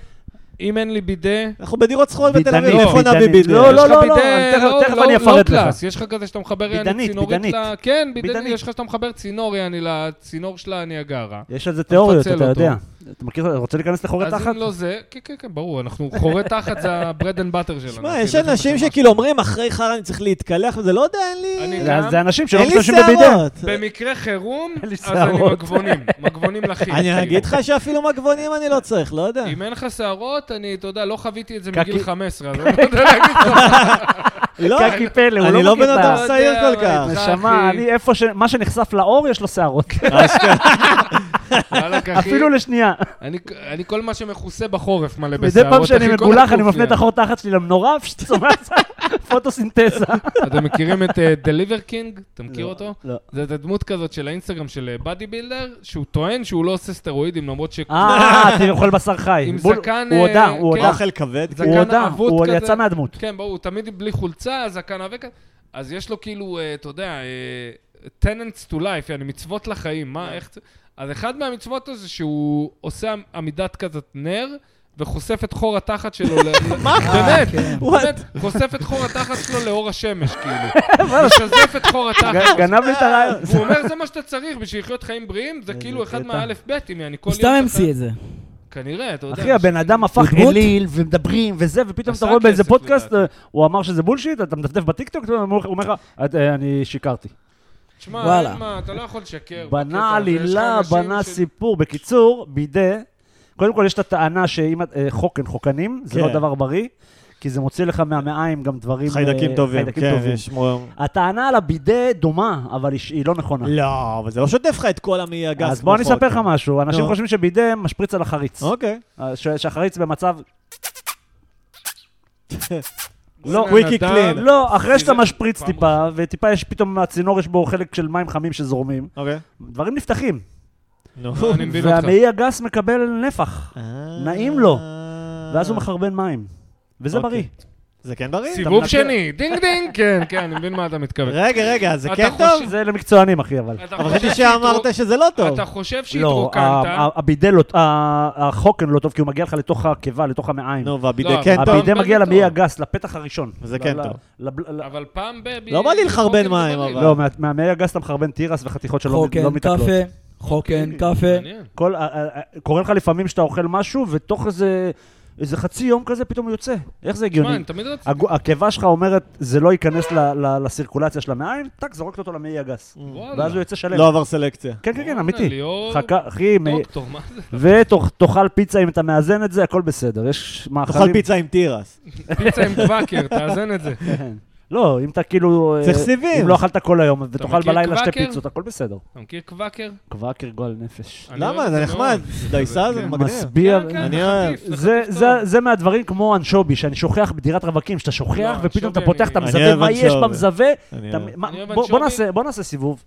Speaker 5: אם אין לי בידה,
Speaker 2: אנחנו בדירות שכורות בתל אביב,
Speaker 4: בידנית,
Speaker 2: איפה נביא
Speaker 4: בידנית.
Speaker 2: בידי?
Speaker 4: לא, לא,
Speaker 5: יש לך
Speaker 4: לא,
Speaker 5: בידה,
Speaker 4: אני תכף-
Speaker 5: לא-
Speaker 4: תכף
Speaker 5: לא-
Speaker 4: אני
Speaker 5: לא
Speaker 4: אפרט לך.
Speaker 5: קלאס, יש לך כזה שאתה מחבר יעני
Speaker 4: בידנית,
Speaker 5: צינורית
Speaker 4: בידנית.
Speaker 5: ל... כן, בידנית,
Speaker 4: בידנית.
Speaker 5: יש לך שאתה מחבר צינור יעני לצינור של הניאגרה.
Speaker 4: יש על זה תיאוריות,
Speaker 5: מפצל
Speaker 4: אתה
Speaker 5: אותו.
Speaker 4: יודע. אתה מכיר, רוצה להיכנס לחורי
Speaker 5: אז
Speaker 4: תחת?
Speaker 5: אם לא זה, כן, כן, כן, ברור, אנחנו חורי תחת זה ה-bread and butter שלנו.
Speaker 2: שמע,
Speaker 5: אחי,
Speaker 2: יש
Speaker 5: זה מה
Speaker 2: אנשים
Speaker 5: שאנחנו-
Speaker 2: שכאילו אומרים, אחרי חרא אני צריך להתקלח, וזה לא יודע, אין לי...
Speaker 5: אני-
Speaker 4: זה-
Speaker 5: גם-
Speaker 4: זה אנשים שלא
Speaker 2: אין לי
Speaker 4: משתמשים בבידי.
Speaker 2: שערות.
Speaker 5: במקרה חירום,
Speaker 4: אין לי
Speaker 5: אז אני
Speaker 4: שערות.
Speaker 5: מגבונים, מגבונים לחי.
Speaker 2: אני
Speaker 5: כאילו.
Speaker 2: אגיד לך שאפילו מגבונים אני לא צריך, לא יודע.
Speaker 5: אם אין לך שערות, אני, אתה יודע, לא חוויתי את זה
Speaker 4: קקי.
Speaker 5: מגיל 15, אז אני לא יודע להגיד לך.
Speaker 2: לא,
Speaker 4: קקי פלא, הוא
Speaker 2: אני
Speaker 4: לא
Speaker 2: לא
Speaker 4: מכיר
Speaker 2: בן
Speaker 4: את
Speaker 2: אדם
Speaker 4: ה-
Speaker 2: שעיר
Speaker 5: יודע,
Speaker 2: כל
Speaker 5: אבל
Speaker 2: כך.
Speaker 5: איתך,
Speaker 4: נשמה,
Speaker 5: אחי.
Speaker 4: אני איפה ש... מה שנחשף לאור יש לו שערות.
Speaker 5: וואלכ, אחי,
Speaker 4: אפילו לשנייה.
Speaker 5: אני- אני כל מה שמכוסה בחורף מלא בשערות.
Speaker 4: מדי פעם שאני
Speaker 5: אחי, כל
Speaker 4: מגולח, אני
Speaker 5: הגוף
Speaker 4: מפנה את
Speaker 5: נהיה.
Speaker 4: החור תחת שלי למנורה, שצומח פוטוסינתזה.
Speaker 5: אתם מכירים את אה, דליבר קינג? אתה מכיר אותו?
Speaker 4: לא.
Speaker 5: זה זה דמות כזאת של האינסטגרם של בדי בילדר, שהוא טוען שהוא לא עושה סטרואידים, למרות ש...
Speaker 4: אה, אתה אוכל בשר חי.
Speaker 5: עם
Speaker 4: בול-
Speaker 5: זקן,
Speaker 4: הוא הודה,
Speaker 5: אה,
Speaker 4: הוא
Speaker 5: כן.
Speaker 2: לא
Speaker 4: הודה.
Speaker 2: אוכל כבד.
Speaker 5: זקן
Speaker 4: הוא הודה,
Speaker 5: אבוד
Speaker 4: הוא
Speaker 5: כזה.
Speaker 4: יצא מהדמות.
Speaker 5: כן, ברור, הוא תמיד בלי חולצה, זקן עבה כזה. אה, אז יש לו כאילו, אה, אתה יודע, טננטס טו לייף, יעני מצוות לחיים, מה, איך... זה- אז אחד מהמצוות הזה שהוא עושה עמידת כזאת נר, וחושף את חור התחת שלו, ל-
Speaker 2: מה?
Speaker 5: באמת,
Speaker 3: כן.
Speaker 5: באמת, חושף את חור התחת שלו לאור השמש, כאילו. משזף את חור התחת.
Speaker 4: גנב לי את הרעיון.
Speaker 5: והוא אומר, זה מה שאתה צריך בשביל לחיות חיים בריאים, זה
Speaker 4: איזה
Speaker 5: כאילו אחד
Speaker 4: קטע.
Speaker 5: מהאלף-בית, אם אני כל
Speaker 3: הוא
Speaker 5: יום...
Speaker 3: סתם
Speaker 5: אתה-
Speaker 3: המציא את זה.
Speaker 5: כנראה, אתה יודע.
Speaker 4: אחי, הבן אדם הפך
Speaker 3: דמות?
Speaker 4: אליל, ומדברים, וזה, ופתאום
Speaker 5: עשה
Speaker 4: אתה רואה באיזה
Speaker 5: כסף,
Speaker 4: פודקאסט,
Speaker 5: לדעתי.
Speaker 4: אה, הוא אמר שזה בולשיט, אתה מטפטף בטיקטוק, הוא אומר- הוא אומר לך, "את, אה, אני שיקרתי.
Speaker 5: תשמע,
Speaker 3: וואלה.
Speaker 5: אין מה, אתה לא יכול לשקר. בקטע
Speaker 4: בנה
Speaker 5: הזה. יש לך
Speaker 4: עלילה,
Speaker 5: אנשים
Speaker 4: בנה
Speaker 5: ש-
Speaker 4: סיפור. בקיצור, בידי, קודם כל יש את הטענה שאם את- אה, חוקן חוקנים, זה
Speaker 2: כן.
Speaker 4: לא דבר בריא, כי זה מוציא לך מהמעיים גם דברים...
Speaker 2: חיידקים
Speaker 4: אה,
Speaker 2: טובים,
Speaker 4: חיידקים
Speaker 2: כן,
Speaker 4: טובים.
Speaker 2: יש מור...
Speaker 4: הטענה על הבידה דומה, אבל היא- היא לא נכונה.
Speaker 2: לא, אבל זה לא שוטף לך את כל המעי הגס.
Speaker 4: אז בוא אני
Speaker 2: כמו
Speaker 4: אספר לך
Speaker 2: חוק.
Speaker 4: משהו, אנשים
Speaker 2: נו.
Speaker 4: חושבים שבידה משפריץ על החריץ.
Speaker 2: אוקיי.
Speaker 4: אה, ש- שהחריץ במצב... לא,
Speaker 5: בן
Speaker 2: וויקי
Speaker 5: אדם-
Speaker 2: קלין.
Speaker 4: לא, אחרי שאתה
Speaker 5: זה-
Speaker 4: משפריץ
Speaker 5: פעם
Speaker 4: טיפה, וטיפה יש פתאום מהצינור יש בו חלק של מים חמים שזורמים,
Speaker 2: אוקיי.
Speaker 4: דברים נפתחים,
Speaker 2: נו.
Speaker 5: לא, אני מבין אותך.
Speaker 4: והמעי הגס מקבל נפח,
Speaker 2: אה.
Speaker 4: נעים לו. ואז הוא מחרבן מים, וזה
Speaker 2: אוקיי.
Speaker 4: בריא.
Speaker 2: זה כן בריא?
Speaker 5: סיבוב
Speaker 4: מנקה-
Speaker 5: שני, דינג דינג, כן, כן, אני מבין מה אתה מתכוון.
Speaker 2: רגע, רגע, זה
Speaker 5: אתה
Speaker 2: כן
Speaker 5: חושב-
Speaker 2: טוב?
Speaker 4: זה למקצוענים, אחי, אבל.
Speaker 5: אתה
Speaker 2: אבל
Speaker 5: חושב
Speaker 2: חשבתי
Speaker 5: שהתרוק-
Speaker 2: שאמרת שזה לא טוב.
Speaker 5: אתה חושב
Speaker 4: לא, ה-
Speaker 5: שהתרוקנת,
Speaker 4: ה- הבידה לא, ה- החוקן לא טוב, כי הוא מגיע לך לתוך הקיבה, לתוך המעיים.
Speaker 2: נו, והבידי
Speaker 5: לא,
Speaker 2: כן
Speaker 5: אבל-
Speaker 2: טוב?
Speaker 4: הבידה
Speaker 5: אבל
Speaker 4: מגיע
Speaker 5: זה טוב.
Speaker 4: למעי הגס, לפתח הראשון.
Speaker 2: וזה
Speaker 4: ל-
Speaker 2: כן
Speaker 4: ל-
Speaker 2: טוב.
Speaker 4: לב- ל-
Speaker 5: אבל פעם ב... ב-
Speaker 2: לא בא לי לחרבן
Speaker 5: בחוק
Speaker 2: מים,
Speaker 5: הגברים.
Speaker 2: אבל.
Speaker 4: לא, מה- מהמעי הגס אתה מחרבן תירס וחתיכות שלא מת- לא
Speaker 3: חוקן
Speaker 4: מתעכלות.
Speaker 3: קפה, חוקן קפה.
Speaker 5: מעניין.
Speaker 4: כל, ה- ה- ה- קורה לך לפעמים שאתה אוכל משהו, ותוך איזה, איזה חצי יום כזה פתאום הוא יוצא. איך זה
Speaker 5: תשמע,
Speaker 4: הגיוני?
Speaker 5: אני תמיד רציתי...
Speaker 4: הגו- הקיבה שלך אומרת, זה לא ייכנס ל, ל, לסירקולציה של המעיים, טאק, זורקת אותו למעי הגס.
Speaker 5: וואלה.
Speaker 4: ואז הוא יוצא שלם.
Speaker 2: לא עבר סלקציה.
Speaker 4: כן, כן, כן,
Speaker 5: וואלה,
Speaker 4: אמיתי.
Speaker 5: ליאור,
Speaker 4: חכה, אחי, מ...
Speaker 5: דוקטור, מה זה?
Speaker 4: ותאכל פיצה אם אתה מאזן את זה, הכל בסדר. יש מאכלים...
Speaker 2: תאכל פיצה עם תירס.
Speaker 5: פיצה עם קוואקר, תאזן את זה.
Speaker 4: כן. לא, אם אתה כאילו... אה,
Speaker 2: צריך סיבים.
Speaker 4: אם לא אכלת כל היום, ותאכל
Speaker 5: מכיר
Speaker 4: בלילה שתי
Speaker 5: קוואקר?
Speaker 4: פיצות, הכל בסדר.
Speaker 5: אתה מכיר קוואקר?
Speaker 4: קוואקר גועל נפש.
Speaker 5: אני
Speaker 2: למה?
Speaker 5: אוהב
Speaker 2: זה
Speaker 5: מאוד.
Speaker 2: נחמד. דייסה זה
Speaker 5: כן.
Speaker 2: מגניב.
Speaker 4: משביע...
Speaker 5: כן, כן,
Speaker 2: אני
Speaker 5: זה
Speaker 2: אוהב.
Speaker 5: חטיף,
Speaker 4: זה,
Speaker 5: חטיף
Speaker 4: זה,
Speaker 5: טוב.
Speaker 4: זה מהדברים כמו אנשובי, שאני שוכח בדירת רווקים, שאתה שוכח
Speaker 5: לא,
Speaker 4: ופתאום אתה
Speaker 5: אנשובי
Speaker 4: פותח את
Speaker 5: אני-
Speaker 2: אני
Speaker 4: המזווה,
Speaker 2: אוהב
Speaker 4: מה יש
Speaker 2: אנשובי.
Speaker 4: במזווה?
Speaker 2: אני
Speaker 4: אתה-
Speaker 2: אוהב.
Speaker 4: מה-
Speaker 5: אני אוהב
Speaker 4: בוא- בוא
Speaker 5: אנשובי.
Speaker 4: נעשה- בוא נעשה סיבוב.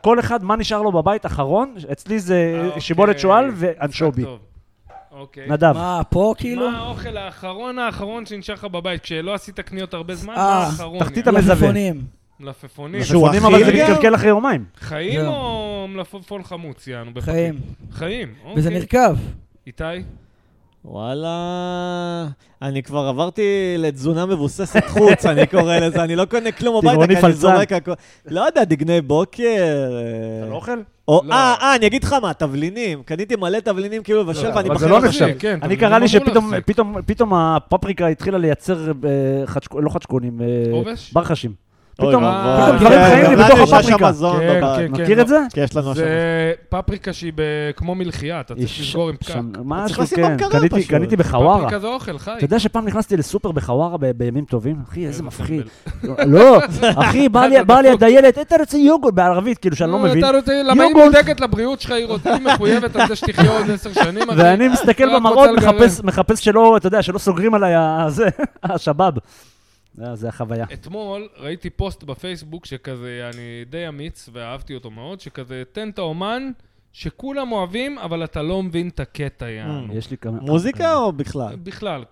Speaker 4: כל אחד, מה נשאר לו בבית אחרון? אצלי זה
Speaker 5: אה,
Speaker 4: שיבולת
Speaker 5: אוקיי.
Speaker 4: שועל
Speaker 5: משחק
Speaker 4: ואנשובי.
Speaker 5: טוב. אוקיי.
Speaker 4: נדב,
Speaker 3: מה, פה כאילו?
Speaker 5: מה האוכל האחרון האחרון שנשאר לך בבית? כשלא עשית קניות הרבה זמן,
Speaker 3: אה,
Speaker 5: מה האחרון?
Speaker 4: תחתית
Speaker 5: יאללה.
Speaker 4: המזווה.
Speaker 3: מלפפונים.
Speaker 5: מלפפונים.
Speaker 2: שהוא
Speaker 4: מפונים אבל
Speaker 2: אכיל
Speaker 4: זה
Speaker 2: גם?
Speaker 4: מתקלקל אחרי יומיים.
Speaker 5: כן, חיים
Speaker 3: זהו.
Speaker 5: או מלפפון חמוץ, יענו? בפקיד?
Speaker 3: חיים.
Speaker 5: חיים, אוקיי.
Speaker 3: וזה נרכב.
Speaker 5: איתי?
Speaker 2: וואלה, אני כבר עברתי לתזונה מבוססת חוץ, אני קורא לזה, אני לא קונה כלום הביתה,
Speaker 4: טבעוני
Speaker 2: כי אני
Speaker 4: פלצן.
Speaker 2: זורק הכל. לא יודע, דגני בוקר.
Speaker 4: אתה
Speaker 2: אה,
Speaker 4: לא אוכל?
Speaker 2: או,
Speaker 5: לא.
Speaker 2: אה, אה, אני אגיד לך מה, תבלינים. קניתי מלא תבלינים כאילו לבשל,
Speaker 5: לא,
Speaker 2: ואני
Speaker 4: אבל
Speaker 2: בחיים
Speaker 4: זה לא
Speaker 2: לא
Speaker 4: נחשב.
Speaker 5: כן,
Speaker 4: אני
Speaker 5: תבלינים
Speaker 4: קרא לי
Speaker 5: אמור
Speaker 4: שפתאום
Speaker 5: להחזיק.
Speaker 4: פתאום- פתאום הפפריקה התחילה לייצר אה, חדשק- לא חדשקונים, אה,
Speaker 5: עובש?
Speaker 4: ברחשים.
Speaker 2: אוי,
Speaker 4: פתאום-
Speaker 2: ואבוי.
Speaker 4: פתאום דברים
Speaker 2: כן,
Speaker 4: חיים לי
Speaker 2: גם לנו
Speaker 4: בתוך
Speaker 2: יש
Speaker 4: הפפריקה.
Speaker 2: אשמזון
Speaker 5: כן,
Speaker 2: בבית.
Speaker 5: כן, כן.
Speaker 4: מכיר את זה?
Speaker 2: כי יש לנו אשמזון.
Speaker 5: זה פפריקה שהיא ב- כמו מלחייה, אתה צריך
Speaker 4: איש-
Speaker 5: לסגור עם פקק.
Speaker 4: שם- משהו,
Speaker 2: לשים
Speaker 4: כן.
Speaker 2: במקרר
Speaker 4: קניתי-
Speaker 2: פשוט.
Speaker 4: קניתי בחווארה.
Speaker 5: פפריקה זה אוכל, חי.
Speaker 4: אתה יודע שפעם נכנסתי לסופר בחווארה ב- בימים טובים? אחי, איזה
Speaker 5: איזה
Speaker 4: מפחיד. לא, אחי, בא לי- בא לי הדיילת, "אה, אתה רוצה יוגורט בערבית, כאילו שאני לא מבין.
Speaker 5: אה, אתה רוצה, למה היא
Speaker 4: יוגורט.
Speaker 5: מודאגת לבריאות שלך, היא רוצה, היא מחויבת על זה שתחיה עוד עשר שנים? אחי?
Speaker 4: ואני מסתכל
Speaker 5: רק רוצה
Speaker 4: במראות,
Speaker 5: לגרד.
Speaker 4: מחפש- מחפש שלא, אתה יודע, שלא סוגרים עליי ה- זה, השבאב. זה- זה החוויה.
Speaker 5: אתמול ראיתי פוסט בפייסבוק שכזה, אני די אמיץ ואהבתי אותו מאוד, שכזה, תן את האומן שכולם אוהבים, אבל אתה לא מבין את הקטע, יענו.
Speaker 4: יש לי כמה...
Speaker 2: מוזיקה או בכלל?
Speaker 5: בכלל.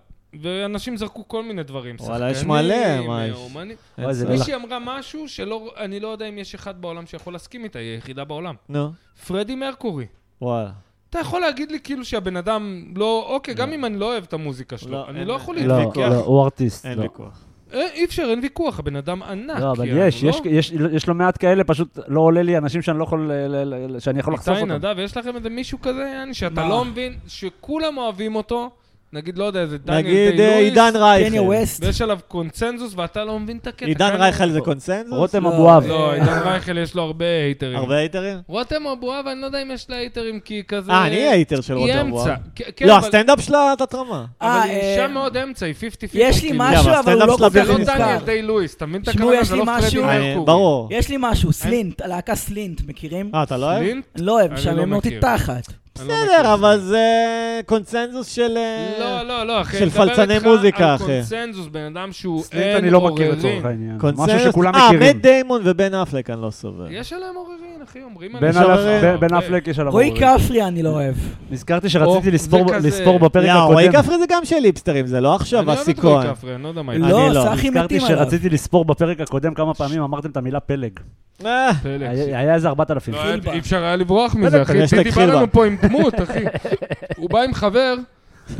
Speaker 5: ואנשים זרקו כל מיני דברים.
Speaker 2: וואלה, יש
Speaker 5: שחקנים,
Speaker 2: מלא, מה יש?
Speaker 5: אומנים.
Speaker 4: אוי, זה לא-
Speaker 2: אין
Speaker 5: מישהי אמרה משהו שאני לא יודע אם יש אחד בעולם שיכול להסכים איתה, היא היחידה בעולם.
Speaker 2: נו,
Speaker 5: פרדי מרקורי.
Speaker 2: וואלה.
Speaker 5: אתה יכול להגיד לי כאילו שהבן אדם לא... אוקיי, גם אם אני לא אוהב את המוזיקה שלו,
Speaker 2: לא,
Speaker 5: אני
Speaker 2: אין-
Speaker 5: לא יכול
Speaker 2: אין
Speaker 5: להתווכח.
Speaker 4: לא,
Speaker 2: ויכוח.
Speaker 4: לא, הוא ארטיסט.
Speaker 2: אין
Speaker 4: לא.
Speaker 2: ויכוח.
Speaker 5: אה, אי אפשר, אין ויכוח, הבן אדם ענק.
Speaker 4: לא, אבל
Speaker 5: יענו,
Speaker 4: יש,
Speaker 5: לא?
Speaker 4: יש- יש- יש לא מעט כאלה, פשוט לא עולה לי אנשים שאני לא יכול, ל- ל- ל- שאני יכול לחשוף
Speaker 5: איתי
Speaker 4: אותם.
Speaker 5: נדב, יש לכם איזה מישהו כזה, יעני, שאתה
Speaker 3: מה?
Speaker 5: לא מבין, שכולם אוהבים אותו, נגיד, לא יודע, איזה דניאל
Speaker 2: נגיד אה,
Speaker 5: דיי-לואיס,
Speaker 2: עידן
Speaker 3: קניה
Speaker 2: רייכל.
Speaker 4: כן,
Speaker 3: ווסט.
Speaker 5: ויש עליו קונסנזוס, ואתה לא מבין את הקטע.
Speaker 2: עידן
Speaker 5: כאן-
Speaker 2: רייכל זה קונסנזוס?
Speaker 4: רותם
Speaker 3: לא,
Speaker 4: אבואב.
Speaker 5: לא, עידן רייכל יש לו הרבה הייטרים.
Speaker 2: הרבה הייטרים?
Speaker 5: רותם אבואב, אני לא יודע אם יש לה הייטרים, כי כזה...
Speaker 2: אה, אני הייטר של
Speaker 5: היא
Speaker 2: רותם
Speaker 5: אמצע.
Speaker 2: וואב.
Speaker 5: כן, כן,
Speaker 2: לא,
Speaker 5: אבל-
Speaker 2: הסטנדאפ שלה תת-רמה.
Speaker 3: אה,
Speaker 5: אבל היא
Speaker 3: אה,
Speaker 5: אישה מאוד אמצע, היא 50-50.
Speaker 3: יש לי
Speaker 5: כאילו.
Speaker 2: אבל
Speaker 3: משהו, אבל הוא
Speaker 2: הסטנדאפ
Speaker 3: לא
Speaker 2: שלה
Speaker 3: כל
Speaker 5: זה
Speaker 3: כך
Speaker 5: לא
Speaker 2: בלתי
Speaker 5: דניאל
Speaker 3: מוכר.
Speaker 5: דיי לואיס, אתה מבין את
Speaker 3: שמעו,
Speaker 5: הכוונה?
Speaker 3: יש
Speaker 5: זה
Speaker 3: לי
Speaker 5: לא פרדי
Speaker 3: משהו-
Speaker 2: אה,
Speaker 5: מרקורי.
Speaker 2: ברור.
Speaker 3: יש לי משהו, סלינט, הלהקה סלינט, מכירים?
Speaker 2: אה, אתה לא אוהב?
Speaker 5: לינט?
Speaker 3: אני לא אוהב,
Speaker 5: אני לא
Speaker 3: משעמם אותי
Speaker 5: מכיר.
Speaker 3: תחת.
Speaker 5: אני לא מכיר.
Speaker 2: בסדר, אבל זה קונצנזוס של... אה,
Speaker 5: לא, לא, לא, אחי.
Speaker 2: של
Speaker 5: אני מדבר
Speaker 2: פלצני
Speaker 5: איתך
Speaker 2: מוזיקה,
Speaker 5: על
Speaker 2: אחי.
Speaker 5: קונצנזוס, בן אדם שהוא
Speaker 4: סטריט אני
Speaker 5: אין
Speaker 4: לא מכיר לצורך
Speaker 5: עוררין.
Speaker 4: העניין. משהו
Speaker 2: קונצנזוס...
Speaker 4: שכולם
Speaker 2: אה,
Speaker 4: מכירים.
Speaker 2: מט דיימון ובן אפלק אני לא סובל.
Speaker 5: יש עליהם עוררין, אחי, אומרים
Speaker 4: בן
Speaker 2: יש
Speaker 4: אפלק-
Speaker 2: עליהם.
Speaker 4: בן- בן
Speaker 5: אוקיי.
Speaker 4: אפלק יש עליו
Speaker 3: רועי
Speaker 4: עוררין. אוקיי.
Speaker 3: כפרי אני לא אוהב.
Speaker 4: נזכרתי
Speaker 5: או,
Speaker 4: שרציתי
Speaker 5: זה
Speaker 4: לספור-
Speaker 5: כזה-
Speaker 4: לספור בפרק
Speaker 2: לא, רועי
Speaker 4: הקודם.
Speaker 2: כפרי זה גם של היפסטרים, זה לא עכשיו,
Speaker 5: אני אוהב את רועי
Speaker 2: הסיקון.
Speaker 5: כפרי, אני לא יודע מה
Speaker 2: לא,
Speaker 5: איתו.
Speaker 3: לא, סחי
Speaker 4: נזכרתי
Speaker 3: מתים עליו.
Speaker 4: שרציתי לספור בפרק הקודם כמה פעמים אמרתם את המילה פלג.
Speaker 2: אה,
Speaker 5: פלג.
Speaker 4: היה היה איזה 4,000.
Speaker 5: לא, היה-
Speaker 3: חילבה.
Speaker 5: אי אפשר היה לברוח מזה, אחי.
Speaker 2: יש את
Speaker 5: פיטי בא
Speaker 2: החילבה.
Speaker 5: לנו פה עם דמות, אחי. הוא בא עם חבר,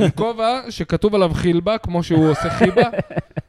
Speaker 5: עם כובע שכתוב עליו חילבה, כמו שהוא עושה חיבה.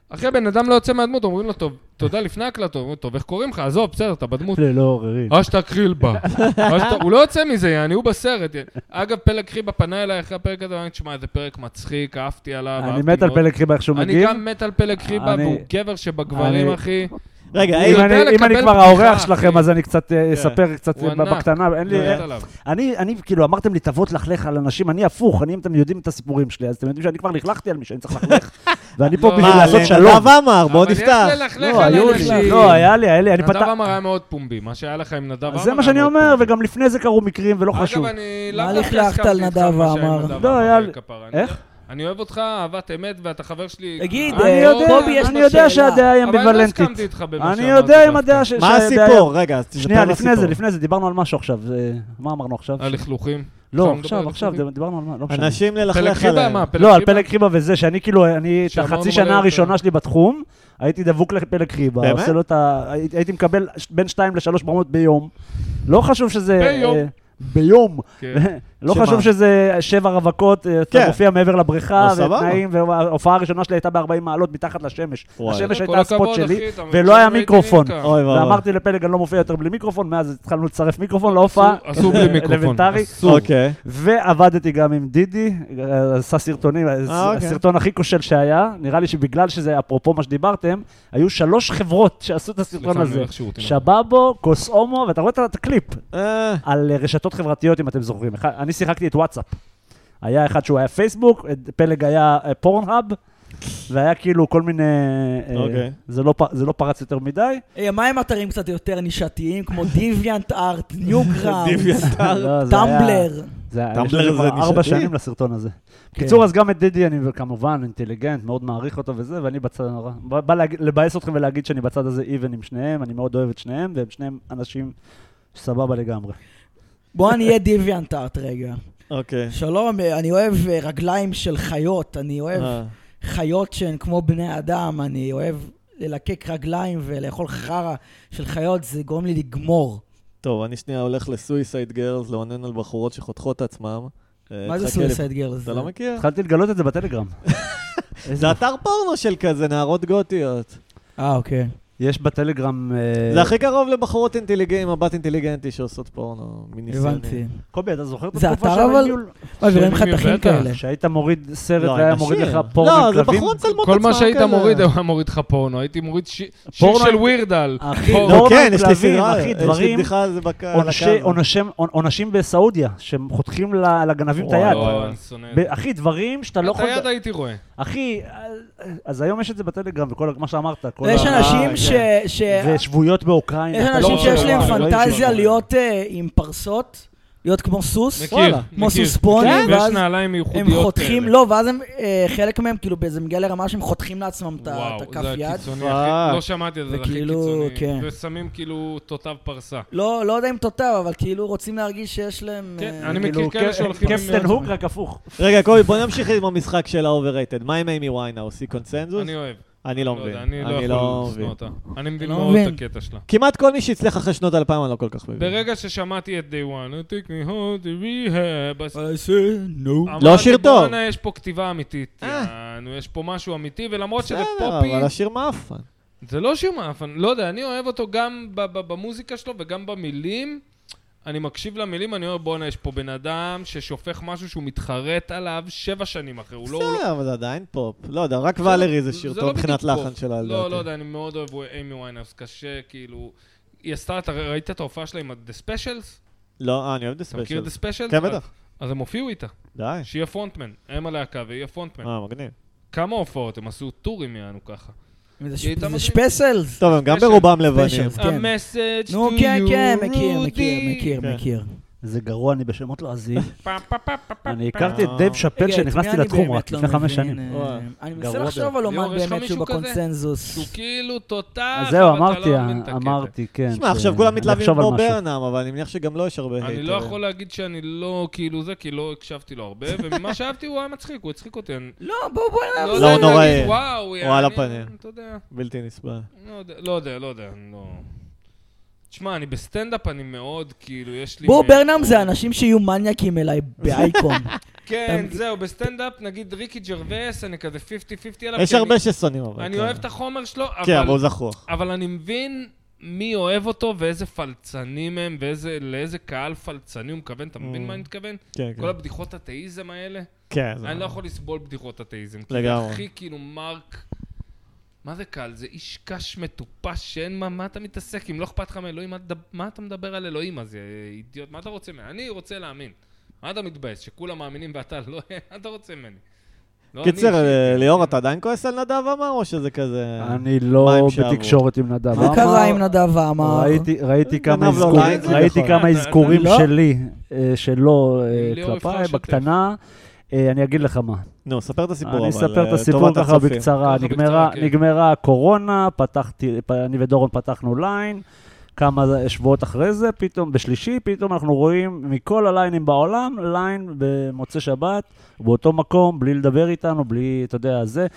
Speaker 5: אחי, הבן אדם לא יוצא מהדמות, אומרים לו, טוב, תודה לפני הקלטות. אומרים לו, טוב, איך קוראים לך? עזוב, בסדר, אתה בדמות.
Speaker 4: ללא לא עוררין.
Speaker 5: אשתא קרילבה. אשתא- הוא לא יוצא מזה, יעני, הוא בסרט. אגב, פלג קריבה פנה אליי אחרי הפרק הזה, אמרתי, תשמע, זה פרק מצחיק, אהבתי עליו.
Speaker 4: אני
Speaker 5: אהבתי
Speaker 4: מת על
Speaker 5: מאוד."
Speaker 4: פלג חיבה איך שהוא
Speaker 5: אני
Speaker 4: מגיב.
Speaker 5: גם מת על פלג קריבה,
Speaker 4: אני-
Speaker 5: והוא גבר שבגברים,
Speaker 4: אני-
Speaker 5: אחי.
Speaker 2: רגע,
Speaker 5: הוא
Speaker 2: היי,
Speaker 4: אם
Speaker 5: יודע
Speaker 4: אני- לא אם
Speaker 5: לקבל
Speaker 4: אני כבר
Speaker 5: בדיחה,
Speaker 4: האורח
Speaker 5: אחי.
Speaker 4: שלכם, אז אני קצת אה,
Speaker 2: כן.
Speaker 4: אספר קצת
Speaker 5: הוא ענק.
Speaker 4: בקטנה, אין לי...
Speaker 5: לא יודעת
Speaker 4: אה,
Speaker 5: עליו.
Speaker 4: אני, אני, כאילו, אמרתם לי, תבוא תלכלך על אנשים, אני הפוך, אני, אם אתם יודעים את הסיפורים שלי, אז אתם יודעים שאני כבר לכלכתי על מי שאני צריך ללכלך, ואני פה
Speaker 5: לא,
Speaker 4: בשביל
Speaker 5: מה,
Speaker 4: לעשות
Speaker 2: לנדב
Speaker 4: שלום.
Speaker 2: עמר, בוא נפתח.
Speaker 5: אבל יש ללכלך
Speaker 4: לא,
Speaker 5: על
Speaker 4: היו לי,
Speaker 5: אנשים.
Speaker 4: לא, היה לי, היה לי, אני
Speaker 5: נדב
Speaker 4: פתח...
Speaker 5: עמר היה מאוד פומבי, מה שהיה לך עם נדב עמר.
Speaker 4: אז זה מה
Speaker 5: היה
Speaker 4: שאני
Speaker 5: מאוד
Speaker 4: אומר,
Speaker 5: פומבי.
Speaker 4: וגם לפני זה קרו מקרים ולא חשוב.
Speaker 5: אגב, אני
Speaker 3: מה
Speaker 5: לאו דווקא
Speaker 3: לכלכת
Speaker 5: הסכמתי
Speaker 3: על
Speaker 5: איתך
Speaker 3: נדב
Speaker 5: מה שהיה עם
Speaker 3: עמר?
Speaker 5: נדב
Speaker 4: לא,
Speaker 5: עמר,
Speaker 4: היה-
Speaker 5: כפרה. אני
Speaker 4: איך?
Speaker 5: יודע- אני אוהב אותך אהבת אמת, ואתה חבר שלי.
Speaker 3: תגיד,
Speaker 5: אני
Speaker 3: אה,
Speaker 4: אני
Speaker 5: לא-
Speaker 4: יודע,
Speaker 3: קובי, יש
Speaker 4: אני
Speaker 3: לו
Speaker 4: יודע
Speaker 3: שאלה.
Speaker 4: שהדעה היא
Speaker 5: אבל לא
Speaker 4: אמביוולנטית.
Speaker 5: הסכמתי איתך במה
Speaker 4: אני
Speaker 5: שאמרתי.
Speaker 4: יודע עם
Speaker 5: דווקא.
Speaker 4: הדעה ש...
Speaker 2: מה
Speaker 4: שהדעה-
Speaker 2: הסיפור? רגע, אז תספר
Speaker 4: שנייה,
Speaker 2: על
Speaker 4: לפני זה,
Speaker 2: הסיפור.
Speaker 4: לפני זה, דיברנו על משהו עכשיו, זה- מה אמרנו עכשיו?
Speaker 5: הלכלוכים.
Speaker 4: לא, עכשיו,
Speaker 5: אפשר לדבר אה, על
Speaker 4: עכשיו,
Speaker 5: הלכלוכים?
Speaker 4: דיברנו על מה, לא משנה.
Speaker 2: אנשים
Speaker 5: פלג
Speaker 2: ללכלך
Speaker 5: חיבה,
Speaker 2: עליהם.
Speaker 5: מה?
Speaker 4: לא, על
Speaker 5: חיבה?
Speaker 4: פלג חיבה וזה, שאני כאילו, אני את
Speaker 5: שאמרנו
Speaker 4: החצי
Speaker 5: מלא
Speaker 4: שנה הראשונה
Speaker 5: יותר.
Speaker 4: שלי בתחום, הייתי דבוק לפלג חיבה.
Speaker 2: באמת?
Speaker 4: עושה לו את ה... הייתי הייתי מקבל ש- בין 2 ל-3 ברמות ביום. לא חשוב שזה...
Speaker 5: ביום.
Speaker 4: אה, ביום.
Speaker 5: כן.
Speaker 4: לא
Speaker 2: שמה?
Speaker 4: חשוב שזה שבע רווקות, אה, אתה
Speaker 2: כן.
Speaker 4: מופיע מעבר לבריכה,
Speaker 2: לא, סבבה.
Speaker 4: ותנאים, וההופעה הראשונה שלי הייתה ב-40 מעלות מתחת לשמש.
Speaker 2: וואי.
Speaker 4: השמש
Speaker 5: כל
Speaker 4: הייתה הספוט
Speaker 5: הכבוד,
Speaker 4: שלי,
Speaker 5: אחי, אתה
Speaker 4: ולא היה
Speaker 5: מבין
Speaker 4: מיקרופון.
Speaker 5: רייטינג כאן.
Speaker 2: אוי ואבוי.
Speaker 4: ואמרתי לפלג, אני לא מופיע יותר בלי מיקרופון, מאז התחלנו לצרף מיקרופון להופעה.
Speaker 5: אסור- אסור בלי מיקרופון.
Speaker 4: אלמנטרי.
Speaker 5: אסור.
Speaker 2: אוקיי.
Speaker 4: ועבדתי גם עם דידי, אה, עשה סרטונים, אה,
Speaker 2: אוקיי.
Speaker 4: הסרטון הכי כושל שהיה, נראה לי שבגלל שזה אפרופו מה שדיברתם, היו שלוש חברות שעשו את הסרטון
Speaker 5: סליחה, אני לא כן.
Speaker 4: הזה.
Speaker 5: הולך שירותים.
Speaker 4: שבאבו, כוס הומו, ואתה רואה את את הקליפ
Speaker 2: אה,
Speaker 4: על אה, רשתות חברתיות, אם אתם זוכרים. אחד- אני שיחקתי את וואטסאפ. היה אחד שהוא היה פייסבוק, אה, פלג היה אה, פורנהאב, והיה כאילו כל מיני... אה,
Speaker 2: אוקיי.
Speaker 4: זה לא פ- זה לא פרץ יותר מדי.
Speaker 3: אה, מה עם אתרים קצת יותר נישתיים, כמו דיוויאנט ארט, ניוגראם,
Speaker 4: לא, זה היה-
Speaker 3: טמבלר?
Speaker 4: זה היה
Speaker 2: טמבלר
Speaker 4: לפני
Speaker 2: זה
Speaker 4: כבר ארבע
Speaker 2: נישתי?
Speaker 4: שנים לסרטון הזה.
Speaker 2: כן.
Speaker 4: בקיצור, אז גם את דידי, אני כמובן אינטליגנט, מאוד מעריך אותו וזה, ואני בצד נורא. בא בא להגיד- לבאס אתכם ולהגיד שאני בצד הזה איבן עם שניהם, אני מאוד אוהב את שניהם, והם שניהם אנשים סבבה לגמרי.
Speaker 3: בוא אני אהיה דיוויאנט ארט רגע.
Speaker 2: אוקיי.
Speaker 3: שלום, אה, אני אוהב אה, רגליים של חיות, אני אוהב
Speaker 2: אה,
Speaker 3: חיות שהן כמו בני אדם, אני אוהב ללקק רגליים ולאכול חרא של חיות, זה גורם לי לגמור.
Speaker 2: טוב, אני שנייה הולך לסויסייד גרלס, לאונן על בחורות שחותכות עצמם. אה,
Speaker 3: מה זה
Speaker 2: תחכה לי-
Speaker 3: סויסייד גרלס?
Speaker 2: אתה לא מכיר?
Speaker 4: התחלתי לגלות את זה בטלגרם.
Speaker 2: זה אתר פורנו של כזה, נערות גותיות.
Speaker 3: אה, אוקיי.
Speaker 4: יש בטלגרם... אה,
Speaker 2: זה הכי קרוב לבחורות אינטליגנט, עם מבט אינטליגנטי שעושות פורנו, מניסיוני.
Speaker 3: הבנתי.
Speaker 4: קובי, אתה זוכר את
Speaker 3: זה
Speaker 4: התקופה
Speaker 3: אתר,
Speaker 4: של
Speaker 3: אבל- כן.
Speaker 4: הניול?
Speaker 3: אוי, ורואים חתכים
Speaker 5: בטח.
Speaker 3: כאלה.
Speaker 4: שהיית מוריד סרט
Speaker 2: לא,
Speaker 4: והיה
Speaker 2: נשים.
Speaker 4: מוריד לך פורנו
Speaker 2: לא,
Speaker 4: עם
Speaker 2: זה
Speaker 4: כלבים?
Speaker 2: בחורות מצלמות עצמם
Speaker 5: כל
Speaker 2: כזה. לא,
Speaker 5: מה שהיית מוריד, הוא היה מוריד לך פורנו. הייתי מוריד ש- שיר
Speaker 4: פורנו-
Speaker 5: של וירדל.
Speaker 4: אחי,
Speaker 2: לא,
Speaker 4: פורנו
Speaker 2: כן,
Speaker 4: עם
Speaker 2: יש לי
Speaker 4: כלבים,
Speaker 2: סדרה,
Speaker 4: אחי,
Speaker 2: יש לי
Speaker 4: דברים...
Speaker 2: בדיחה על זה בק- על
Speaker 4: עונשי-
Speaker 2: הקו.
Speaker 4: עונשם- עונשים בסעודיה, שהם חותכים ל- לגנבים את היד.
Speaker 2: וואו.
Speaker 5: לא, אני שונא את
Speaker 4: ב-
Speaker 5: זה.
Speaker 4: אחי, דברים שאתה לא
Speaker 5: את
Speaker 4: יכול...
Speaker 5: היד הייתי רואה.
Speaker 4: אחי, אז היום יש את זה בטלגרם וכל מה שאמרת. כל
Speaker 3: יש
Speaker 4: ה- כן.
Speaker 3: אנשים
Speaker 2: אה,
Speaker 3: ש... ש-
Speaker 4: ושבויות באוקראינה.
Speaker 3: יש
Speaker 4: אתה
Speaker 3: אנשים
Speaker 4: לא-
Speaker 3: שיש להם
Speaker 4: לא- לא-
Speaker 3: פנטזיה
Speaker 4: לא-
Speaker 3: להיות אה, עם פרסות, להיות כמו סוס,
Speaker 5: מכיר,
Speaker 3: כמו
Speaker 5: מכיר.
Speaker 3: סוספונים, ואז
Speaker 5: ויש נעליים ייחודיות כן.
Speaker 3: הם
Speaker 5: כאלה.
Speaker 3: חותכים, לא, ואז הם, אה, חלק מהם, כאילו, זה מגיע לרמה שהם חותכים לעצמם את ה- את
Speaker 5: וואו,
Speaker 3: הכף
Speaker 5: זה
Speaker 3: יד.
Speaker 5: הקיצוני,
Speaker 2: פאק.
Speaker 5: הכי- לא שמעתי את זה, זה הכי
Speaker 3: וכאילו, כן.
Speaker 5: קיצוני. ושמים כאילו תותב פרסה.
Speaker 3: לא, לא יודע אם תותב, אבל כאילו רוצים להרגיש שיש להם...
Speaker 5: כן,
Speaker 3: אה,
Speaker 5: אני
Speaker 4: כאילו,
Speaker 5: מכיר כאלה
Speaker 4: כ-
Speaker 5: שהולכים עם-
Speaker 4: קפטן הוק רק הפוך.
Speaker 2: רגע, קובי, בוא נמשיך עם המשחק של האובררייטד. מה עם אימי ויינהאוס? היא קונצנזוס?
Speaker 5: אני אוהב.
Speaker 2: אני לא
Speaker 5: לא
Speaker 2: מבין.
Speaker 5: יודע, אני לא יכול לשנוא אותה. אני מבין
Speaker 3: לא
Speaker 5: מאוד
Speaker 3: מבין.
Speaker 5: את הקטע שלה.
Speaker 2: כמעט כל מי שהצליח אחרי שנות אלפיים, אני לא כל כך מבין.
Speaker 5: ברגע ששמעתי את Day One, take me home to rehab, אז
Speaker 3: I say no.
Speaker 5: אמרתי,
Speaker 2: לא שיר טוב.
Speaker 5: בואנה, יש פה כתיבה אמיתית. יענו, יש פה משהו אמיתי, ולמרות שזה פופי,
Speaker 2: אה. בסדר, אבל השיר מאפן.
Speaker 5: זה לא שיר מאפן. לא יודע, אני אוהב אותו גם ב- ב- במוזיקה שלו וגם במילים. אני מקשיב למילים, אני אומר, בואנה, יש פה בן אדם ששופך משהו שהוא מתחרט עליו שבע שנים אחרי. הוא לא... הוא לא-
Speaker 2: בסדר, אבל זה עדיין פופ. לא יודע, רק ואלרי זה שיר
Speaker 5: זה
Speaker 2: טוב
Speaker 5: לא
Speaker 2: מבחינת
Speaker 5: בדיוק
Speaker 2: לחן
Speaker 5: פופ.
Speaker 2: שלה.
Speaker 5: לא,
Speaker 2: לדעתי.
Speaker 5: לא יודע, אני מאוד אוהב אימי ויינאוס, קשה, כאילו... היא עשתה, אתה ראית את ההופעה שלה עם ה-The Specials?
Speaker 2: לא, אה, אני אוהב את
Speaker 5: אתה מכיר
Speaker 2: הספיישל.
Speaker 5: את אה. The Specials?
Speaker 2: כן, בטח.
Speaker 5: אז הם הופיעו איתה,
Speaker 2: די.
Speaker 5: שיהיה פרונטמן. הם הלהקה והיא הפרונטמן.
Speaker 2: אה, מגניב.
Speaker 5: כמה הופעות, הם עשו טורים יענו ככה.
Speaker 3: זה ש-
Speaker 5: היא הייתה
Speaker 3: זה
Speaker 5: מגניב.
Speaker 3: שפסלס.
Speaker 2: טוב, הם גם
Speaker 5: ספיישל,
Speaker 2: ברובם לבנים.
Speaker 3: ספיישל. כן.
Speaker 5: המסאג'
Speaker 3: נו, כן, כן, מכיר, מכיר, מכיר,
Speaker 2: כן.
Speaker 3: מכיר.
Speaker 4: זה גרוע, אני בשמות לא עזים.
Speaker 5: פעם, פעם, פעם, פעם, פעם.
Speaker 4: אני הכרתי את דב
Speaker 3: רגע,
Speaker 4: שאפל
Speaker 3: את מי
Speaker 4: כשנכנסתי
Speaker 3: אני
Speaker 4: לתחום
Speaker 3: באמת
Speaker 4: רק
Speaker 3: לא
Speaker 4: לפני חמש
Speaker 3: מבין?
Speaker 4: שנים.
Speaker 3: אה, אני מנסה
Speaker 4: גרוע
Speaker 3: לחשוב על
Speaker 5: ליאור,
Speaker 3: אומן
Speaker 5: יש לך
Speaker 3: באמת שהוא
Speaker 5: מישהו כזה?
Speaker 3: בקונסנזוס.
Speaker 5: שהוא כאילו תותח,
Speaker 4: אז זהו,
Speaker 5: אבל אתה
Speaker 4: אמרתי, אה,
Speaker 5: לא מבין את הקטע.
Speaker 4: אמרתי, כן.
Speaker 2: תשמע,
Speaker 4: ש-
Speaker 2: עכשיו כולם
Speaker 4: אני
Speaker 2: מתלהבים
Speaker 4: אחשוב על
Speaker 2: כמו
Speaker 4: משהו.
Speaker 2: ברנאם, אבל אני מניח שגם לו יש הרבה
Speaker 5: אני לא יכול להגיד שאני לא כאילו זה, כי לא הקשבתי לו הרבה, וממה שאהבתי הוא היה מצחיק, הוא הצחיק אותי. אני-
Speaker 3: לא, בואו, בואו,
Speaker 5: לא
Speaker 2: לא,
Speaker 5: יודע,
Speaker 2: נוראי.
Speaker 5: להגיד, וואו,
Speaker 2: הוא על
Speaker 5: יעני,
Speaker 2: הפנים.
Speaker 5: אתה יודע.
Speaker 2: בלתי נסבל.
Speaker 5: לא יודע, לא יודע, לא יודע, אני לא... תשמע, אני בסטנדאפ, אני מאוד, כאילו, יש לי...
Speaker 3: בואו
Speaker 5: מ-
Speaker 3: ברנאם זה אנשים שיהיו מניאקים אליי באייקון.
Speaker 5: כן,
Speaker 3: אתה-
Speaker 5: זהו, בסטנדאפ, נגיד ריקי ג'רווס, אני כזה 50-50 עליו.
Speaker 2: יש
Speaker 5: כי
Speaker 2: הרבה
Speaker 5: אני-
Speaker 2: ששונאים אבל.
Speaker 5: אני
Speaker 2: כן.
Speaker 5: אוהב את החומר שלו,
Speaker 2: כן, אבל
Speaker 5: אבל-
Speaker 2: הוא זחוח.
Speaker 5: אבל אני מבין מי אוהב אותו ואיזה פלצנים הם, ולאיזה קהל פלצני הוא מכוון, אתה מבין
Speaker 2: Mm.
Speaker 5: מה אני מתכוון?
Speaker 2: כן, כן.
Speaker 5: כל הבדיחות אתאיזם האלה,
Speaker 2: כן, זה- נכון.
Speaker 5: אני לא יכול לסבול בדיחות אתאיזם. כי
Speaker 2: לגמרי.
Speaker 5: זה הכי כאילו מרק... מה זה קהל? זה איש קש מטופש שאין מה, מה אתה מתעסק? אם לא אכפת לך מאלוהים, מה אתה- מה אתה מדבר על אלוהים אז, יא אידיוט? מה אתה רוצה ממני? אני רוצה להאמין. מה אתה מתבאס? שכולם מאמינים ואתה לא? מה אתה רוצה ממני? לא אני
Speaker 2: קיצר,
Speaker 5: אישית,
Speaker 2: אה,
Speaker 5: כן.
Speaker 2: ליאור, אתה עדיין כועס על נדב אמר, או שזה כזה...
Speaker 4: אני
Speaker 2: מים
Speaker 4: לא
Speaker 2: שעברו.
Speaker 4: בתקשורת עם נדב.
Speaker 3: מה
Speaker 4: אמר-
Speaker 3: קרה עם נדב עמר?
Speaker 4: ראיתי- ראיתי כמה
Speaker 2: גנב לו
Speaker 4: אזכורים-
Speaker 2: לייק, לא זה
Speaker 4: ראיתי
Speaker 2: נכון.
Speaker 4: כמה
Speaker 5: אתה-
Speaker 4: אזכורים
Speaker 3: אתה-
Speaker 4: שלי, אה, שלו אה,
Speaker 5: אה, ליאור יבחר
Speaker 4: כלפיי,
Speaker 5: לשתף.
Speaker 4: בקטנה. אה, אני אגיד לך מה,
Speaker 2: נו, ספר את הסיפור, אבל...
Speaker 4: אני אספר
Speaker 2: אה,
Speaker 4: את הסיפור
Speaker 2: לטובת
Speaker 4: ככה
Speaker 2: הצופים.
Speaker 4: בקצרה.
Speaker 5: ככה
Speaker 4: נגמרה-
Speaker 5: בקצרה, כן.
Speaker 4: נגמרה הקורונה, פתחתי, פ- אני ודורון פתחנו ליין, כמה שבועות אחרי זה, פתאום, בשלישי, פתאום אנחנו רואים מכל הליינים בעולם, ליין במוצאי שבת, באותו מקום, בלי לדבר איתנו, בלי, אתה יודע, זה.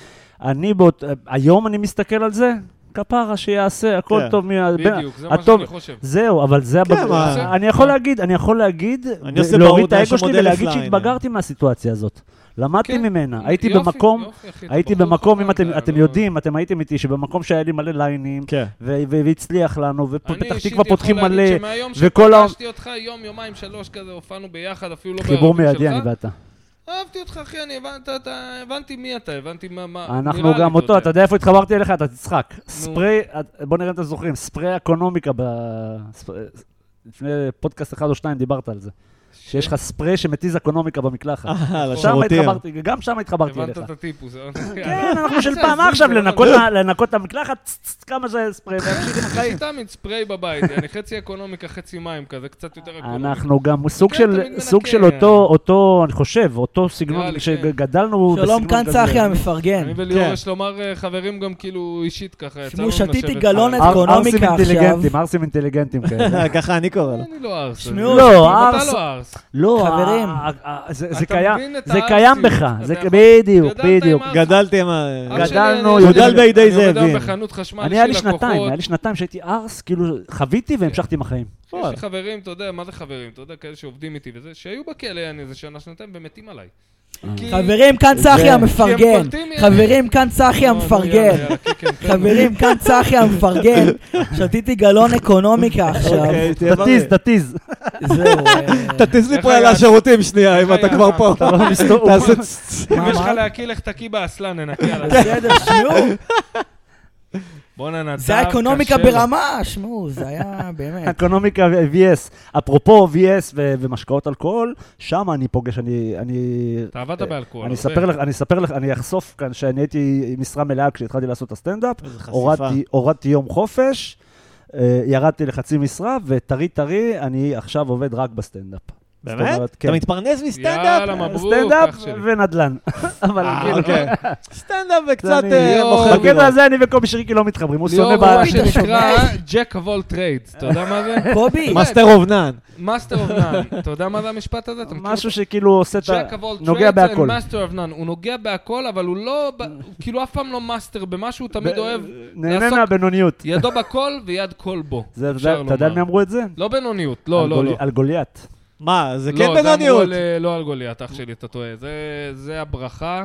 Speaker 4: אני, באות, היום אני מסתכל על זה, כפרה שיעשה, הכל
Speaker 2: כן,
Speaker 4: טוב. מה-
Speaker 5: בדיוק, זה מה
Speaker 4: הטוב-
Speaker 5: שאני חושב.
Speaker 4: זהו, אבל זה...
Speaker 2: כן,
Speaker 4: הבג-
Speaker 2: מה?
Speaker 4: אני יכול להגיד, אני יכול להגיד,
Speaker 2: אני עושה
Speaker 4: להוריד
Speaker 2: בעוד
Speaker 4: את האגו שלי
Speaker 2: מהשמודל
Speaker 4: ולהגיד
Speaker 2: לפליין.
Speaker 4: שהתבגרתי מהסיטואציה הזאת. למדתי
Speaker 5: כן.
Speaker 4: ממנה, הייתי
Speaker 5: יופי,
Speaker 4: במקום,
Speaker 5: יופי, אחי, אתה
Speaker 4: הייתי
Speaker 5: בחור
Speaker 4: במקום, אם
Speaker 5: חכם,
Speaker 4: אתם
Speaker 5: אתה
Speaker 4: אתם
Speaker 5: לא-
Speaker 4: יודעים, אתם הייתם איתי, שבמקום שהיה לי מלא ליינים,
Speaker 2: כן.
Speaker 4: ו- ו- והצליח לנו,
Speaker 5: אני
Speaker 4: ופתח
Speaker 5: אישית
Speaker 4: תקווה פותחים
Speaker 5: יכול
Speaker 4: מלא,
Speaker 5: להגיד שמהיום
Speaker 4: וכל ה...
Speaker 5: שפגשתי אותך יום, יומיים, שלוש כזה, הופענו ביחד, אפילו לא
Speaker 4: חיבור
Speaker 5: בערבים
Speaker 4: מיידי,
Speaker 5: שלך.
Speaker 4: אני ואתה.
Speaker 5: אהבתי אותך, אחי, אני הבנת, אתה, הבנתי מי אתה, הבנתי מה, מה,
Speaker 4: אנחנו
Speaker 5: אה, נראה לי,
Speaker 4: גם אותו, אתה
Speaker 5: יודע.
Speaker 4: יודע איפה התחברתי אליך? אתה תצחק. ספרי, את- בוא נראה אם אתם זוכרים, ספרי אקונומיקה ב... ספ- לפני פודקאסט אחד או שניים דיברת על זה. שיש לך ספרי שמתיז אקונומיקה במקלחת.
Speaker 2: אה,
Speaker 4: שם
Speaker 2: לשירותים.
Speaker 4: התחברתי, גם שם התחברתי
Speaker 5: הבנת
Speaker 4: אליך.
Speaker 5: את הטיפוס.
Speaker 4: כן, אנחנו של
Speaker 5: זה
Speaker 4: פעם
Speaker 5: הזוי,
Speaker 4: עכשיו,
Speaker 5: זה לא
Speaker 4: לנקות
Speaker 5: נורא.
Speaker 4: ה- לנקות את המקלחת, צ- צ- כמה זה ספרי, להמשיך עם
Speaker 5: יש לי
Speaker 4: החיים.
Speaker 5: תמיד ספרי בבית, אני חצי אקונומיקה, חצי מים כזה, קצת יותר אקונומיקה.
Speaker 4: אנחנו גם סוג
Speaker 5: כן,
Speaker 4: של,
Speaker 5: תמיד
Speaker 4: סוג
Speaker 5: מנקה.
Speaker 4: של אותו, אותו, אני חושב, אותו
Speaker 5: נראה
Speaker 4: סגנון
Speaker 5: לי,
Speaker 4: שגדלנו
Speaker 3: שלום כאן צחי המפרגן.
Speaker 5: אני וליאור,
Speaker 2: כן.
Speaker 5: יש לומר אה, חברים גם כאילו אישית ככה, יצאנו
Speaker 3: תשמעו, שתיתי
Speaker 5: לשבת.
Speaker 3: גלון את
Speaker 5: אה,
Speaker 4: אר-
Speaker 3: אקונומיקה
Speaker 4: ארסים
Speaker 3: עכשיו.
Speaker 4: אינטליגנטים, ארסים אינטליגנטים כאלה.
Speaker 2: ככה אני קורא לו.
Speaker 5: אני לא ארס.
Speaker 3: שמעו,
Speaker 5: אני-
Speaker 4: לא,
Speaker 5: אתה
Speaker 4: ארס-
Speaker 5: לא ארס.
Speaker 4: לא,
Speaker 3: חברים.
Speaker 4: ה- ה- ה- זה זה
Speaker 5: אתה
Speaker 4: קיים,
Speaker 5: מבין את
Speaker 4: זה
Speaker 5: הארסיות.
Speaker 4: קיים בך,
Speaker 5: אתה
Speaker 4: זה
Speaker 5: יכול-
Speaker 4: בדיוק,
Speaker 5: גדלת עם
Speaker 4: בדיוק.
Speaker 5: ארס.
Speaker 2: גדלתי עם ה...
Speaker 5: אח שלי,
Speaker 4: גדלנו,
Speaker 5: אני-
Speaker 2: גדל
Speaker 5: אני-
Speaker 2: בידי
Speaker 5: אני עובד
Speaker 2: זאבים.
Speaker 5: היום בחנות חשמל,
Speaker 4: אני היה לי
Speaker 5: יש לי
Speaker 4: שנתיים,
Speaker 5: לקוחות.
Speaker 4: היה לי שנתיים שהייתי ארס, כאילו חוויתי והמשכתי עם החיים.
Speaker 5: יש לי חברים, אתה יודע, מה זה חברים? אתה יודע, כאלה שעובדים איתי וזה, שהיו בכלא, אני איזה שנה, שנתיים, ומתים עליי.
Speaker 3: אה.
Speaker 5: כי-
Speaker 3: חברים, כאן צחי
Speaker 4: זה-
Speaker 5: כי הם
Speaker 3: המפרגן.
Speaker 5: קולטים,
Speaker 3: חברים, כאן צחי
Speaker 5: נו, נו, לא, יאללה,
Speaker 3: המפרגן.
Speaker 5: יאללה, כן, כן, תן לי.
Speaker 3: חברים, כאן צחי המפרגן. שתיתי גלון אקונומיקה עכשיו.
Speaker 2: אוקיי, תהיה
Speaker 4: תתיז,
Speaker 2: בריא.
Speaker 4: תתיז.
Speaker 3: זהו. אה,
Speaker 2: תטיס לי
Speaker 5: איך
Speaker 2: פה
Speaker 5: היה?
Speaker 2: על השירותים שנייה, אם
Speaker 5: איך
Speaker 2: אתה
Speaker 5: היה? לא
Speaker 2: כבר פה. תעשה צ-
Speaker 5: אם יש לך
Speaker 3: מה?
Speaker 5: להקיא לך תקיא באסלה, ננקה עליו.
Speaker 3: בסדר, שמעו,
Speaker 5: בואנה, נדב,
Speaker 3: זה היה אקונומיקה
Speaker 5: קשה לו.
Speaker 3: ברמה, שמעו, זה היה באמת.
Speaker 4: אקונומיקה ו-VS. אפרופו VS ו- ומשקאות אלכוהול, שם אני פוגש, אני... אני...
Speaker 5: אתה עבדת באלכוהול.
Speaker 4: אני
Speaker 5: הרבה.
Speaker 4: אספר לך, אני אספר לך, אני אחשוף כאן שאני הייתי עם משרה מלאה כשהתחלתי לעשות את הסטנדאפ,
Speaker 2: איזה חשיפה.
Speaker 4: הורדתי, הורדתי יום חופש, אה, ירדתי לחצי משרה, וטרי טרי, אני עכשיו עובד רק בסטנדאפ.
Speaker 2: באמת?
Speaker 4: אומרת, כן.
Speaker 2: אתה מתפרנס מסטנדאפ?
Speaker 5: יאללה, מברוק,
Speaker 4: סטנדאפ
Speaker 5: אח שלי.
Speaker 3: אה,
Speaker 4: ונדל"ן. אבל
Speaker 2: אה,
Speaker 4: כאילו,
Speaker 2: אוקיי. סטנדאפ וקצת
Speaker 4: אני-
Speaker 2: אה,
Speaker 5: יואו.
Speaker 2: מוכר
Speaker 4: בקטע
Speaker 2: דירות.
Speaker 4: הזה אני וקובי שריקי לא מתחברים, הוא
Speaker 5: ליאור
Speaker 4: שונא
Speaker 5: הוא מה
Speaker 4: בעל...
Speaker 3: אתה
Speaker 5: שנקרא
Speaker 3: שומע?
Speaker 5: ג'ק of all trades, אתה יודע מה זה?
Speaker 3: קובי,
Speaker 2: מאסטר אובנן.
Speaker 5: מאסטר אוף נאן, אתה יודע מה זה המשפט הזה? אתה מכיר
Speaker 4: משהו שכאילו עושה את ה...
Speaker 5: Jack of all
Speaker 4: נוגע
Speaker 5: trades and
Speaker 4: בהכל.
Speaker 5: master of none. הוא נוגע בהכל, אבל הוא לא... ב- הוא כאילו אף פעם לא מאסטר במשהו, הוא תמיד
Speaker 4: ב-
Speaker 5: אוהב.
Speaker 4: נהנה
Speaker 5: לעסוק-
Speaker 4: מהבינוניות.
Speaker 5: ידו בכל ויד כל בו.
Speaker 4: זה-
Speaker 5: אפשר
Speaker 4: אתה יודע על
Speaker 5: לומר.
Speaker 4: מי אמרו את זה?
Speaker 5: לא בינוניות, לא,
Speaker 4: על
Speaker 5: לא,
Speaker 4: גולי-
Speaker 5: לא.
Speaker 4: על גוליית.
Speaker 2: מה, זה כן
Speaker 5: לא, זה אמרו
Speaker 2: בינוניות.
Speaker 5: על, אה, לא על גוליית, אח שלי, אתה טועה. זה- זה הברכה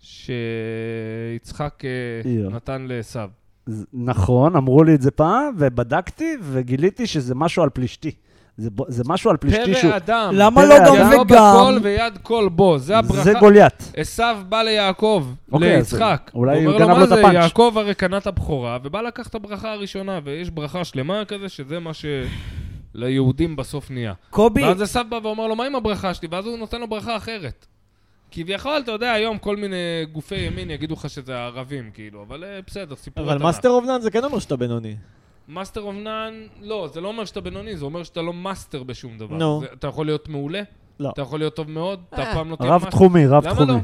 Speaker 5: שיצחק אה,
Speaker 4: יו.
Speaker 5: נתן לעשו.
Speaker 4: ז- נכון, אמרו לי את זה פעם, ובדקתי, וגיליתי שזה משהו על פלישתי. זה, ב- זה משהו על פלישתי שהוא...
Speaker 5: פרא אדם.
Speaker 3: למה
Speaker 4: תראה,
Speaker 3: לא
Speaker 4: אדם
Speaker 3: גם
Speaker 5: ידו בכל
Speaker 3: וגם?
Speaker 5: ויד כל בו, זה הברכה.
Speaker 4: זה גוליית.
Speaker 5: עשו בא ליעקב,
Speaker 4: אוקיי, אז
Speaker 5: ליצחק.
Speaker 4: אולי
Speaker 5: הוא
Speaker 4: הוא
Speaker 5: אומר לו,
Speaker 4: גנב
Speaker 5: "מה
Speaker 4: לו את
Speaker 5: זה,
Speaker 4: הפאנץ'."
Speaker 5: יעקב הרי קנה את הבכורה, ובא לקח את הברכה הראשונה, ויש ברכה שלמה כזה, שזה מה שליהודים בסוף נהיה.
Speaker 3: קובי,
Speaker 5: ואז עשו בא ואומר לו, מה עם הברכה שלי? ואז הוא נותן לו ברכה אחרת. כביכול, אתה יודע, היום כל מיני גופי ימין יגידו לך שזה הערבים, כאילו, אבל אה, בסדר, סיפור
Speaker 2: אבל
Speaker 5: התנ"ך.
Speaker 2: מאסטר אובנן זה כן אומר שאתה בינוני.
Speaker 5: מאסטר אוף נאן, לא, זה לא אומר שאתה בינוני, זה אומר שאתה לא מאסטר בשום דבר.
Speaker 2: נו.
Speaker 5: זה- אתה יכול להיות מעולה,
Speaker 2: לא. אה.
Speaker 5: אתה יכול להיות טוב מאוד, אתה אף פעם לא תהיה
Speaker 4: רב תחומי, רב
Speaker 5: למה לא?
Speaker 4: תחומי.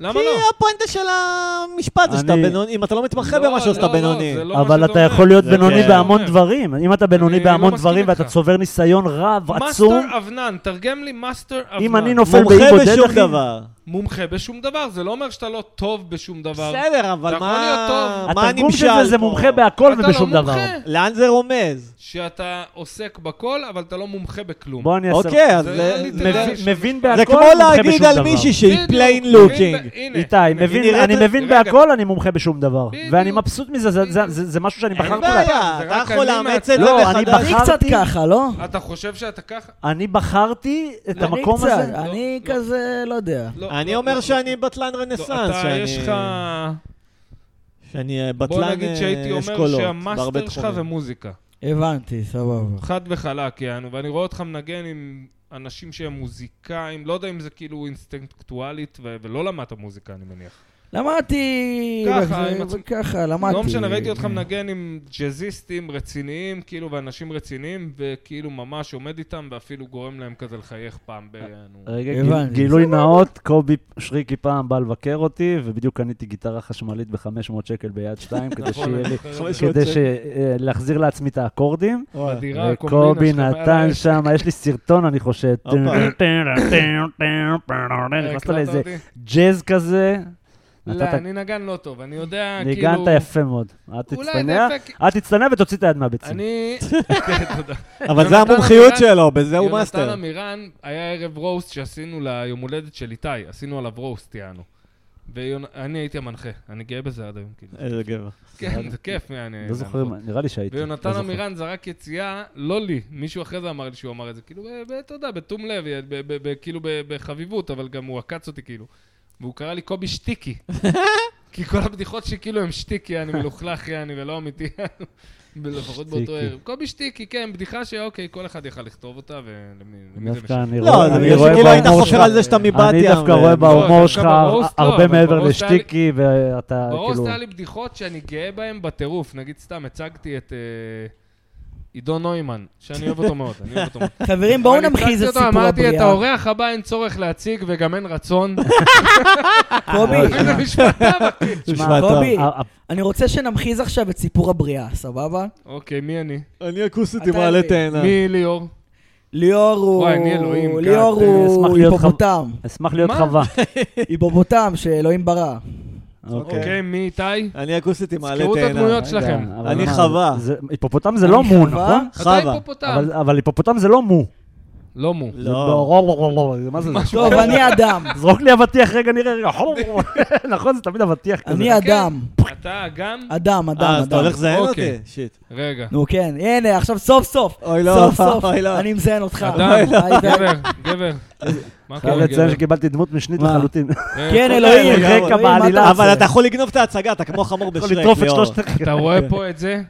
Speaker 5: למה
Speaker 2: כי
Speaker 5: לא?
Speaker 2: הפואנטה של המשפט זה שאתה
Speaker 4: אני-
Speaker 2: בינוני, אם אתה לא מתמחה
Speaker 5: לא,
Speaker 2: במשהו, אז אתה
Speaker 5: לא, לא,
Speaker 2: בינוני.
Speaker 5: זה לא מה
Speaker 4: אבל
Speaker 5: שזה
Speaker 4: אתה
Speaker 5: אומר.
Speaker 4: יכול להיות
Speaker 2: זה
Speaker 4: בינוני
Speaker 2: כן.
Speaker 4: בהמון
Speaker 5: אומר.
Speaker 4: דברים. אם אתה בינוני
Speaker 5: אני
Speaker 4: בהמון
Speaker 5: לא מסכים
Speaker 4: דברים ואתה
Speaker 5: איתך.
Speaker 4: צובר ניסיון רב, עצום,
Speaker 5: מאסטר אבנן, תרגם לי מאסטר אבנן.
Speaker 4: אם אני נופל באי
Speaker 2: מומחה
Speaker 4: בודד,
Speaker 2: בשום
Speaker 4: אחי,
Speaker 2: דבר.
Speaker 5: מומחה בשום דבר, זה לא אומר שאתה לא טוב בשום דבר.
Speaker 2: בסדר, אבל
Speaker 5: אתה יכול להיות
Speaker 2: מה
Speaker 5: טוב.
Speaker 2: מה
Speaker 4: התרגום של
Speaker 2: הנמשל
Speaker 4: זה זה
Speaker 2: פה?
Speaker 4: מומחה בהכל
Speaker 5: אתה
Speaker 4: ובשום
Speaker 5: לא
Speaker 4: דבר.
Speaker 5: מומחה,
Speaker 2: לאן זה רומז?
Speaker 5: שאתה עוסק בכל, אבל אתה לא מומחה בכלום.
Speaker 4: בוא אני אעשה...
Speaker 2: אוקיי, אז
Speaker 5: זה
Speaker 2: זה-
Speaker 5: אני
Speaker 2: זה-
Speaker 5: תדע
Speaker 4: מבין-
Speaker 5: ש-
Speaker 4: מבין
Speaker 2: זה
Speaker 4: בהכל,
Speaker 2: כמו
Speaker 4: מומחה
Speaker 2: להגיד
Speaker 4: בשום
Speaker 2: על
Speaker 4: דבר.
Speaker 2: מישהי שהיא
Speaker 5: בדיוק,
Speaker 2: plain
Speaker 5: מבין ב-
Speaker 2: looking.
Speaker 5: הנה,
Speaker 4: איתי, מבין-
Speaker 2: נראית-
Speaker 4: אני מבין
Speaker 5: רגע.
Speaker 4: בהכל, אני מומחה בשום דבר.
Speaker 5: בדיוק.
Speaker 4: ואני מבסוט מזה, זה- זה- זה זה משהו שאני
Speaker 5: אין
Speaker 4: בחרתי
Speaker 2: אין
Speaker 5: בחרתי לה-
Speaker 2: בעיה,
Speaker 5: זה
Speaker 2: אתה
Speaker 5: רק
Speaker 2: יכול
Speaker 5: אני
Speaker 2: לאמץ
Speaker 5: מעצבן.
Speaker 2: את זה
Speaker 4: לא, אני
Speaker 2: מחדש.
Speaker 3: אני קצת
Speaker 4: בחרתי-
Speaker 3: ככה, לא?
Speaker 5: אתה חושב שאתה ככה?
Speaker 4: אני בחרתי את
Speaker 3: אני
Speaker 4: המקום
Speaker 3: קצת,
Speaker 4: הזה.
Speaker 3: אני
Speaker 5: לא, לא.
Speaker 3: כזה, לא יודע.
Speaker 5: לא,
Speaker 2: אני
Speaker 5: לא,
Speaker 2: אומר
Speaker 5: לא,
Speaker 2: שאני בטלן
Speaker 5: לא,
Speaker 2: רנסאנס,
Speaker 5: אתה,
Speaker 2: שאני-
Speaker 5: יש לך...
Speaker 2: שאני אה,
Speaker 5: בוא
Speaker 2: בטלן
Speaker 5: נגיד שהייתי
Speaker 2: אה,
Speaker 5: אומר
Speaker 2: אשכולות, בהרבה
Speaker 5: שהמאסטר שלך זה
Speaker 2: תחומים.
Speaker 5: מוזיקה.
Speaker 3: הבנתי, סבבה.
Speaker 5: חד וחלק, יענו, ואני רואה אותך מנגן עם אנשים שהם מוזיקאים, לא יודע אם זה כאילו אינסטינקטואלית, ו- ולא למדת מוזיקה, אני מניח.
Speaker 3: למדתי...
Speaker 5: ככה,
Speaker 3: וזה-
Speaker 5: עם עצמי.
Speaker 3: ככה, למדתי.
Speaker 5: לא משנה, ראיתי אותך מנגן עם ג'אזיסטים רציניים, כאילו, ואנשים רציניים, וכאילו ממש עומד איתם, ואפילו גורם להם כזה לחייך פעם ב... יענו.
Speaker 4: רגע,
Speaker 3: הבנתי.
Speaker 4: גיל- גילוי
Speaker 5: לא-
Speaker 4: נאות, קובי שריקי פעם בא לבקר אותי, ובדיוק קניתי גיטרה חשמלית ב-500 שקל ביד שתיים, כדי
Speaker 5: נכון,
Speaker 4: שיהיה לי...
Speaker 5: אני זוכר את זה.
Speaker 2: 500
Speaker 4: כדי
Speaker 2: שקל.
Speaker 4: ש- אה, להחזיר לעצמי את האקורדים.
Speaker 2: וואלה.
Speaker 5: אדירה,
Speaker 4: וקובי
Speaker 5: הקומבינה שלך
Speaker 4: אה, נתן
Speaker 5: מעל
Speaker 4: שם, יש לי סרטון, אני חושב.
Speaker 2: הופה.
Speaker 5: האש.
Speaker 4: נכנסת
Speaker 5: אה, הקלטת
Speaker 4: לאיזה
Speaker 5: אותי?
Speaker 4: ג'אז כזה.
Speaker 5: לא,
Speaker 4: נתת-
Speaker 5: אני נגן לא טוב, אני יודע, כאילו...
Speaker 4: ניגנת יפה מאוד. אל
Speaker 5: אולי
Speaker 4: תצטנע,
Speaker 5: זה יפה, כי-
Speaker 4: אל תצטנע ותוציא את היד מהביצים.
Speaker 5: אני... כן, תודה.
Speaker 2: אבל זה
Speaker 5: יונתן
Speaker 2: המומחיות
Speaker 5: אבירן-
Speaker 2: שלו, בזה הוא מאסטר.
Speaker 5: יונתן עמירן, היה ערב רוסט שעשינו ליום הולדת של איתי, עשינו עליו רוסט, יענו. ואני הייתי המנחה, אני גאה בזה עד היום, כאילו.
Speaker 2: איזה גבר.
Speaker 5: כן, זה כיף, מה, אני...
Speaker 4: לא זוכר, מה- נראה לי שהייתי.
Speaker 5: ויונתן
Speaker 4: לא זוכר.
Speaker 5: עמירן זרק יציאה, לא לי, מישהו אחרי זה אמר לי שהוא אמר את זה, כאילו, ב- ב- אתה יודע, בתום לב, ב- ב- ב- כאילו ב- בחביבות, אבל גם הוא עקץ אותי, כאילו. והוא קרא לי קובי שטיקי. כי כל הבדיחות שכאילו הם שטיקי, אני מלוכלך, יעני, ולא אמיתי, לפחות באותו
Speaker 4: שטיקי.
Speaker 5: ערב. קובי שטיקי, כן, בדיחה שאוקיי, כל אחד יכל לכתוב אותה, ולמי
Speaker 4: אה,
Speaker 5: למי זה משנה.
Speaker 4: דווקא אני
Speaker 2: לא,
Speaker 4: רואה-
Speaker 2: זה
Speaker 4: אני
Speaker 2: בגלל
Speaker 4: רואה
Speaker 2: שכאילו היית
Speaker 4: בהומור
Speaker 2: חופר
Speaker 4: שלך-
Speaker 2: על לא, זה שאתה מבת
Speaker 4: אני
Speaker 2: ים.
Speaker 4: דווקא
Speaker 2: ו-
Speaker 4: רואה בהומור
Speaker 5: דווקא
Speaker 4: שלך
Speaker 5: ברוסט לא,
Speaker 4: הרבה
Speaker 5: אבל
Speaker 4: מעבר
Speaker 5: ברוסט היה לי-
Speaker 4: לשטיקי, ואתה
Speaker 5: ברוסט
Speaker 4: כאילו...
Speaker 5: היה לי בדיחות שאני גאה בהן בטירוף. נגיד סתם, הצגתי את אה, עידו נוימן, שאני אוהב אותו מאוד, אני אוהב אותו מאוד.
Speaker 3: חברים, בואו
Speaker 5: אבל
Speaker 3: נמחיז
Speaker 5: הצגתי
Speaker 3: את
Speaker 5: אותו,
Speaker 3: סיפור הבריאה.
Speaker 5: אמרתי, את האורח הבא אין צורך להציג וגם אין רצון.
Speaker 3: קובי,
Speaker 5: איזה משפט אבא.
Speaker 2: תשמע,
Speaker 4: שמע,
Speaker 2: טוב.
Speaker 3: קובי.
Speaker 4: ה- ה-
Speaker 3: אני רוצה שנמחיז עכשיו את סיפור הבריאה, סבבה?
Speaker 5: אוקיי, מי אני?
Speaker 2: אני הכוסית
Speaker 3: אתה-
Speaker 2: עם מעלה תאנה.
Speaker 5: מי ליאור?
Speaker 3: ליאור
Speaker 5: וואי, אני אלוהים,
Speaker 3: הוא... ליאור
Speaker 5: גאד,
Speaker 4: אשמח
Speaker 3: הוא
Speaker 4: להיות חב-
Speaker 3: היפופוטם.
Speaker 4: אשמח להיות
Speaker 5: מה?
Speaker 4: חווה.
Speaker 3: היפופוטם שאלוהים ברא.
Speaker 2: אוקיי.
Speaker 5: אוקיי, מי איתי?
Speaker 2: אני הכוסית עם מעלה
Speaker 5: זכרו את
Speaker 2: תאנה.
Speaker 5: הדמויות שלכם.
Speaker 4: רגע, כן, אבל
Speaker 2: אני
Speaker 4: מה,
Speaker 2: חווה.
Speaker 4: זה- היפופוטם זה
Speaker 3: אני
Speaker 4: לא
Speaker 3: חווה?
Speaker 4: מו, נכון?
Speaker 5: אתה
Speaker 2: חווה.
Speaker 5: היפופוטם.
Speaker 4: אבל- אבל היפופוטם זה לא מו.
Speaker 5: לא מו.
Speaker 4: זה
Speaker 2: לא.
Speaker 4: לא- לא, לא, לא, מה זה? זה-
Speaker 3: טוב, אני אדם.
Speaker 4: זרוק לי אבטיח, רגע, נראה, רגע. נכון, זה תמיד אבטיח כזה.
Speaker 3: אני אדם.
Speaker 5: אתה גם?
Speaker 3: אדם, אדם,
Speaker 2: כן. אה, אז אתה
Speaker 3: אדם.
Speaker 2: הולך לזיין
Speaker 5: אוקיי.
Speaker 2: אותי? שיט.
Speaker 5: רגע.
Speaker 3: נו כן, הנה, עכשיו סוף סוף.
Speaker 2: אוי לא,
Speaker 3: סוף סוף,
Speaker 2: אוי לא.
Speaker 3: אני מזיין אותך. לא.
Speaker 5: אדם,
Speaker 3: היי, היי.
Speaker 5: גבר, גבר. מה
Speaker 4: חייב
Speaker 5: קורה,
Speaker 4: לציין
Speaker 5: גבר?
Speaker 4: שקיבלתי דמות משנית
Speaker 2: מה?
Speaker 4: לחלוטין.
Speaker 5: אה,
Speaker 3: כן,
Speaker 5: אתה
Speaker 3: אלוהים,
Speaker 2: רקע
Speaker 3: אלוהים, מה אתה
Speaker 4: בעלילה,
Speaker 3: רוצה?
Speaker 2: לא אבל אתה יכול לגנוב את ההצגה, אתה כמו חמור בשרק,
Speaker 4: יכול לטרוף את
Speaker 2: ליאור.
Speaker 4: שלושת...
Speaker 5: אתה רואה פה את זה?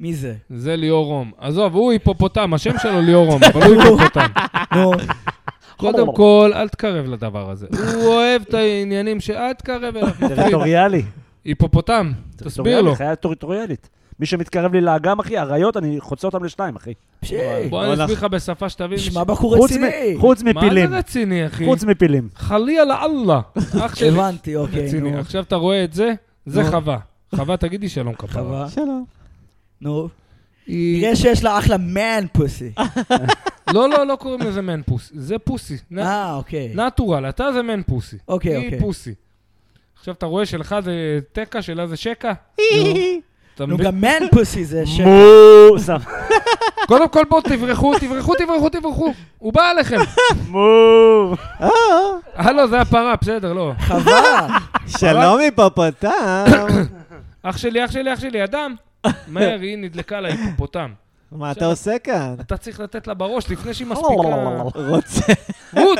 Speaker 3: מי זה?
Speaker 5: זה ליאור רום. עזוב, הוא היפופוטם, השם שלו ליאור רום, אבל הוא היפופוטם.
Speaker 3: נו,
Speaker 5: קודם כל, אל תקרב לדבר הזה. הוא אוהב את העניינים שאל תקרב אליו. מפחיד.
Speaker 4: טריטוריאלי.
Speaker 5: היפופוטם, תסביר לו.
Speaker 4: טריטוריאלי, חיה טריטוריאלית. מי שמתקרב לי לאגם, אחי, אריות, אני חוצה אותם לשניים, אחי.
Speaker 3: שי,
Speaker 5: בוא אני
Speaker 2: הולך.
Speaker 5: אסביר לך בשפה שתבין.
Speaker 3: נשמע בחור
Speaker 4: חוץ מ-
Speaker 3: רציני.
Speaker 4: חוץ
Speaker 5: מה
Speaker 4: מפילים.
Speaker 5: זה רציני, אחי?
Speaker 4: חוץ מפילים.
Speaker 5: חלי על אללה. אח שלי.
Speaker 3: הבנתי, אוקיי, נו.
Speaker 5: רציני. עכשיו אתה רואה את זה? זה
Speaker 3: נו.
Speaker 5: חווה. חווה, תגידי שלום כפרה.
Speaker 3: חווה.
Speaker 2: שלום.
Speaker 3: נו.
Speaker 5: היא-
Speaker 3: נראה שיש לה אחלה מן פוסי.
Speaker 5: לא, לא, לא קוראים לזה מן פוסי. זה פוסי. נ-
Speaker 3: אה, אוקיי.
Speaker 5: לא, נטורל, אתה זה מן פוסי.
Speaker 3: אוקיי,
Speaker 5: היא
Speaker 3: אוקיי.
Speaker 5: פוסי. עכשיו אתה רואה שלך זה תקה, שלה זה שקע? אתה
Speaker 3: נו,
Speaker 5: מבין?
Speaker 3: גם מן פוסי זה שם.
Speaker 4: מו! שם.
Speaker 5: קודם כל בואו תברחו, תברחו, תברחו, תברחו. הוא בא עליכם.
Speaker 4: מו!
Speaker 5: הלו, זה הפרה, בסדר, לא.
Speaker 3: חווה.
Speaker 2: שלום היפופוטם.
Speaker 5: אח שלי, אח שלי, אח שלי, אדם. מהר, היא נדלקה על ההיפופוטם.
Speaker 2: מה אתה עושה כאן?
Speaker 5: אתה צריך לתת לה בראש לפני שהיא מספיקה.
Speaker 2: רוצה...
Speaker 5: רוץ!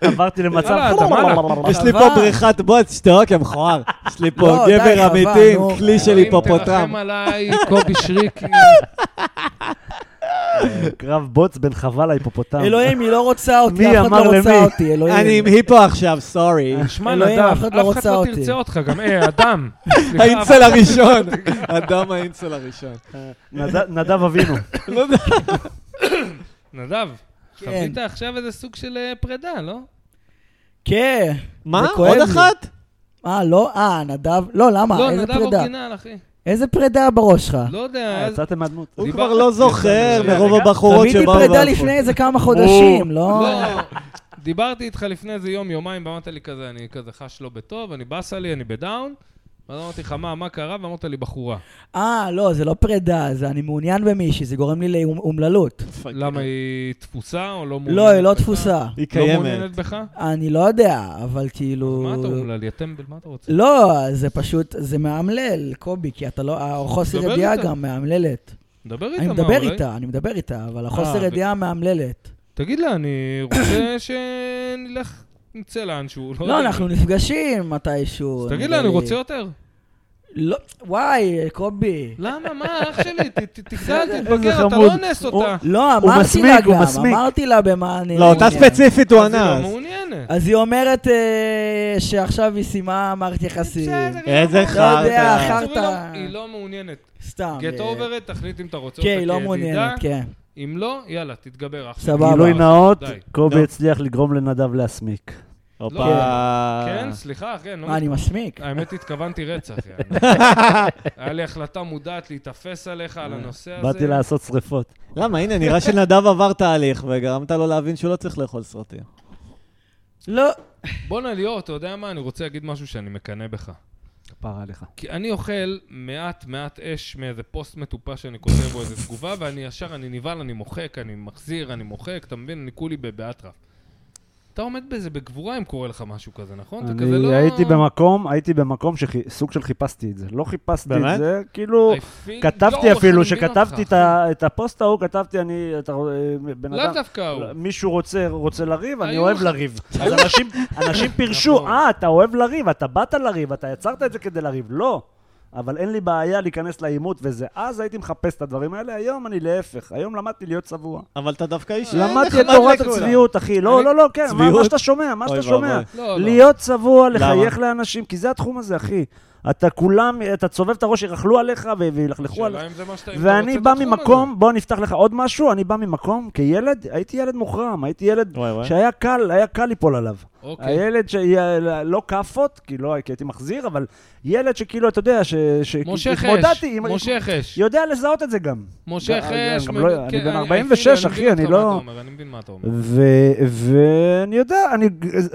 Speaker 4: עברתי למצב...
Speaker 5: יאללה, אתה מה
Speaker 2: יש לי פה בריכת בוץ, שתוק, יא מכוער. יש לי פה
Speaker 3: לא, די,
Speaker 2: גבר
Speaker 3: חבל,
Speaker 2: אמיתי
Speaker 3: נו.
Speaker 2: עם כלי של
Speaker 5: אם
Speaker 2: היפופוטם.
Speaker 5: תרחם עליי, קובי שריקי.
Speaker 4: קרב בוץ בין חבל להיפופוטם.
Speaker 3: אלוהים, היא לא רוצה אותי,
Speaker 4: מי
Speaker 3: אף אחד
Speaker 4: אמר
Speaker 3: לא רוצה
Speaker 4: למי?
Speaker 3: אותי, אלוהים.
Speaker 2: אני עם היפו עכשיו, סורי.
Speaker 5: שמע,
Speaker 3: אלוהים,
Speaker 5: נדב,
Speaker 3: אף אחד לא
Speaker 5: אף אחד
Speaker 3: רוצה
Speaker 5: לא
Speaker 3: אותי.
Speaker 5: תרצה אותך גם, אה, אדם. סליחה,
Speaker 2: האינסל הראשון. אדם האינסל הראשון.
Speaker 4: נד- נדב אבינו.
Speaker 2: לא יודע.
Speaker 5: נדב,
Speaker 3: כן.
Speaker 5: חווית עכשיו איזה סוג של אה, פרידה, לא?
Speaker 3: כן.
Speaker 2: מה?
Speaker 3: זה כואב
Speaker 2: עוד
Speaker 3: לי.
Speaker 2: אחת?
Speaker 3: אה, לא? אה, נדב? לא, למה?
Speaker 5: לא,
Speaker 3: איזה
Speaker 5: נדב
Speaker 3: פרידה? אה,
Speaker 5: אורגינל, אחי.
Speaker 3: איזה פרידה בראש שלך?
Speaker 5: לא יודע, אז-
Speaker 4: אה, יצאתם מהדמות.
Speaker 2: הוא
Speaker 5: דיבר-
Speaker 2: כבר לא זוכר
Speaker 5: רגע,
Speaker 2: מרוב
Speaker 4: רגע.
Speaker 2: הבחורות
Speaker 3: תמיד היא
Speaker 2: שבאו
Speaker 3: פרידה
Speaker 2: והלכו.
Speaker 3: לפני איזה כמה חודשים, לא?
Speaker 5: לא, דיברתי איתך לפני איזה יום, יומיים, ואמרת לי כזה, אני כזה חש לא בטוב, אני באסה לי, אני בדאון. ואז אמרתי לך, מה, מה קרה? ואמרת לי, בחורה.
Speaker 3: אה, לא, זה לא פרידה, זה אני מעוניין במישהי, זה גורם לי לאומללות.
Speaker 5: למה, היא תפוסה או לא מעוניינת
Speaker 3: לא, היא לא
Speaker 5: בך?
Speaker 3: תפוסה.
Speaker 2: היא
Speaker 5: לא
Speaker 2: קיימת.
Speaker 5: מעוניינת בך?
Speaker 3: אני לא יודע, אבל כאילו...
Speaker 5: מה אתה אומלל? יא טמבל, מה אתה רוצה?
Speaker 3: לא, זה פשוט, זה מאמלל, קובי, כי אתה לא... החוסר
Speaker 5: דבר
Speaker 3: ידיעה
Speaker 5: איתה.
Speaker 3: גם מאמללת.
Speaker 5: דבר איתה,
Speaker 3: אני
Speaker 5: מה,
Speaker 3: מדבר
Speaker 5: אולי? אה, אוקיי.
Speaker 3: איתה, אני מדבר איתה, אבל החוסר
Speaker 5: ו-
Speaker 3: ידיעה מאמללת.
Speaker 5: תגיד לה, אני רוצה שנלך, נצא לאנשהו.
Speaker 3: לא,
Speaker 5: יודע.
Speaker 3: אנחנו נפגשים מתישהו.
Speaker 5: אז תגיד
Speaker 3: נראה
Speaker 5: לה, אני
Speaker 3: לי.
Speaker 5: רוצה יותר.
Speaker 3: לא, וואי, קובי.
Speaker 5: למה? מה, אח שלי? ת- ת- תגדל,
Speaker 4: איזה
Speaker 5: תתבגר, אתה
Speaker 4: חמוד.
Speaker 5: לא אונס
Speaker 4: הוא-
Speaker 5: אותה.
Speaker 3: לא,
Speaker 4: הוא
Speaker 3: אמרתי לה
Speaker 4: מסמיק, הוא
Speaker 3: גם,
Speaker 4: מסמיק.
Speaker 3: אמרתי לה במה
Speaker 4: אה,
Speaker 3: אני...
Speaker 2: לא, אותה
Speaker 3: מעוניין.
Speaker 2: ספציפית הוא
Speaker 5: אז היא לא
Speaker 2: אנס.
Speaker 5: מעוניינת.
Speaker 3: אז היא אומרת אה, שעכשיו היא סיימה מערכת יחסים.
Speaker 5: בסדר, היא לא
Speaker 2: איזה
Speaker 5: מעוניינת.
Speaker 2: חרטא.
Speaker 3: לא יודע,
Speaker 5: היא לא-
Speaker 3: חרטא.
Speaker 5: היא לא מעוניינת.
Speaker 3: סתם. אה,
Speaker 5: גט אובר את, תחליט אם אתה רוצה אותה
Speaker 3: כן, היא לא
Speaker 5: כידידה.
Speaker 3: מעוניינת, כן.
Speaker 5: אם לא, יאללה, תתגבר, אח שלי.
Speaker 3: סבבה.
Speaker 4: גילוי
Speaker 5: די.
Speaker 4: נאות,
Speaker 5: די.
Speaker 4: קובי
Speaker 2: לא.
Speaker 4: הצליח לגרום לנדב להסמיק.
Speaker 2: הופה.
Speaker 5: כן, סליחה, אחי, אני לא...
Speaker 3: מה, אני מסמיק?
Speaker 5: האמת, התכוונתי רצח, יאללה. היה לי החלטה מודעת להתאפס עליך על הנושא הזה.
Speaker 4: אה, באתי לעשות שריפות.
Speaker 2: למה? הנה, נראה שנדב עבר תהליך וגרמת לו להבין שהוא לא צריך לאכול סרטים.
Speaker 3: לא.
Speaker 5: בואנה ליאור, אתה יודע מה? אני רוצה להגיד משהו שאני מקנא בך.
Speaker 4: כפרה עליך.
Speaker 5: כי אני אוכל מעט מעט אש מאיזה פוסט מטופש שאני כותב או איזה תגובה, ואני ישר, אני נבהל, אני מוחק, אני מחזיר, אני מוחק, אתה מבין? אני כולי באטרף. אתה עומד בזה בגבורה אם קורה לך משהו כזה, נכון? אתה כזה
Speaker 4: אני
Speaker 5: לא...
Speaker 4: הייתי במקום, הייתי במקום שסוג של חיפשתי את זה. לא חיפשתי
Speaker 2: באמת?
Speaker 4: את זה, כאילו...
Speaker 5: I feel-
Speaker 4: כתבתי
Speaker 5: לא,
Speaker 4: אפילו,
Speaker 5: איך אני מבין
Speaker 4: שכתבתי
Speaker 5: אותך,
Speaker 4: את ה- את הפוסט ההוא, כתבתי, אני, אתה רואה, אה, בן
Speaker 5: לאו
Speaker 4: אדם... לא,
Speaker 5: דווקא הוא.
Speaker 4: מישהו רוצה, רוצה לריב, אני
Speaker 5: היו
Speaker 4: אוהב
Speaker 5: לך-
Speaker 4: לריב. אז אנשים, אנשים פירשו,
Speaker 5: נכון.
Speaker 4: אה, אתה אוהב לריב, אתה באת לריב, אתה יצרת את זה כדי לריב. לא, אבל אין לי בעיה להיכנס לעימות וזה. אז הייתי מחפש את הדברים האלה, היום אני להפך. היום למדתי להיות צבוע.
Speaker 2: אבל אתה דווקא איש... אה,
Speaker 4: למדתי
Speaker 2: נחמד
Speaker 4: את תורת
Speaker 2: לכולם.
Speaker 4: הצביעות, אחי. לא,
Speaker 5: אה, אני-
Speaker 4: לא, לא, כן, מה- מה
Speaker 2: צביעות?
Speaker 4: שאתה שומע, מה
Speaker 2: אוי
Speaker 4: שאתה שומע.
Speaker 2: ואבוי.
Speaker 5: לא, לא.
Speaker 4: להיות צבוע, לחייך
Speaker 2: למה?
Speaker 4: לאנשים, כי זה התחום הזה, אחי. אתה כולם, אתה צובב את הראש, ירכלו עליך ו- וילכלכו עליך.
Speaker 5: שאלה אם זה מה שאתה... אם אתה
Speaker 4: ואני
Speaker 5: רוצה את
Speaker 4: בא
Speaker 5: התחום הזה.
Speaker 4: ממקום, בוא נפתח לך עוד משהו, אני בא ממקום, כילד, הייתי ילד מוחרם, הייתי ילד
Speaker 2: וואי, וואי.
Speaker 4: שהיה קל, היה קל ליפול עליו.
Speaker 5: אוקיי.
Speaker 4: הילד שהיה, לא כאפות, כי לא, כי הייתי מחזיר, אבל ילד שכאילו, אתה יודע, ש... ש-
Speaker 5: מושך אש,
Speaker 4: אה, התמודדתי עם-
Speaker 5: מושך אש,
Speaker 4: יודע לזהות את זה גם.
Speaker 5: מושך
Speaker 4: אני
Speaker 5: אש.
Speaker 4: גם
Speaker 5: מבין-
Speaker 4: לא- אני
Speaker 5: כן,
Speaker 4: בן
Speaker 5: I
Speaker 4: 46,
Speaker 5: feel you,
Speaker 4: אחי,
Speaker 5: מבין
Speaker 4: אני
Speaker 5: אותך מה
Speaker 4: לא-
Speaker 5: אתה אומר, אני מבין מה אתה אומר.
Speaker 4: ו- ואני יודע, אני,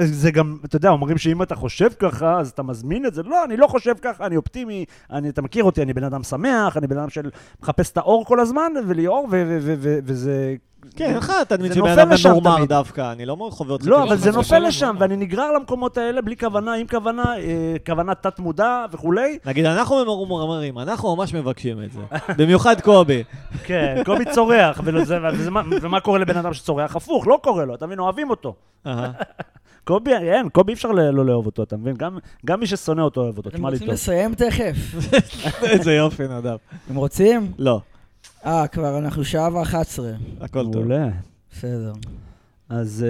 Speaker 4: זה גם, אתה יודע, אומרים שאם אתה חושב ככה, אז אתה מזמין את זה. לא, אני לא חושב ככה, אני אופטימי, אני, אתה מכיר אותי, אני בן אדם שמח, אני בן אדם שמחפש את האור כל הזמן, וליאור, ו- ו- ו- ו- וזה...
Speaker 2: כן, לך תדמית
Speaker 4: זה
Speaker 2: שבן
Speaker 4: נופל
Speaker 2: אדם
Speaker 4: לשם
Speaker 2: ממורמר
Speaker 4: תמיד.
Speaker 2: דווקא, אני לא חווה אותך.
Speaker 4: לא,
Speaker 2: כאילו
Speaker 4: אבל
Speaker 2: שאתה
Speaker 4: זה
Speaker 5: זה
Speaker 4: נופל
Speaker 5: לא
Speaker 4: לשם,
Speaker 5: נורא.
Speaker 4: ואני נגרר למקומות האלה בלי כוונה, עם כוונה, אה, כוונה תת-מודע וכולי.
Speaker 2: נגיד, אנחנו ממורמרים, אנחנו ממש מבקשים את זה. במיוחד קובי.
Speaker 4: כן, קובי צורח, וזה- וזה מה- ומה קורה לבן אדם שצורח? הפוך, לא קורה לו, אתה מבין? אוהבים אותו.
Speaker 2: אהה.
Speaker 4: קובי, אין, קובי אי אפשר ל- לא לאהוב אותו, אתה מבין? גם- גם מי ששונא אותו אוהב אותו,
Speaker 3: אתם
Speaker 4: תשמע לי
Speaker 3: רוצים
Speaker 4: טוב.
Speaker 3: לסיים תכף?
Speaker 2: איזה יופי, נדב.
Speaker 3: אתם רוצים?
Speaker 2: לא,
Speaker 3: אה, כבר אנחנו שעה ואחת עשרה.
Speaker 2: הכל טוב.
Speaker 4: מעולה.
Speaker 3: בסדר.
Speaker 4: אז,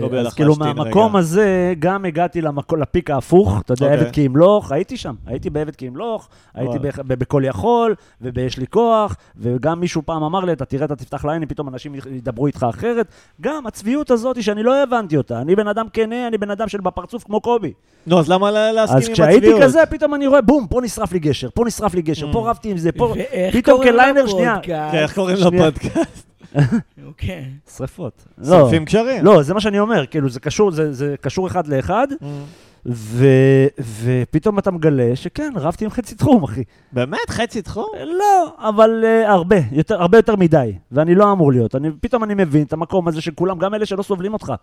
Speaker 2: לא
Speaker 4: אה, אז
Speaker 2: בהלך
Speaker 4: כאילו
Speaker 2: להשתין
Speaker 4: מהמקום
Speaker 2: רגע.
Speaker 4: הזה, גם הגעתי למקו- לפיק ההפוך, אתה יודע,
Speaker 2: אוקיי.
Speaker 4: עבד כי ימלוך, הייתי שם, הייתי בעבד כי ימלוך, הייתי
Speaker 2: וואלה.
Speaker 4: בח- ב- בכל יכול, וב"יש לי כוח", וגם מישהו פעם אמר לי, אתה תראה, אתה תפתח לעין, פתאום אנשים י- ידברו איתך אחרת. גם הצביעות הזאת שאני לא הבנתי אותה, אני בן אדם כנה, אני בן אדם של בפרצוף כמו קובי.
Speaker 2: נו, אז למה לה- להסכים עם
Speaker 4: אז
Speaker 2: הצביעות? Mm.
Speaker 4: כשהייתי כזה, פתאום אני רואה, בום, פה נשרף לי גשר, פה נשרף לי גשר, פה רבתי עם זה, פה...
Speaker 3: ואיך
Speaker 4: פתאום
Speaker 3: קוראים
Speaker 4: כליינר, כן.
Speaker 3: לפודקאסט?
Speaker 2: כן, איך קוראים
Speaker 4: שנייה.
Speaker 2: לפודקאסט?
Speaker 3: אוקיי.
Speaker 4: שרפות. לא.
Speaker 2: שורפים קשרים.
Speaker 4: לא, זה מה שאני אומר, כאילו, זה קשור, זה, זה קשור אחד לאחד,
Speaker 2: Mm.
Speaker 4: ו, ופתאום אתה מגלה שכן, רבתי עם חצי תחום, אחי.
Speaker 2: באמת? חצי תחום?
Speaker 4: לא, אבל uh, הרבה, יותר, הרבה יותר מדי, ואני לא אמור להיות. אני, פתאום אני מבין את המקום הזה של כולם, גם אלה שלא סובלים אותך. אז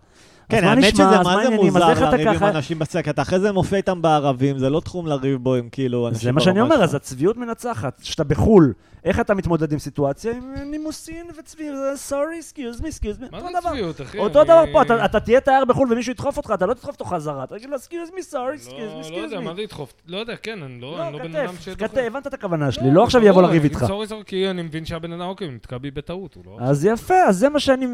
Speaker 2: כן,
Speaker 4: מה
Speaker 2: האמת
Speaker 4: נשמע?
Speaker 2: שזה
Speaker 4: אז
Speaker 2: מה זה
Speaker 4: העניינים? אז איך
Speaker 2: מוזר
Speaker 4: אתה
Speaker 2: לריב עם
Speaker 4: ככה?
Speaker 2: אנשים בצק, אתה אחרי זה מופיע איתם בערבים, זה לא תחום לריב בו עם כאילו אנשים
Speaker 4: זה מה שאני
Speaker 2: ברמה
Speaker 4: אומר,
Speaker 2: שלך.
Speaker 4: אז הצביעות מנצחת. כשאתה בחו"ל, איך אתה מתמודד עם סיטואציה? עם נימוסין וצביעות, אה, סורי, סקיוז מי, סקיוז מי,
Speaker 5: מה
Speaker 4: אותו
Speaker 5: זה
Speaker 4: דבר.
Speaker 5: הצביעות, אחי?
Speaker 4: אותו
Speaker 5: אני-
Speaker 4: דבר פה, אתה, אתה תהיה תייר בחו"ל ומישהו ידחוף אותך, אתה לא תדחוף אותו חזרה, אתה תגיד לו, סקיוז excuse me, sorry, excuse me,
Speaker 5: לא, לא
Speaker 4: excuse
Speaker 5: יודע, מה
Speaker 4: me.
Speaker 5: זה לדחוף? לא יודע, כן, אני לא אני
Speaker 4: לא,
Speaker 5: לא בן אדם
Speaker 4: כתף, כתף,
Speaker 5: שדוחף.
Speaker 4: הבנת את הכוונה שלי, לא עכשיו יבוא
Speaker 5: ברור,
Speaker 4: לריב
Speaker 5: אני-
Speaker 4: איתך. אה,
Speaker 5: סורי, סורי, כי אני מבין שהבן אדם, אוקיי, הוא נתקע בי בטעות, הוא לא...
Speaker 4: אז יפה, אז זה מה שאני,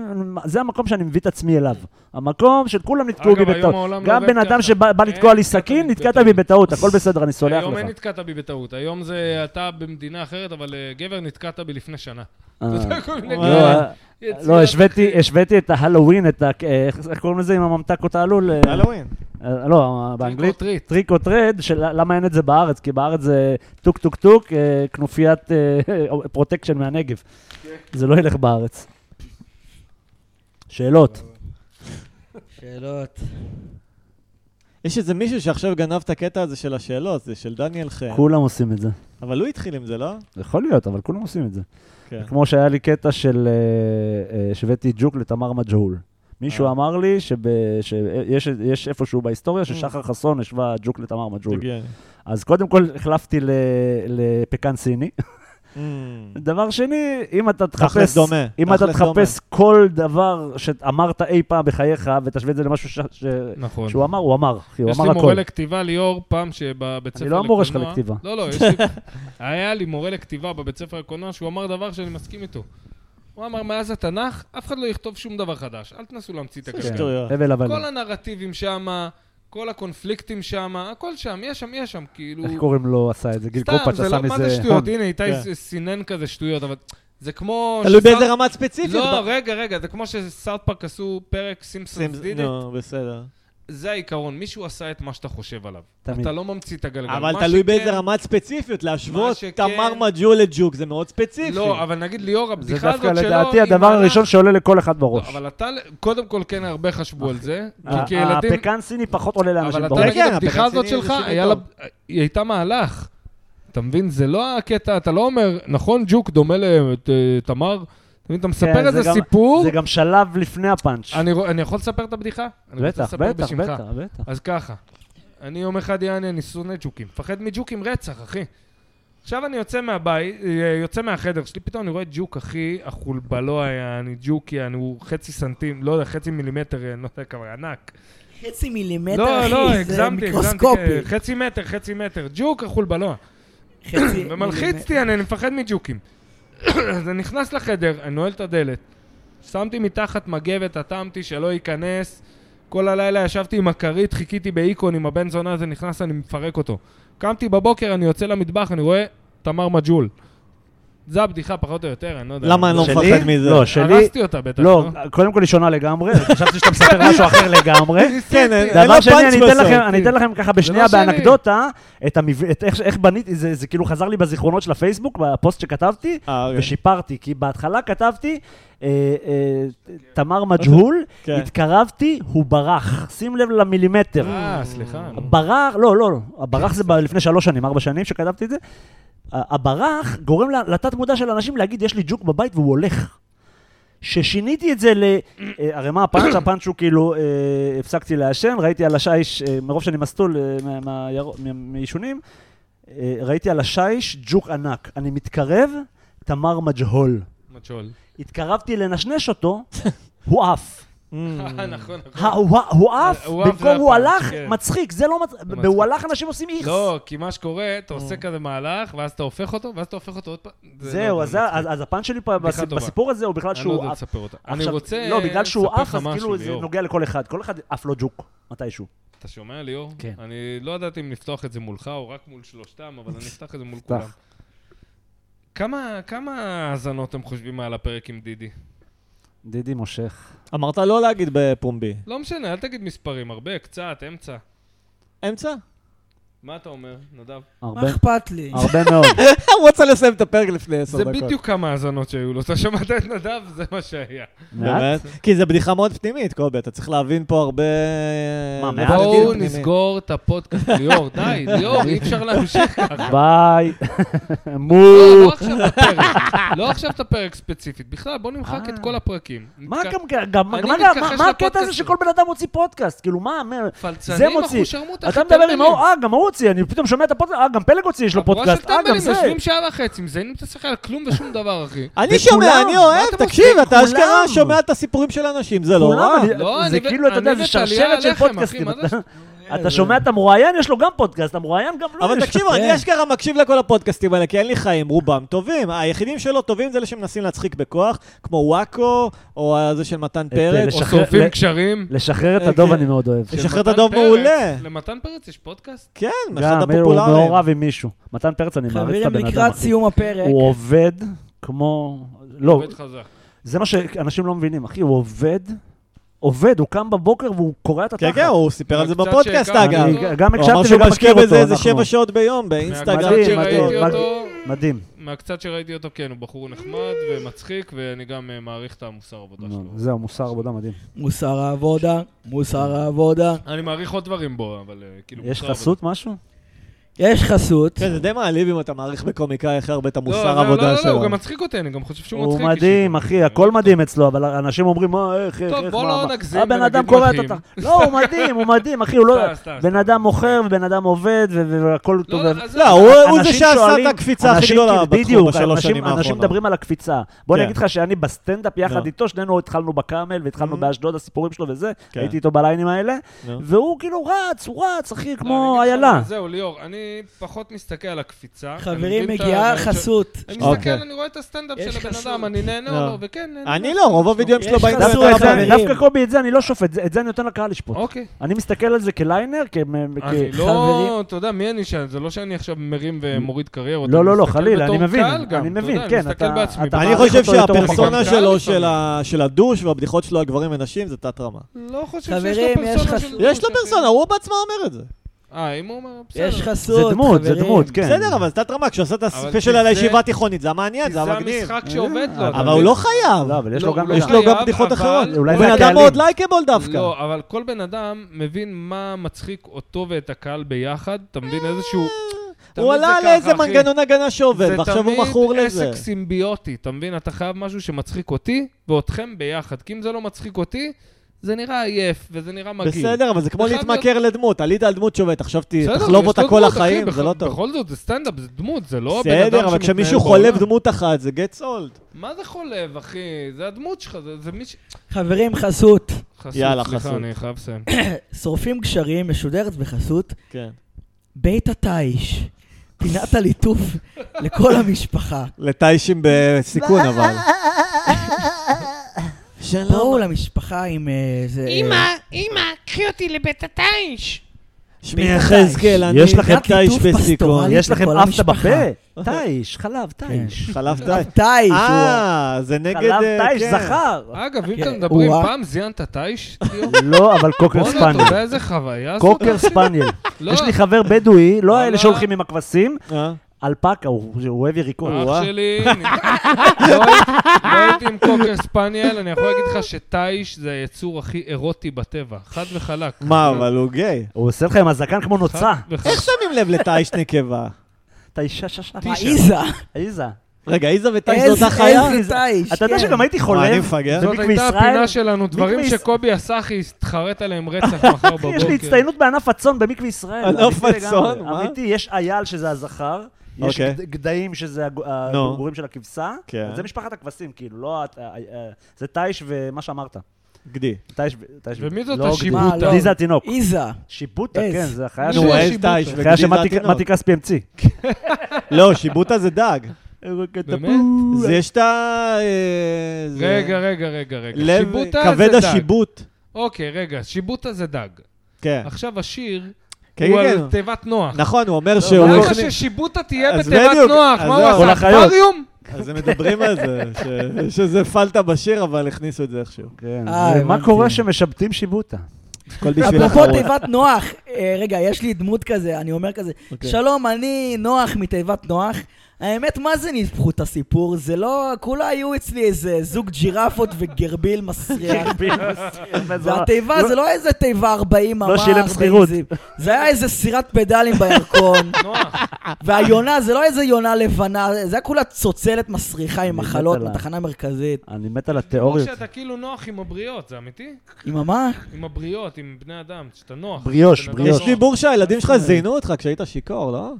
Speaker 4: זה המקום שאני מביא את עצמי אליו. המקום של כולם נתקעו
Speaker 5: אגב,
Speaker 4: בי
Speaker 5: היום
Speaker 4: בטעות.
Speaker 5: העולם לא
Speaker 4: גם
Speaker 5: עובד
Speaker 4: בן אדם
Speaker 5: ככה.
Speaker 4: שבא בא
Speaker 5: אין,
Speaker 4: לתקוע לי
Speaker 5: נתקעת
Speaker 4: סכין,
Speaker 5: בי
Speaker 4: נתקעת
Speaker 5: בטעות.
Speaker 4: בי בטעות, הכל בסדר, אני סולח
Speaker 5: היום אין
Speaker 4: לך.
Speaker 5: נתקעת בי בטעות, היום זה אתה במדינה אחרת, אבל אה, גבר נתקעת בי לפני שנה.
Speaker 4: אה.
Speaker 5: אתה יודע, כל מיני
Speaker 4: לא,
Speaker 5: כאלה.
Speaker 4: אה, לא, השוויתי- השוויתי את ההלואוין, את ה... איך איך קוראים לזה עם הממתק או תעלול? אה,
Speaker 2: הלואוין.
Speaker 4: אה, לא, באנגלית.
Speaker 5: טריט.
Speaker 4: טריק או טרד, של למה אין את זה בארץ? כי בארץ זה טוק טוק טוק, אה, כנופיית אה, פרוטקשן מהנגב. זה לא ילך בארץ. שאלות.
Speaker 3: שאלות.
Speaker 2: יש איזה מישהו שעכשיו גנב את הקטע הזה של השאלות, זה של דניאל חן.
Speaker 4: כולם עושים את זה.
Speaker 2: אבל הוא התחיל עם זה, לא?
Speaker 4: יכול להיות, אבל כולם עושים את זה.
Speaker 2: כן.
Speaker 4: כמו שהיה לי קטע של... אה, אה, שהבאתי ג'וק לתמר מג'הול. מישהו
Speaker 2: אה.
Speaker 4: אמר לי שב- שיש יש איפשהו בהיסטוריה ששחר חסון השווה ג'וק לתמר מג'הול.
Speaker 2: תגיע לי.
Speaker 4: אז קודם כל החלפתי ל- לפקן סיני.
Speaker 2: Mm.
Speaker 4: דבר שני, אם אתה תחפש...
Speaker 2: תכלס דומה,
Speaker 4: אם אתה
Speaker 2: תכלס דומה.
Speaker 4: תחפש כל דבר שאמרת אי פעם בחייך ותשווה את זה למשהו ש- ש-
Speaker 5: נכון.
Speaker 4: שהוא אמר, הוא אמר, אחי, הוא
Speaker 5: יש לי
Speaker 4: אמר
Speaker 5: מורה
Speaker 4: הכל. כן.
Speaker 5: לכתיבה, ליאור, פעם שבבית
Speaker 4: אני
Speaker 5: ספר לקולנוע...
Speaker 4: לא המורה שלך לכתיבה.
Speaker 5: לא, לא, יש לי... היה לי מורה לכתיבה בבית ספר לקולנוע שהוא אמר דבר שאני מסכים איתו. הוא אמר, מאז התנ"ך, אף אחד לא יכתוב שום דבר חדש. אל תנסו להמציא את
Speaker 4: כן,
Speaker 5: הקשקל.
Speaker 2: שטויות.
Speaker 4: הבל אבל.
Speaker 5: כל הנרטיבים שם, כל הקונפליקטים שם, הכל שם, יש שם, יש שם, כאילו...
Speaker 4: איך קוראים לו עשה את זה? גיל
Speaker 5: סתם,
Speaker 4: קופץ'
Speaker 5: זה
Speaker 4: עשה
Speaker 5: לא- מה זה
Speaker 4: מזה הון.
Speaker 5: שטויות? הנה, איתי
Speaker 2: כן.
Speaker 5: ס- סינן כזה שטויות, אבל זה כמו...
Speaker 2: תלוי
Speaker 5: שסאוט-
Speaker 2: באיזה רמה ספציפית.
Speaker 5: לא,
Speaker 2: ב-
Speaker 5: רגע, רגע, זה כמו שסארט פארק עשו פרק סימפסונס
Speaker 2: סימס-
Speaker 5: דידי,
Speaker 2: נו, בסדר.
Speaker 5: זה העיקרון, מישהו עשה את מה שאתה חושב עליו.
Speaker 4: תמיד.
Speaker 5: אתה לא ממציא את הגלגל.
Speaker 2: אבל
Speaker 5: מה
Speaker 2: תלוי
Speaker 5: שכן-
Speaker 2: באיזה רמת ספציפיות, להשוות
Speaker 5: שכן-
Speaker 2: תמר מג'ו לג'וק, זה מאוד ספציפי.
Speaker 5: לא, אבל נגיד ליאור,
Speaker 4: זה
Speaker 5: הבדיחה הזאת
Speaker 4: דווקא
Speaker 5: שלו...
Speaker 4: לדעתי
Speaker 5: היא
Speaker 4: הדבר
Speaker 5: מהלך-
Speaker 4: הראשון שעולה לכל אחד
Speaker 5: לא,
Speaker 4: בראש.
Speaker 5: אבל אתה, קודם כל כן, הרבה חשבו על זה, כי
Speaker 4: ה-
Speaker 5: כילדים...
Speaker 4: הפקן סיני פחות עולה לאנשים
Speaker 5: אבל אתה
Speaker 4: בראש.
Speaker 5: נגיד,
Speaker 2: כן,
Speaker 5: הבדיחה הזאת
Speaker 2: הפקציני זה
Speaker 5: שלך,
Speaker 2: שלי
Speaker 5: היה לה-
Speaker 2: טוב.
Speaker 5: היא הייתה מהלך. אתה מבין? זה לא הקטע, אתה לא אומר, נכון, ג'וק דומה לתמר? אתה מבין, אתה
Speaker 4: כן,
Speaker 5: מספר
Speaker 4: זה
Speaker 5: איזה
Speaker 4: גם-
Speaker 5: סיפור,
Speaker 4: זה גם שלב לפני הפאנץ'.
Speaker 5: אני רוא- אני יכול לספר את הבדיחה? אני רוצה
Speaker 4: בטח,
Speaker 5: לספר
Speaker 4: בטח,
Speaker 5: בשמך.
Speaker 4: בטח, בטח.
Speaker 5: אז ככה, אני יום אחד יעני, אני שונא ג'וקים. מפחד מג'וקים רצח, אחי. עכשיו אני יוצא מהבית, אה, יוצא מהחדר שלי, פתאום אני רואה ג'וק, אחי, החולבלו היה, אני ג'וקי, אני הוא חצי סנטים, לא יודע, חצי מילימטר, אה, לא יודע כמה, ענק.
Speaker 3: חצי מילימטר,
Speaker 5: לא,
Speaker 3: אחי,
Speaker 5: לא,
Speaker 3: זה
Speaker 5: הגזמתי, הגזמתי,
Speaker 3: מיקרוסקופי.
Speaker 5: אה, חצי מטר, חצי מטר, ג'וק, החולבלו.
Speaker 3: חצי
Speaker 5: ומלחיץ אותי, אני אני מפחד מג'וקים. אז אני נכנס לחדר, אני נועל את הדלת. שמתי מתחת מגבת, אטמתי שלא ייכנס. כל הלילה ישבתי עם הכרית, חיכיתי באיקון עם הבן זונה הזה, נכנס, אני מפרק אותו. קמתי בבוקר, אני יוצא למטבח, אני רואה תמר מג'ול. זו הבדיחה פחות או יותר, אני לא יודע.
Speaker 2: למה אני לא
Speaker 4: שלי?
Speaker 2: מפחד מזה?
Speaker 4: לא, שלי...
Speaker 5: הרסתי אותה בטח.
Speaker 4: לא, קודם כל היא שונה לגמרי, חשבתי שאתה מספר משהו אחר לגמרי.
Speaker 2: כן, אין אין לה
Speaker 4: דבר שני,
Speaker 2: פאנץ'
Speaker 4: אני אתן
Speaker 2: בסוף. לא
Speaker 4: לכם, אני אתן לכם ככה בשנייה
Speaker 5: שלי.
Speaker 4: באנקדוטה, את המב- את איך- איך בניתי, זה זה כאילו חזר לי בזיכרונות של הפייסבוק, בפוסט שכתבתי,
Speaker 2: אה, אוקיי.
Speaker 4: ושיפרתי, כי בהתחלה כתבתי, אה, אה, תמר מג'הול,
Speaker 2: כן.
Speaker 4: התקרבתי, הוא ברח. שים לב למילימטר.
Speaker 5: אה, סליחה. נו.
Speaker 4: ברח, לא, לא, לא, הברח זה ב- לפני שלוש שנים, ארבע שנים שכתבתי את זה. ה- הברח גורם ל- לתת מודע של אנשים להגיד, יש לי ג'וק בבית והוא הולך. ששיניתי את זה ל... אה, הרי מה הפאנץ'? הפאנץ' הוא כאילו, אה, הפסקתי לעשן, ראיתי על השיש, אה, מרוב שאני מסטול אה, מה- מהירו- מה- מעישונים, אה, ראיתי על השיש ג'וק ענק. אני מתקרב, תמר מג'הול.
Speaker 5: מג'ול.
Speaker 4: התקרבתי לנשנש אותו, הוא עף.
Speaker 5: אה, נכון,
Speaker 4: ה-
Speaker 5: נכון.
Speaker 4: הוא הוא עף,
Speaker 5: הוא עף
Speaker 4: במקום
Speaker 5: זה
Speaker 4: הוא
Speaker 5: הפאנץ',
Speaker 4: הלך,
Speaker 5: כן.
Speaker 4: מצחיק, זה לא מצחיק,
Speaker 5: מצחיק.
Speaker 4: הוא הלך אנשים עושים איכס.
Speaker 5: לא, כי מה שקורה,
Speaker 4: אה.
Speaker 5: אתה עושה כזה מהלך, ואז אתה הופך אותו, ואז אתה הופך אותו עוד פעם. זה
Speaker 4: זהו,
Speaker 5: לא-
Speaker 4: אז
Speaker 5: זה מצחיק.
Speaker 4: זה- אז אז הפאנץ' שלי פה
Speaker 5: בדיחה
Speaker 4: בס-
Speaker 5: טובה.
Speaker 4: בסיפור הזה הוא בכלל
Speaker 5: אני לא
Speaker 4: שהוא
Speaker 5: יודע
Speaker 4: עף.
Speaker 5: לספר אותה. אני
Speaker 4: עכשיו,
Speaker 5: רוצה...
Speaker 4: לא, בגלל שהוא
Speaker 5: לספר
Speaker 4: עף,
Speaker 5: לך
Speaker 4: אז
Speaker 5: משהו,
Speaker 4: כאילו זה
Speaker 5: ליאור.
Speaker 4: נוגע לכל אחד. כל אחד עף לו ג'וק, מתישהו.
Speaker 5: אתה שומע, ליאור?
Speaker 4: כן.
Speaker 5: אני לא ידעתי אם לפתוח את זה מולך או רק מול שלושתם, אבל אני אפתח את זה מול כולם. כמה כמה האזנות אתם חושבים על הפרק עם דידי?
Speaker 4: דידי מושך.
Speaker 2: אמרת לא להגיד בפומבי.
Speaker 5: לא משנה, אל תגיד מספרים, הרבה, קצת, אמצע.
Speaker 2: אמצע?
Speaker 5: מה אתה אומר, נדב?
Speaker 3: מה אכפת לי?
Speaker 4: הרבה מאוד.
Speaker 2: הוא רוצה לסיים את הפרק לפני עשר
Speaker 5: זה
Speaker 2: דקות.
Speaker 5: בדיוק כמה האזנות שהיו לו. אתה שמעת את נדב? זה מה שהיה.
Speaker 4: מעט?
Speaker 2: באמת? כי זו בדיחה מאוד פנימית, קובי, אתה צריך להבין פה הרבה...
Speaker 4: מה,
Speaker 2: הרבה
Speaker 4: מעט?
Speaker 2: דברים
Speaker 5: בואו
Speaker 2: פנימיים.
Speaker 5: נסגור את הפודקאסט, ליאור, די, ליאור, אי אפשר להמשיך ככה.
Speaker 4: ביי.
Speaker 5: לא,
Speaker 4: מו.
Speaker 5: לא עכשיו את הפרק, לא עכשיו את הפרק ספציפית. בכלל, בואו נמחק את
Speaker 4: אה.
Speaker 5: כל הפרקים.
Speaker 4: מה
Speaker 5: נתק-
Speaker 4: גם- גם-
Speaker 5: אני
Speaker 4: מה-
Speaker 5: מתכחש
Speaker 4: מה- מה הקטע הזה
Speaker 5: לפודקאסט
Speaker 4: שכל בן אדם מוציא פודקאסט? כאילו, מה... מה- זה
Speaker 5: פלצנים,
Speaker 4: מוציא.
Speaker 5: אחושרמוט,
Speaker 4: אתה מדבר עם ההוא, אה, גם הוא הוציא, אני פתאום שומע את הפודקאסט, אה, גם פלג הוציא, יש לו פודקאסט, אה, גם זה.
Speaker 5: יושבים שעה וחצי, מזיינים את השכל על כלום ושום דבר, אחי.
Speaker 2: אני
Speaker 4: וכולם,
Speaker 2: שומע, אני
Speaker 4: מה
Speaker 2: אוהב,
Speaker 5: אתה
Speaker 2: תקשיב,
Speaker 5: מוסיף?
Speaker 2: אתה אשכרה
Speaker 4: כולם.
Speaker 2: שומע את הסיפורים של אנשים, זה לא
Speaker 4: כולם,
Speaker 2: רע.
Speaker 4: אני-
Speaker 5: לא,
Speaker 4: זה
Speaker 5: אני ו-
Speaker 4: כאילו, אתה יודע,
Speaker 5: אני
Speaker 4: זה
Speaker 5: וטליה
Speaker 4: שרשרת של
Speaker 5: הלחם, אחי,
Speaker 4: פודקאסטים.
Speaker 5: מה זה
Speaker 4: אתה-
Speaker 5: ש-
Speaker 4: אתה שומע את המרואיין, יש לו גם פודקאסט, המרואיין גם לא.
Speaker 2: אבל
Speaker 4: יש-
Speaker 2: תקשיב, אני אשכרה מקשיב לכל הפודקאסטים האלה, כי אין לי חיים, רובם טובים. היחידים שלא טובים זה אלה שמנסים להצחיק בכוח, כמו וואקו, או זה של מתן
Speaker 4: את, אה,
Speaker 2: פרץ.
Speaker 5: או
Speaker 4: לשחרר- ל-
Speaker 5: שורפים קשרים.
Speaker 4: לשחרר את
Speaker 2: אה,
Speaker 4: הדוב
Speaker 2: כן.
Speaker 4: אני מאוד אוהב.
Speaker 2: לשחרר את
Speaker 5: מתן
Speaker 2: הדוב
Speaker 5: פרץ.
Speaker 2: מעולה.
Speaker 5: למתן פרץ יש פודקאסט?
Speaker 2: כן, אחד
Speaker 4: גם, הוא
Speaker 2: הפופולריים.
Speaker 4: מעורב עם מישהו. מתן פרץ, אני מעריץ את
Speaker 3: חברים,
Speaker 4: הבן אדם,
Speaker 3: לקראת
Speaker 4: אחי.
Speaker 3: סיום הפרק,
Speaker 4: הוא עובד כמו... לא,
Speaker 5: כן, עובד חזק.
Speaker 4: זה מה שאנשים לא מבינים, אחי, הוא עובד, עובד, הוא קם בבוקר והוא קורע את התחת.
Speaker 2: כן, כן, הוא סיפר על זה
Speaker 5: הקצת
Speaker 2: בפודקאסט,
Speaker 5: שהכרנו
Speaker 2: אגב.
Speaker 5: אותו.
Speaker 4: אני ג- גם
Speaker 2: הוא אמר
Speaker 4: הקשבתי
Speaker 2: שהוא
Speaker 4: וגם מכיר
Speaker 2: משקיע
Speaker 4: אותו,
Speaker 2: בזה איזה
Speaker 4: אנחנו.
Speaker 2: שבע שעות ביום באינסטגרם.
Speaker 5: מהקצת
Speaker 4: מדהים,
Speaker 5: שראיתי
Speaker 4: מדהים.
Speaker 5: אותו,
Speaker 4: מדהים.
Speaker 5: מהקצת שראיתי אותו, כן, הוא בחור נחמד ומצחיק, ואני גם אה, מעריך את המוסר העבודה
Speaker 4: נו,
Speaker 5: שלו.
Speaker 4: זהו, מוסר עבודה מדהים.
Speaker 3: מוסר העבודה, מוסר העבודה.
Speaker 5: אני מעריך עוד דברים בו, אבל אה, כאילו...
Speaker 4: יש
Speaker 5: מוסר עבודה.
Speaker 4: חסות משהו?
Speaker 3: יש חסות.
Speaker 2: כן, זה די מעליב אם אתה מעריך בקומיקאי אחר ואת
Speaker 5: לא,
Speaker 2: המוסר
Speaker 5: לא, לא,
Speaker 2: העבודה
Speaker 5: לא, לא,
Speaker 2: שלו.
Speaker 5: הוא גם מצחיק אותי, אני גם חושב שהוא
Speaker 4: הוא
Speaker 5: מצחיק.
Speaker 4: מדהים,
Speaker 5: אישית.
Speaker 4: אחי, הכל מדהים אצלו, אבל אנשים אומרים, "אה, איך, איך,
Speaker 5: טוב,
Speaker 4: איך,
Speaker 5: בוא
Speaker 4: מה,
Speaker 5: לא
Speaker 4: מה?"
Speaker 5: נגזים
Speaker 4: הבן
Speaker 5: ונגיד
Speaker 4: אדם קורע את
Speaker 5: מדהים.
Speaker 4: התחת. לא, הוא מדהים, הוא מדהים, אחי, הוא לא...
Speaker 5: סתם, סתם,
Speaker 4: בן
Speaker 5: סתם.
Speaker 4: אדם מוכר ובן אדם עובד ו- והכל טוב.
Speaker 5: לא, אז
Speaker 2: לא, הוא הוא זה
Speaker 4: אנשים
Speaker 2: שעשה
Speaker 4: שואלים-
Speaker 2: את הקפיצה הכי
Speaker 4: אנשים
Speaker 2: גדולה
Speaker 4: כאילו-
Speaker 2: בתחום
Speaker 4: בדיוק,
Speaker 2: בשלוש
Speaker 4: אנשים-
Speaker 2: שנים
Speaker 4: אנשים
Speaker 2: האחרונות.
Speaker 4: מדברים על הקפיצה. בוא אני
Speaker 2: כן.
Speaker 4: אגיד לך שאני בסטנדאפ יחד
Speaker 2: נו.
Speaker 4: איתו, שנינו התחלנו בקאמל והתחלנו באשדוד, הסיפורים שלו וזה,
Speaker 2: כן.
Speaker 4: הייתי איתו בליינים האלה,
Speaker 2: נו.
Speaker 4: והוא כאילו רץ, הוא רץ, אחי,
Speaker 5: לא,
Speaker 4: כמו
Speaker 5: אני אגיד לך,
Speaker 4: איילה.
Speaker 5: זהו, ליאור, אני פחות מסתכל על הקפיצה.
Speaker 3: חברים, מגיעה
Speaker 5: חסות.
Speaker 3: חסות.
Speaker 5: אני מסתכל,
Speaker 2: אוקיי.
Speaker 5: אני רואה את הסטנדאפ
Speaker 3: יש
Speaker 5: של הבן
Speaker 3: חסות.
Speaker 5: אדם, אני נהנה
Speaker 2: לא.
Speaker 5: לו, וכן, נהנה.
Speaker 2: אני לא, רוב הווידאוים
Speaker 3: יש
Speaker 2: שלו באינטרנט.
Speaker 3: חסות,
Speaker 2: על
Speaker 4: דווקא את זה-
Speaker 2: הפנים.
Speaker 3: חברים.
Speaker 4: דווקא קובי, את זה אני לא שופט, את זה אני נותן לקהל לשפוט.
Speaker 5: אוקיי.
Speaker 4: אני מסתכל על זה כליינר, כ... כ-
Speaker 5: אני
Speaker 3: חברים.
Speaker 5: לא, אתה יודע, מי אני שם? זה לא שאני עכשיו מרים ומוריד קריירות.
Speaker 4: לא,
Speaker 5: אני
Speaker 4: לא, לא,
Speaker 5: מסתכל
Speaker 4: חלילה,
Speaker 5: בתור
Speaker 4: אני מבין,
Speaker 5: קהל גם,
Speaker 4: אני
Speaker 5: אתה
Speaker 4: מבין,
Speaker 5: יודע,
Speaker 4: כן,
Speaker 5: אני מסתכל
Speaker 4: אתה-
Speaker 5: בעצמי.
Speaker 4: אתה-
Speaker 2: אני
Speaker 4: מעריך
Speaker 2: חושב
Speaker 4: אותו בתור
Speaker 2: שהפרסונה
Speaker 5: חכם.
Speaker 2: שלו,
Speaker 5: קהל
Speaker 2: של ה- של הדוש והבדיחות שלו על גברים ונשים, זה תת-רמה.
Speaker 5: לא חושב שיש לו
Speaker 3: חברים, יש
Speaker 5: פרסונה.
Speaker 3: חסות.
Speaker 5: של
Speaker 2: יש לו
Speaker 5: דמות,
Speaker 2: פרסונה,
Speaker 5: אחי.
Speaker 2: הוא בעצמו אומר את זה.
Speaker 5: אה, אם הוא אומר, בסדר.
Speaker 3: יש
Speaker 4: זה
Speaker 3: חסות,
Speaker 4: דמות, זה
Speaker 3: חברים.
Speaker 4: דמות, כן.
Speaker 2: בסדר, אבל זה תת-רמה, כשהוא עשה את
Speaker 5: כי
Speaker 2: הספיישל על
Speaker 5: זה-
Speaker 2: הישיבה התיכונית, זה היה מעניין,
Speaker 5: כי
Speaker 2: זה היה מגניב.
Speaker 5: המשחק שעובד לו. אתה
Speaker 2: אבל הוא
Speaker 5: מבין?
Speaker 2: לא חייב.
Speaker 4: לא, אבל יש
Speaker 5: לא,
Speaker 4: לו גם...
Speaker 5: הוא לא
Speaker 2: יש
Speaker 5: חייב,
Speaker 2: לו גם בדיחות
Speaker 5: אבל-
Speaker 2: אחרות. הוא
Speaker 4: אולי זה
Speaker 2: בן אדם
Speaker 4: הקהלים.
Speaker 2: מאוד לייקבול דווקא.
Speaker 5: לא, אבל כל בן אדם מבין מה מצחיק אותו ואת הקהל ביחד, אתה מבין איזשהו... תמיד
Speaker 2: הוא
Speaker 5: זה
Speaker 2: עלה על
Speaker 5: ככה,
Speaker 2: איזה
Speaker 5: אחי.
Speaker 2: מנגנון הגנה שעובד, כן, ועכשיו הוא מכור
Speaker 5: זה
Speaker 2: לזה.
Speaker 5: תמיד עסק סימביוטי, אתה מבין? אתה חייב משהו שמצחיק אותי ואותכם ביחד. כי אם זה לא מצחיק אותי, זה נראה עייף וזה נראה מגעיל.
Speaker 2: בסדר, אבל זה כמו
Speaker 5: זה חייב
Speaker 2: להתמכר לדמות. עלית על דמות שובת, עכשיו ת-
Speaker 5: בסדר,
Speaker 2: תחלוב
Speaker 5: יש
Speaker 2: אותה
Speaker 5: לו
Speaker 2: כל
Speaker 5: דמות, אחי,
Speaker 2: החיים,
Speaker 5: בח-
Speaker 2: זה לא טוב.
Speaker 5: בכל זאת, זה סטנדאפ, זה דמות, זה לא בן אדם
Speaker 2: בסדר, אבל כשמישהו חולב דמות אחת, זה gets old.
Speaker 5: מה זה חולב, אחי? זה הדמות שלך, זה- זה מי ש...
Speaker 3: חברים, חסות.
Speaker 5: חסות,
Speaker 2: יאללה,
Speaker 5: סליחה,
Speaker 2: חסות.
Speaker 5: אני חייב לסיים.
Speaker 3: שורפים גשרים, משודרת בחסות.
Speaker 2: כן.
Speaker 3: בית התיש. פינת הליטוף לכל המשפחה.
Speaker 2: לטיישים בסיכון, אבל.
Speaker 3: בואו למשפחה עם אה, איזה...
Speaker 1: אמא, אמא, קחי אותי לבית התיש.
Speaker 2: שמי
Speaker 3: בית
Speaker 2: יחזקאל,
Speaker 3: התיש.
Speaker 2: אני
Speaker 4: יש לכם
Speaker 2: טייש
Speaker 3: ליטוף
Speaker 2: בסיכון.
Speaker 3: פסטורלי.
Speaker 4: יש לכם
Speaker 3: לכל
Speaker 4: אבטה
Speaker 3: המשפחה.
Speaker 4: בפה? תיש, חלב, תיש.
Speaker 2: חלב טייש.
Speaker 3: תיש. הוא-
Speaker 2: אה, זה נגד...
Speaker 4: חלב
Speaker 2: אה,
Speaker 4: תיש,
Speaker 2: כן.
Speaker 4: זכר.
Speaker 5: אגב, אם
Speaker 3: כן,
Speaker 5: אתם מדברים,
Speaker 3: אורה.
Speaker 5: פעם זיינת כאילו? טייש? ליאור?
Speaker 4: לא, אבל קוקר
Speaker 5: בואנה, אתה יודע
Speaker 4: ספניאל.
Speaker 5: איזה חוויה זאת?
Speaker 4: קוקר ספניאל.
Speaker 5: לא,
Speaker 4: יש לי חבר בדואי, לא
Speaker 5: וואלה.
Speaker 4: האלה שהולכים עם הכבשים,
Speaker 2: אה?
Speaker 4: אלפקה, הוא הוא אוהב יריקות.
Speaker 5: אח שלי, אני- לא הייתי- לא הייתי עם קוקר ספניאל, אני יכול להגיד לך שטייש זה היצור הכי אירוטי בטבע, חד וחלק.
Speaker 2: מה, אבל הוא גיי.
Speaker 4: הוא עושה לך עם הזקן כמו נוצה.
Speaker 5: חד וחלק.
Speaker 2: איך שמים לב לטייש נקבה?
Speaker 4: אתה אישה ששה.
Speaker 3: מעיזה.
Speaker 4: עיזה.
Speaker 2: רגע, איזה וטייש
Speaker 3: איזה
Speaker 2: זאת אותה חיה?
Speaker 3: איזה תיש.
Speaker 4: אתה יודע
Speaker 3: כן.
Speaker 4: שגם הייתי
Speaker 2: מה, אני
Speaker 4: חולם?
Speaker 2: מפגר?
Speaker 5: זאת
Speaker 4: מקווה
Speaker 5: הייתה
Speaker 4: ישראל?
Speaker 5: הפינה שלנו, דברים
Speaker 4: מקווה
Speaker 5: שקובי אסחי יתחרט עליהם רצח מחר
Speaker 4: אחי,
Speaker 5: בבוקר.
Speaker 4: יש לי הצטיינות בענף הצאן במקווה ישראל.
Speaker 2: ענף
Speaker 4: אמיתי לגמרי.
Speaker 2: הצאן, מה?
Speaker 4: אמיתי, יש אייל שזה הזכר, יש
Speaker 2: אוקיי.
Speaker 4: גד- גדיים שזה הג- הגורים של הכבשה,
Speaker 2: כן.
Speaker 4: זה משפחת הכבשים, כאילו, לא... ה- ה- ה- זה תיש ומה שאמרת.
Speaker 2: גדי.
Speaker 4: תיש ו- תיש ו-
Speaker 5: ומי זאת
Speaker 4: לא גדי.
Speaker 5: השיבוטה?
Speaker 3: מה, לא?
Speaker 4: גדי זה התינוק.
Speaker 3: איזה.
Speaker 4: שיבוטה,
Speaker 3: עז.
Speaker 4: כן, זה החיה
Speaker 5: נו,
Speaker 4: ש-
Speaker 2: נו,
Speaker 5: זה
Speaker 2: איזה
Speaker 5: שיבוטה.
Speaker 2: תיש
Speaker 4: חיה
Speaker 2: וגדי זה התינוק.
Speaker 4: שמתי כספי המציא.
Speaker 2: לא, שיבוטה זה דג.
Speaker 5: באמת?
Speaker 2: זה יש את ה... אה, זה-
Speaker 5: רגע, רגע, רגע, רגע.
Speaker 2: לב,
Speaker 5: שיבוטה
Speaker 2: כבד
Speaker 5: זה דג.
Speaker 2: השיבוט.
Speaker 5: אוקיי, רגע, שיבוטה זה דג.
Speaker 2: כן.
Speaker 5: עכשיו השיר
Speaker 2: כן,
Speaker 5: הוא
Speaker 2: כן,
Speaker 5: על לא,
Speaker 2: כן.
Speaker 5: תיבת נוח.
Speaker 2: נכון, הוא אומר שהוא...
Speaker 5: למה
Speaker 2: הכניס-
Speaker 5: ששיבוטה תהיה
Speaker 2: אז
Speaker 5: בתיבת
Speaker 2: בדיוק,
Speaker 5: נוח?
Speaker 2: אז לא.
Speaker 5: מה הוא
Speaker 2: זהו.
Speaker 4: כל
Speaker 5: עשה?
Speaker 4: החיות.
Speaker 5: אקווריום?
Speaker 2: אז הם מדברים על זה, ש- שזה פלטה בשיר, אבל הכניסו את זה איכשהו.
Speaker 4: כן,
Speaker 3: אה,
Speaker 4: זה- מה
Speaker 3: הבנתי.
Speaker 4: קורה שמשבטים שיבוטה?
Speaker 2: הכל בשביל
Speaker 3: אפרופו
Speaker 2: החרות.
Speaker 3: תיבת נוח, אה, רגע, יש לי דמות כזה, אני אומר כזה,
Speaker 2: אוקיי.
Speaker 3: שלום, אני נוח מתיבת נוח. האמת, מה זה ניפחו את הסיפור? זה לא... כולה היו אצלי איזה זוג ג'ירפות וגרביל מסריח. והתיבה כן. זה לא איזה תיבה 40 אמה,
Speaker 4: לא שילם
Speaker 3: 40
Speaker 4: שכירות.
Speaker 3: זיפ. זה היה איזה סירת פדלים בירקון.
Speaker 5: נוח.
Speaker 3: והיונה זה לא איזה יונה לבנה, זה היה כולה צוצלת מסריחה עם
Speaker 4: אני מת
Speaker 3: מחלות
Speaker 4: עליו.
Speaker 3: מתחנה מרכזית.
Speaker 4: אני מת על
Speaker 5: או
Speaker 4: התיאוריות.
Speaker 5: שאתה כאילו נוח עם הבריות, זה אמיתי?
Speaker 3: עם המה?
Speaker 5: עם הבריות, עם בני אדם, שאתה נוח.
Speaker 4: בריאוש,
Speaker 5: שאתה בן
Speaker 3: לא
Speaker 5: אדם
Speaker 2: יש
Speaker 4: בריאוש.
Speaker 5: נוח.
Speaker 2: דיבור שהילדים שלך זיינו אותך כשהיית שיכור, לא?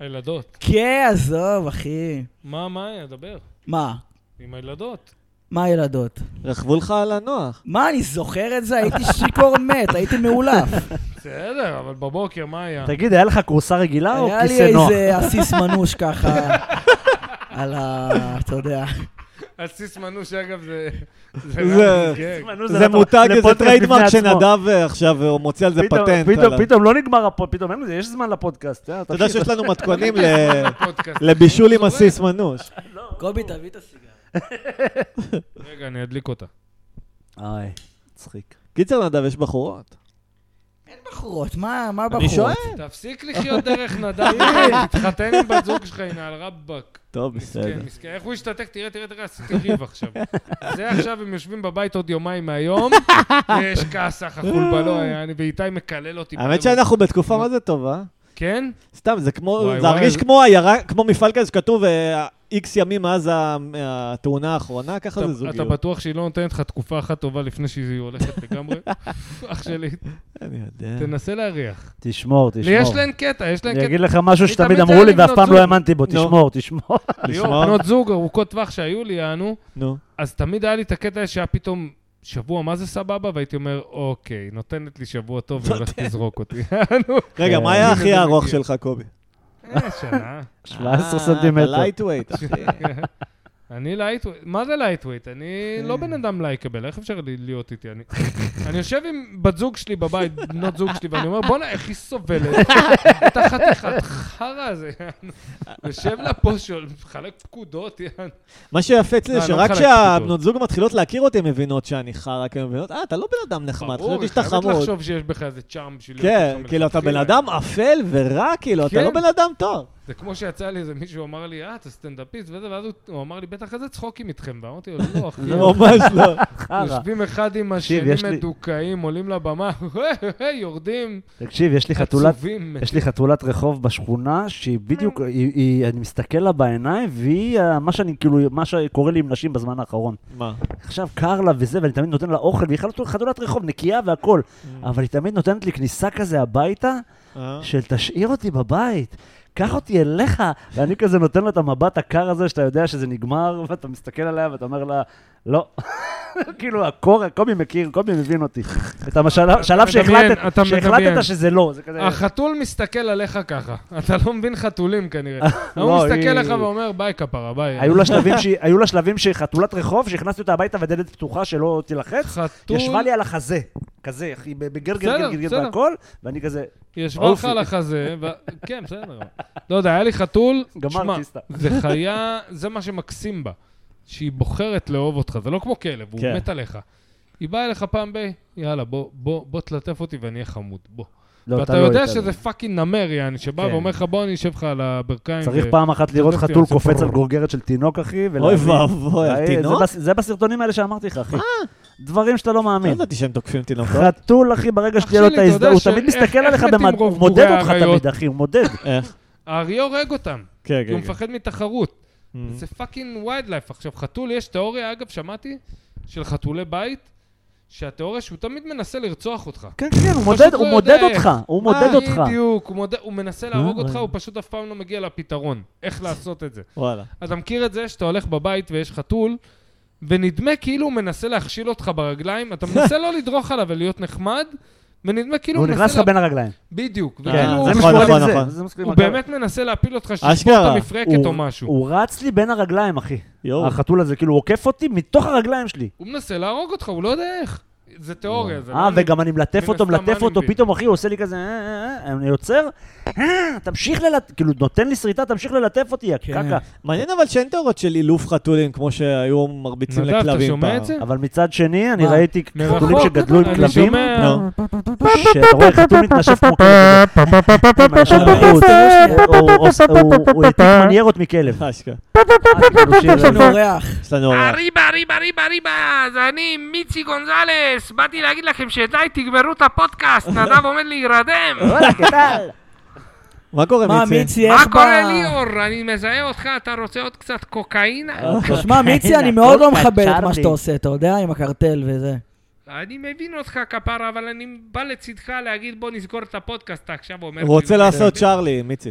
Speaker 5: הילדות.
Speaker 3: כן, עזוב, אחי.
Speaker 5: מה, מה, דבר.
Speaker 3: מה?
Speaker 5: עם הילדות.
Speaker 3: מה הילדות?
Speaker 2: רכבו לך על הנוח.
Speaker 3: מה, אני זוכר את זה? הייתי שיכור מת, הייתי מאולף.
Speaker 5: בסדר, אבל בבוקר, מה היה?
Speaker 4: תגיד, היה לך כורסה רגילה או
Speaker 3: היה לי
Speaker 4: כיסא נוח?
Speaker 3: איזה עסיס מנוש ככה, על ה... אתה יודע.
Speaker 5: עסיס מנוש, אגב, זה...
Speaker 2: זה-
Speaker 5: כן.
Speaker 4: מנוס,
Speaker 2: זה
Speaker 4: לא טוב.
Speaker 2: מותג, זה
Speaker 4: פודקאסט בפני
Speaker 2: טריידמרק
Speaker 4: עצמו.
Speaker 2: שנדב אה, עכשיו הוא מוציא על זה
Speaker 4: פתאום-
Speaker 2: פטנט.
Speaker 4: פתאום-
Speaker 2: עליו.
Speaker 4: פתאום לא נגמר הפודקאסט, פתאום אין לזה, יש זמן לפודקאסט. אה,
Speaker 2: אתה יודע
Speaker 4: תמשיך.
Speaker 2: שיש לנו מתכונים ל-
Speaker 5: פודקאסט.
Speaker 2: לבישול עם עסיס מנוש.
Speaker 3: קובי, תביא את הסיגר.
Speaker 5: רגע, אני אדליק אותה.
Speaker 4: איי, מצחיק.
Speaker 2: קיצר, נדב, יש בחורות.
Speaker 3: בחורות, מה מה בחורות?
Speaker 2: אני שואל.
Speaker 5: תפסיק לחיות דרך נדב, אחי, תתחתן עם בת זוג שלך, הנה, על רבאק.
Speaker 2: טוב, בסדר.
Speaker 5: מסכן, מסכן. איך הוא השתתק? תראה, תראה, תראה, עשיתי ריב עכשיו. זה עכשיו, הם יושבים בבית עוד יומיים מהיום, ויש כעסה חחולבלו, אני- ואיתי מקלל אותי.
Speaker 2: האמת שאנחנו בתקופה מה זה טובה.
Speaker 5: כן?
Speaker 2: סתם, זה כמו,
Speaker 5: וואי,
Speaker 2: זה
Speaker 5: וואי.
Speaker 2: הרגיש כמו עיירה, כמו מפעל כזה שכתוב אה, איקס ימים מאז ה- התאונה האחרונה, ככה
Speaker 5: אתה-
Speaker 2: זה
Speaker 5: אתה
Speaker 2: זוגיות.
Speaker 5: בטוח שהיא לא נותנת לך תקופה אחת טובה לפני שהיא הולכת לגמרי? אח שלי,
Speaker 2: אני יודע.
Speaker 5: תנסה להריח.
Speaker 4: תשמור, תשמור.
Speaker 5: יש להן קטע, יש להן
Speaker 4: אני
Speaker 5: קטע.
Speaker 4: אגיד לך משהו
Speaker 5: אני
Speaker 4: שתמיד
Speaker 5: תמיד
Speaker 4: אמרו לי
Speaker 5: אוהב
Speaker 4: ואף
Speaker 5: לבנות
Speaker 4: פעם לא
Speaker 5: זוג.
Speaker 4: האמנתי בו,
Speaker 2: נו.
Speaker 4: תשמור, תשמור.
Speaker 5: ליאור,
Speaker 2: לשמוע.
Speaker 5: בנות זוג ארוכות טווח שהיו לי, יענו,
Speaker 2: נו,
Speaker 5: אז תמיד היה לי את הקטע שהיה פתאום שבוע, מה זה סבבה? והייתי אומר, אוקיי, נותנת לי שבוע טוב והולכת לזרוק אותי. יענו,
Speaker 2: רגע,
Speaker 4: כן.
Speaker 2: מה היה
Speaker 5: הנה
Speaker 2: הכי
Speaker 5: זה
Speaker 2: ארוך
Speaker 5: אה, מגיע. אה,
Speaker 2: שלך, קובי?
Speaker 4: 17 סנטימטר.
Speaker 2: לייטווייט, אחי.
Speaker 5: אני לייטווייט, מה זה לייטווייט? אני
Speaker 2: כן.
Speaker 5: לא בן אדם לייקבל, איך אפשר לי- להיות איתי? אני- אני יושב עם בת זוג שלי בבית, בנות זוג שלי, ואני אומר, בואנה, איך היא סובלת? את החתיכת חרא הזה, יענו. יושב לה פה, שואל, מחלק פקודות, יענו.
Speaker 2: מה שיפה אצלי
Speaker 5: לא,
Speaker 2: זה
Speaker 5: אני לא
Speaker 2: שרק
Speaker 5: מחלק
Speaker 2: כשהבנות זוג מתחילות להכיר אותי, הן מבינות שאני חרא, כי הן מבינות, אה, אתה לא בן אדם נחמד,
Speaker 5: ברור,
Speaker 2: חשבתי
Speaker 5: היא
Speaker 2: שאתה
Speaker 5: חייבת
Speaker 2: חמוד.
Speaker 5: לחשוב שיש בך איזה צ'ארם בשביל... להיות
Speaker 2: כן,
Speaker 5: איתך
Speaker 2: כאילו, אתה בן
Speaker 5: מלכתחילה.
Speaker 2: אדם אפל ורע, כאילו, אתה
Speaker 5: כן.
Speaker 2: לא בן אדם טוב.
Speaker 5: זה כמו שיצא לי איזה מישהו אמר לי, אה, אתה סטנדאפיסט וזה, ואז הוא- הוא אמר לי, בטח איזה צחוקים איתכם, ואמרתי לו, לא, אחי,
Speaker 2: ממש לא.
Speaker 4: חרא.
Speaker 5: יושבים אחד עם
Speaker 4: תקשיב,
Speaker 5: השני
Speaker 4: יש לי-
Speaker 5: מדוכאים, עולים לבמה, יורדים,
Speaker 4: תקשיב, יש לי חתולת...
Speaker 5: עצובים.
Speaker 4: יש לי חתולת רחוב בשכונה, שהיא בדיוק, היא, היא, אני מסתכל לה בעיניים, והיא אה, מה שאני, כאילו, מה שקורה לי עם נשים בזמן האחרון.
Speaker 2: מה?
Speaker 4: עכשיו קר לה וזה, ואני תמיד נותן לה אוכל, והיא חתולת- חתולת רחוב, נקייה והכול. אבל היא תמיד נותנת לי כניסה כזה הביתה,
Speaker 2: אה?
Speaker 4: של תשאיר אותי בבית, קח אותי אליך. ואני כזה נותן לה את המבט הקר הזה, שאתה יודע שזה נגמר, ואתה מסתכל עליה ואתה אומר לה, לא. כאילו, הקור, קובי מכיר, קובי מבין אותי. את
Speaker 5: אתה
Speaker 4: השלב
Speaker 5: מדמיין,
Speaker 4: שהחלטת,
Speaker 5: אתה מדמיין.
Speaker 4: שהחלטת שזה לא, זה כזה...
Speaker 5: החתול אה, מסתכל עליך ככה, אתה לא מבין חתולים כנראה.
Speaker 4: לא,
Speaker 5: הוא מסתכל
Speaker 4: היא-
Speaker 5: עליך ואומר, ביי כפרה, ביי.
Speaker 4: היו לה שלבים שהיא- היו לה שלבים שהיא חתולת רחוב, שהכנסתי אותה הביתה ודלת פתוחה שלא תילחץ.
Speaker 5: חתול,
Speaker 4: ישבה לי על החזה, כזה, אחי, בגרגר,
Speaker 5: בסדר,
Speaker 4: גרגר
Speaker 5: בסדר.
Speaker 4: והכל, ואני כזה,
Speaker 5: ישבה לך
Speaker 4: אופי.
Speaker 5: על החזה, ו- כן, בסדר. לא יודע, היה לי חתול, שמע,
Speaker 4: גמרתי סתם.
Speaker 5: זה חיה, זה מה שמקסים בה, שהיא בוחרת לאהוב אותך, זה לא כמו כלב, הוא
Speaker 2: כן.
Speaker 5: מת עליך. היא באה אליך פעם ב... יאללה, בוא, בוא, בוא תלטף אותי ואני אהיה חמוד, בוא.
Speaker 4: לא,
Speaker 5: ואתה
Speaker 4: אתה לא,
Speaker 5: יודע
Speaker 4: אתה לא.
Speaker 5: שזה פאקינג נמר, יעני, שבא
Speaker 4: כן.
Speaker 5: ואומר לך, בוא, אני אשב לך על הברכיים.
Speaker 4: צריך
Speaker 5: ו-
Speaker 4: פעם אחת לראות
Speaker 5: חשבתי
Speaker 4: חתול
Speaker 5: על זה.
Speaker 4: קופץ על גורגרת של תינוק, אחי,
Speaker 2: אוי
Speaker 4: ולהבין.
Speaker 2: ואבוי,
Speaker 4: אה,
Speaker 2: על
Speaker 4: זה
Speaker 2: תינוק?
Speaker 4: בס- זה בסרטונים האלה שאמרתי לך,
Speaker 5: אה.
Speaker 4: אחי. דברים שאתה לא
Speaker 2: לא
Speaker 4: מאמין.
Speaker 2: ידעתי שהם תוקפים אה? תינוקות.
Speaker 4: חתול, אחי, ברגע
Speaker 5: אח
Speaker 4: שתהיה לו
Speaker 5: שלי,
Speaker 4: את
Speaker 5: אתה יודע
Speaker 4: ההזדהות,
Speaker 5: ש-
Speaker 4: הוא תמיד
Speaker 5: איך-
Speaker 4: מסתכל
Speaker 5: איך
Speaker 4: עליך
Speaker 5: מתים
Speaker 4: במד...
Speaker 5: רוב
Speaker 4: הוא מודד
Speaker 5: גורי
Speaker 4: אותך
Speaker 5: האריות?
Speaker 4: תמיד, אחי, הוא מודד.
Speaker 2: איך?
Speaker 5: האריה הורג אותם,
Speaker 2: אה, כן,
Speaker 5: כי הוא
Speaker 2: כן, כן.
Speaker 5: מפחד מתחרות.
Speaker 2: Mm.
Speaker 5: זה פאקינג ווילד לייף. עכשיו, חתול, יש תיאוריה, אגב, שמעתי, של חתולי בית, שהתיאוריה שהוא תמיד מנסה לרצוח אותך.
Speaker 4: כן, כן, הוא
Speaker 5: פשוט
Speaker 4: מודד,
Speaker 5: לא
Speaker 4: הוא
Speaker 5: יודע
Speaker 4: מודד
Speaker 5: איך.
Speaker 4: אותך, הוא
Speaker 5: אה,
Speaker 4: מודד אותך.
Speaker 5: בדיוק, הוא מודד- הוא מנסה להרוג
Speaker 4: אה,
Speaker 5: אותך,
Speaker 4: אה.
Speaker 5: הוא פשוט אף פעם לא מגיע לפתרון, איך לעשות את זה.
Speaker 2: וואלה.
Speaker 5: אתה מכיר את זה שאתה הולך בבית ויש חתול, ונדמה כאילו הוא מנסה להכשיל אותך ברגליים, אתה מנסה לא לדרוך עליו ולהיות נחמד, ונדמה כאילו
Speaker 4: הוא
Speaker 5: הוא
Speaker 4: נכנס
Speaker 5: מנסה...
Speaker 4: לך
Speaker 5: לה-
Speaker 4: בין הרגליים.
Speaker 5: בדיוק.
Speaker 2: כן,
Speaker 5: וכאילו הוא-
Speaker 2: נכון,
Speaker 4: מסכימה
Speaker 2: נכון,
Speaker 4: עם זה,
Speaker 2: נכון.
Speaker 4: זה מסכימה
Speaker 5: הוא
Speaker 4: עם זה.
Speaker 5: באמת מנסה להפיל אותך, שתשבור
Speaker 2: אשכרה.
Speaker 5: את המפרקת
Speaker 4: הוא-
Speaker 5: או משהו.
Speaker 4: הוא רץ לי בין הרגליים, אחי.
Speaker 2: יואו.
Speaker 4: החתול הזה, כאילו, הוא עוקף אותי מתוך הרגליים שלי.
Speaker 5: הוא מנסה להרוג אותך, הוא לא יודע איך. זה תיאוריה, זה לא...
Speaker 4: אה,
Speaker 5: אני-
Speaker 4: וגם אני מלטף
Speaker 5: מן
Speaker 4: אותו,
Speaker 5: הסתם, מה
Speaker 4: מלטף
Speaker 5: אני
Speaker 4: אותו,
Speaker 5: מבין?
Speaker 4: פתאום, אחי, הוא עושה לי כזה, אה, אה, אה, אני עוצר, אה, תמשיך ללטף, כאילו, נותן לי שריטה, תמשיך ללטף אותי, יא
Speaker 3: כן.
Speaker 4: קקה.
Speaker 2: מעניין אבל שאין תיאוריות של אילוף חתולים, כמו שהיו מרביצים
Speaker 5: נדב, אתה
Speaker 2: לכלבים פעם.
Speaker 5: שומע את זה?
Speaker 4: אבל מצד שני, אני
Speaker 3: מה?
Speaker 4: ראיתי
Speaker 5: מרחוק,
Speaker 4: חתולים שגדלו עם
Speaker 5: אני
Speaker 4: כלבים, לא.
Speaker 5: שומע-
Speaker 2: נו.
Speaker 4: שאתה רואה חתול מתנשף כמו כלב, כזה, עם הישן בחוץ. הוא- הוא- הוא- הוא העתיק מניירות מכלב.
Speaker 2: אשכרה.
Speaker 4: אה, כאילו, שיר-
Speaker 3: יש לנו אורח.
Speaker 2: יש לנו אורח.
Speaker 1: אריבה, אריבה, אריבה, אריבה, זה אני, מיצי גונזלס. באתי להגיד לכם שדי, תגמרו את הפודקאסט, נדב עומד להירדם.
Speaker 4: וואלה, גדל.
Speaker 2: מה קורה,
Speaker 3: מה,
Speaker 2: מיצי?
Speaker 3: מיצי,
Speaker 1: מה
Speaker 3: איך
Speaker 1: קורה
Speaker 3: ב-
Speaker 1: ליאור? אני מזהה אותך, אתה רוצה עוד קצת קוקאינה?
Speaker 3: תשמע, מיצי, אני מאוד לא מכבד את מה שאתה עושה, אתה יודע, עם הקרטל וזה.
Speaker 1: אני מבין אותך כפרה, אבל אני בא לצדך להגיד בוא נסגור את הפודקאסט, אתה עכשיו אומר...
Speaker 2: הוא רוצה
Speaker 1: לי-
Speaker 2: לעשות צ'ארלי, מיצי.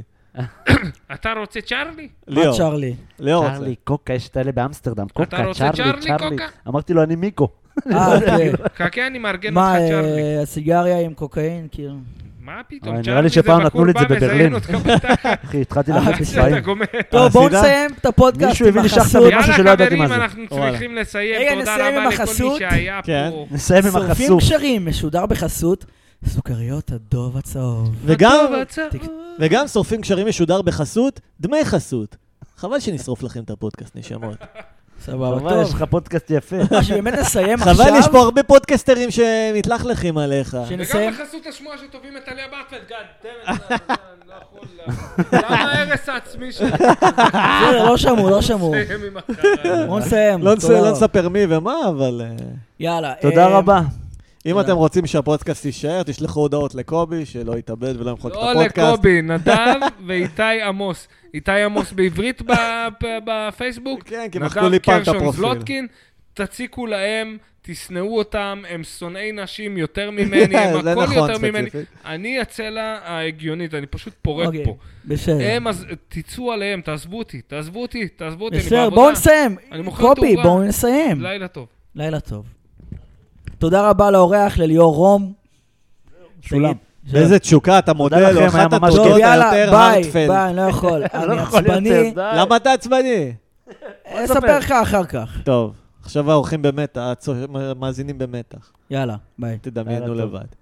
Speaker 5: אתה רוצה צ'ארלי?
Speaker 3: מה
Speaker 2: ליאור,
Speaker 3: צ'רלי?
Speaker 2: ליאור רוצה.
Speaker 4: צ'רלי, קוקה, יש את האלה באמסטרדם. קוקה,
Speaker 5: רוצה
Speaker 4: צ'רלי,
Speaker 5: צ'רלי,
Speaker 4: צ'רלי.
Speaker 5: קוקה?
Speaker 4: אמרתי לו, אני מיקו.
Speaker 3: אה, אוקיי.
Speaker 5: חכה, אני
Speaker 1: כן,
Speaker 5: מארגן
Speaker 3: מה,
Speaker 5: אותך
Speaker 3: אה,
Speaker 5: צ'ארלי.
Speaker 3: הסיגריה עם קוקאין, כאילו?
Speaker 5: מה
Speaker 4: אה,
Speaker 5: פתאום,
Speaker 4: נראה
Speaker 5: צ'ארלי
Speaker 4: לי
Speaker 5: זה
Speaker 4: שפעם נתנו
Speaker 5: בחור
Speaker 4: לי את
Speaker 5: בא
Speaker 4: זה
Speaker 5: מזיין
Speaker 4: בברלין.
Speaker 5: אותך בתחת,
Speaker 4: אחי, התחלתי
Speaker 3: אה,
Speaker 4: לחלוק
Speaker 5: עד
Speaker 4: צבעים.
Speaker 5: שאתה גומר.
Speaker 3: טוב, בואו
Speaker 2: הסיגר-
Speaker 3: נסיים את הפודקאסט
Speaker 4: מישהו
Speaker 3: עם
Speaker 4: הביא לי שחטה
Speaker 3: החסות.
Speaker 4: משהו שלא
Speaker 5: יאללה
Speaker 4: ידעתי מה
Speaker 5: חברים,
Speaker 4: זה.
Speaker 5: אנחנו
Speaker 2: וואלה.
Speaker 5: צריכים
Speaker 3: רגע,
Speaker 5: לסיים, תודה
Speaker 3: נסיים עם
Speaker 5: רבה לכל
Speaker 3: החסות.
Speaker 5: מי שהיה
Speaker 2: כן.
Speaker 5: פה.
Speaker 4: נסיים עם
Speaker 3: שורפים
Speaker 4: החסוף.
Speaker 3: קשרים, משודר בחסות סוכריות הדוב הצהוב.
Speaker 2: וגם,
Speaker 3: תק-
Speaker 2: וגם שורפים קשרים משודר בחסות, דמי חסות. חבל שנשרוף לכם את הפודקאסט, נשמות.
Speaker 3: סבבה,
Speaker 4: אבל יש
Speaker 3: טוב.
Speaker 4: לך פודקאסט יפה.
Speaker 3: מה, שבאמת נסיים עכשיו?
Speaker 2: חבל, יש פה הרבה פודקסטרים שמתלכלכים עליך.
Speaker 5: וגם
Speaker 3: שנסיים?
Speaker 5: בחסות השמועה שטובים את עליה בארטפלד, גאד, דמת, אני לא יכול... למה ההרס העצמי שלי? אה,
Speaker 3: בסדר, לא שמעו, לא שמעו.
Speaker 5: נסיים עם החרא.
Speaker 3: בואו נסיים.
Speaker 2: לא נס-
Speaker 3: תודה.
Speaker 2: לא נספר מי ומה, אבל... אה,
Speaker 3: יאללה. אה,
Speaker 4: תודה רבה.
Speaker 2: אם
Speaker 3: תודה.
Speaker 2: אתם רוצים שהפודקאסט יישאר, תשלחו הודעות לקובי, שלא יתאבד ולא ימחק את
Speaker 5: לא
Speaker 2: הפודקאסט.
Speaker 5: לקובי, נדב ואיתי עמוס. איתי עמוס בעברית ב- ב- בפייסבוק.
Speaker 2: כן, כי מחקו לי פעם את
Speaker 5: נדב
Speaker 2: הפרופיל.
Speaker 5: קרשון זלוטקין, תציקו להם, תשנאו אותם, הם שונאי נשים יותר ממני, הם
Speaker 2: זה
Speaker 5: הכל
Speaker 2: נכון,
Speaker 5: יותר ממני.
Speaker 2: ספציפית.
Speaker 5: אני הצלע ההגיונית, אני פשוט פורק
Speaker 3: אוקיי,
Speaker 5: פה. אה,
Speaker 3: בסדר.
Speaker 5: הם, אז תצאו עליהם, תעזבו אותי, תעזבו אותי, תעזבו אותי, אני
Speaker 3: בסדר, בואו
Speaker 5: בעבודה.
Speaker 3: נסיים.
Speaker 5: אה, אני מוכר
Speaker 3: קובי,
Speaker 5: תאורה.
Speaker 3: בואו נסיים.
Speaker 5: לילה טוב.
Speaker 3: לילה טוב. תודה רבה לאורח, לליאור רום.
Speaker 4: שולם.
Speaker 3: תגיד-
Speaker 2: באיזה תשוקה, אתה מודל, או
Speaker 4: לכם, היה
Speaker 2: אחת
Speaker 4: ממש
Speaker 2: התודות
Speaker 3: טוב, יאללה,
Speaker 2: היותר
Speaker 3: ביי,
Speaker 2: הרטפלד.
Speaker 3: ביי, אני לא יכול.
Speaker 4: לא
Speaker 3: אני
Speaker 4: יכול
Speaker 3: עצבני.
Speaker 4: יותר, די.
Speaker 2: למה אתה עצבני?
Speaker 3: אספר לך אחר כך.
Speaker 2: טוב, עכשיו האורחים במתח, הצו- מאזינים במתח.
Speaker 3: יאללה, ביי.
Speaker 2: תדמיינו
Speaker 4: יאללה, טוב.
Speaker 2: לבד.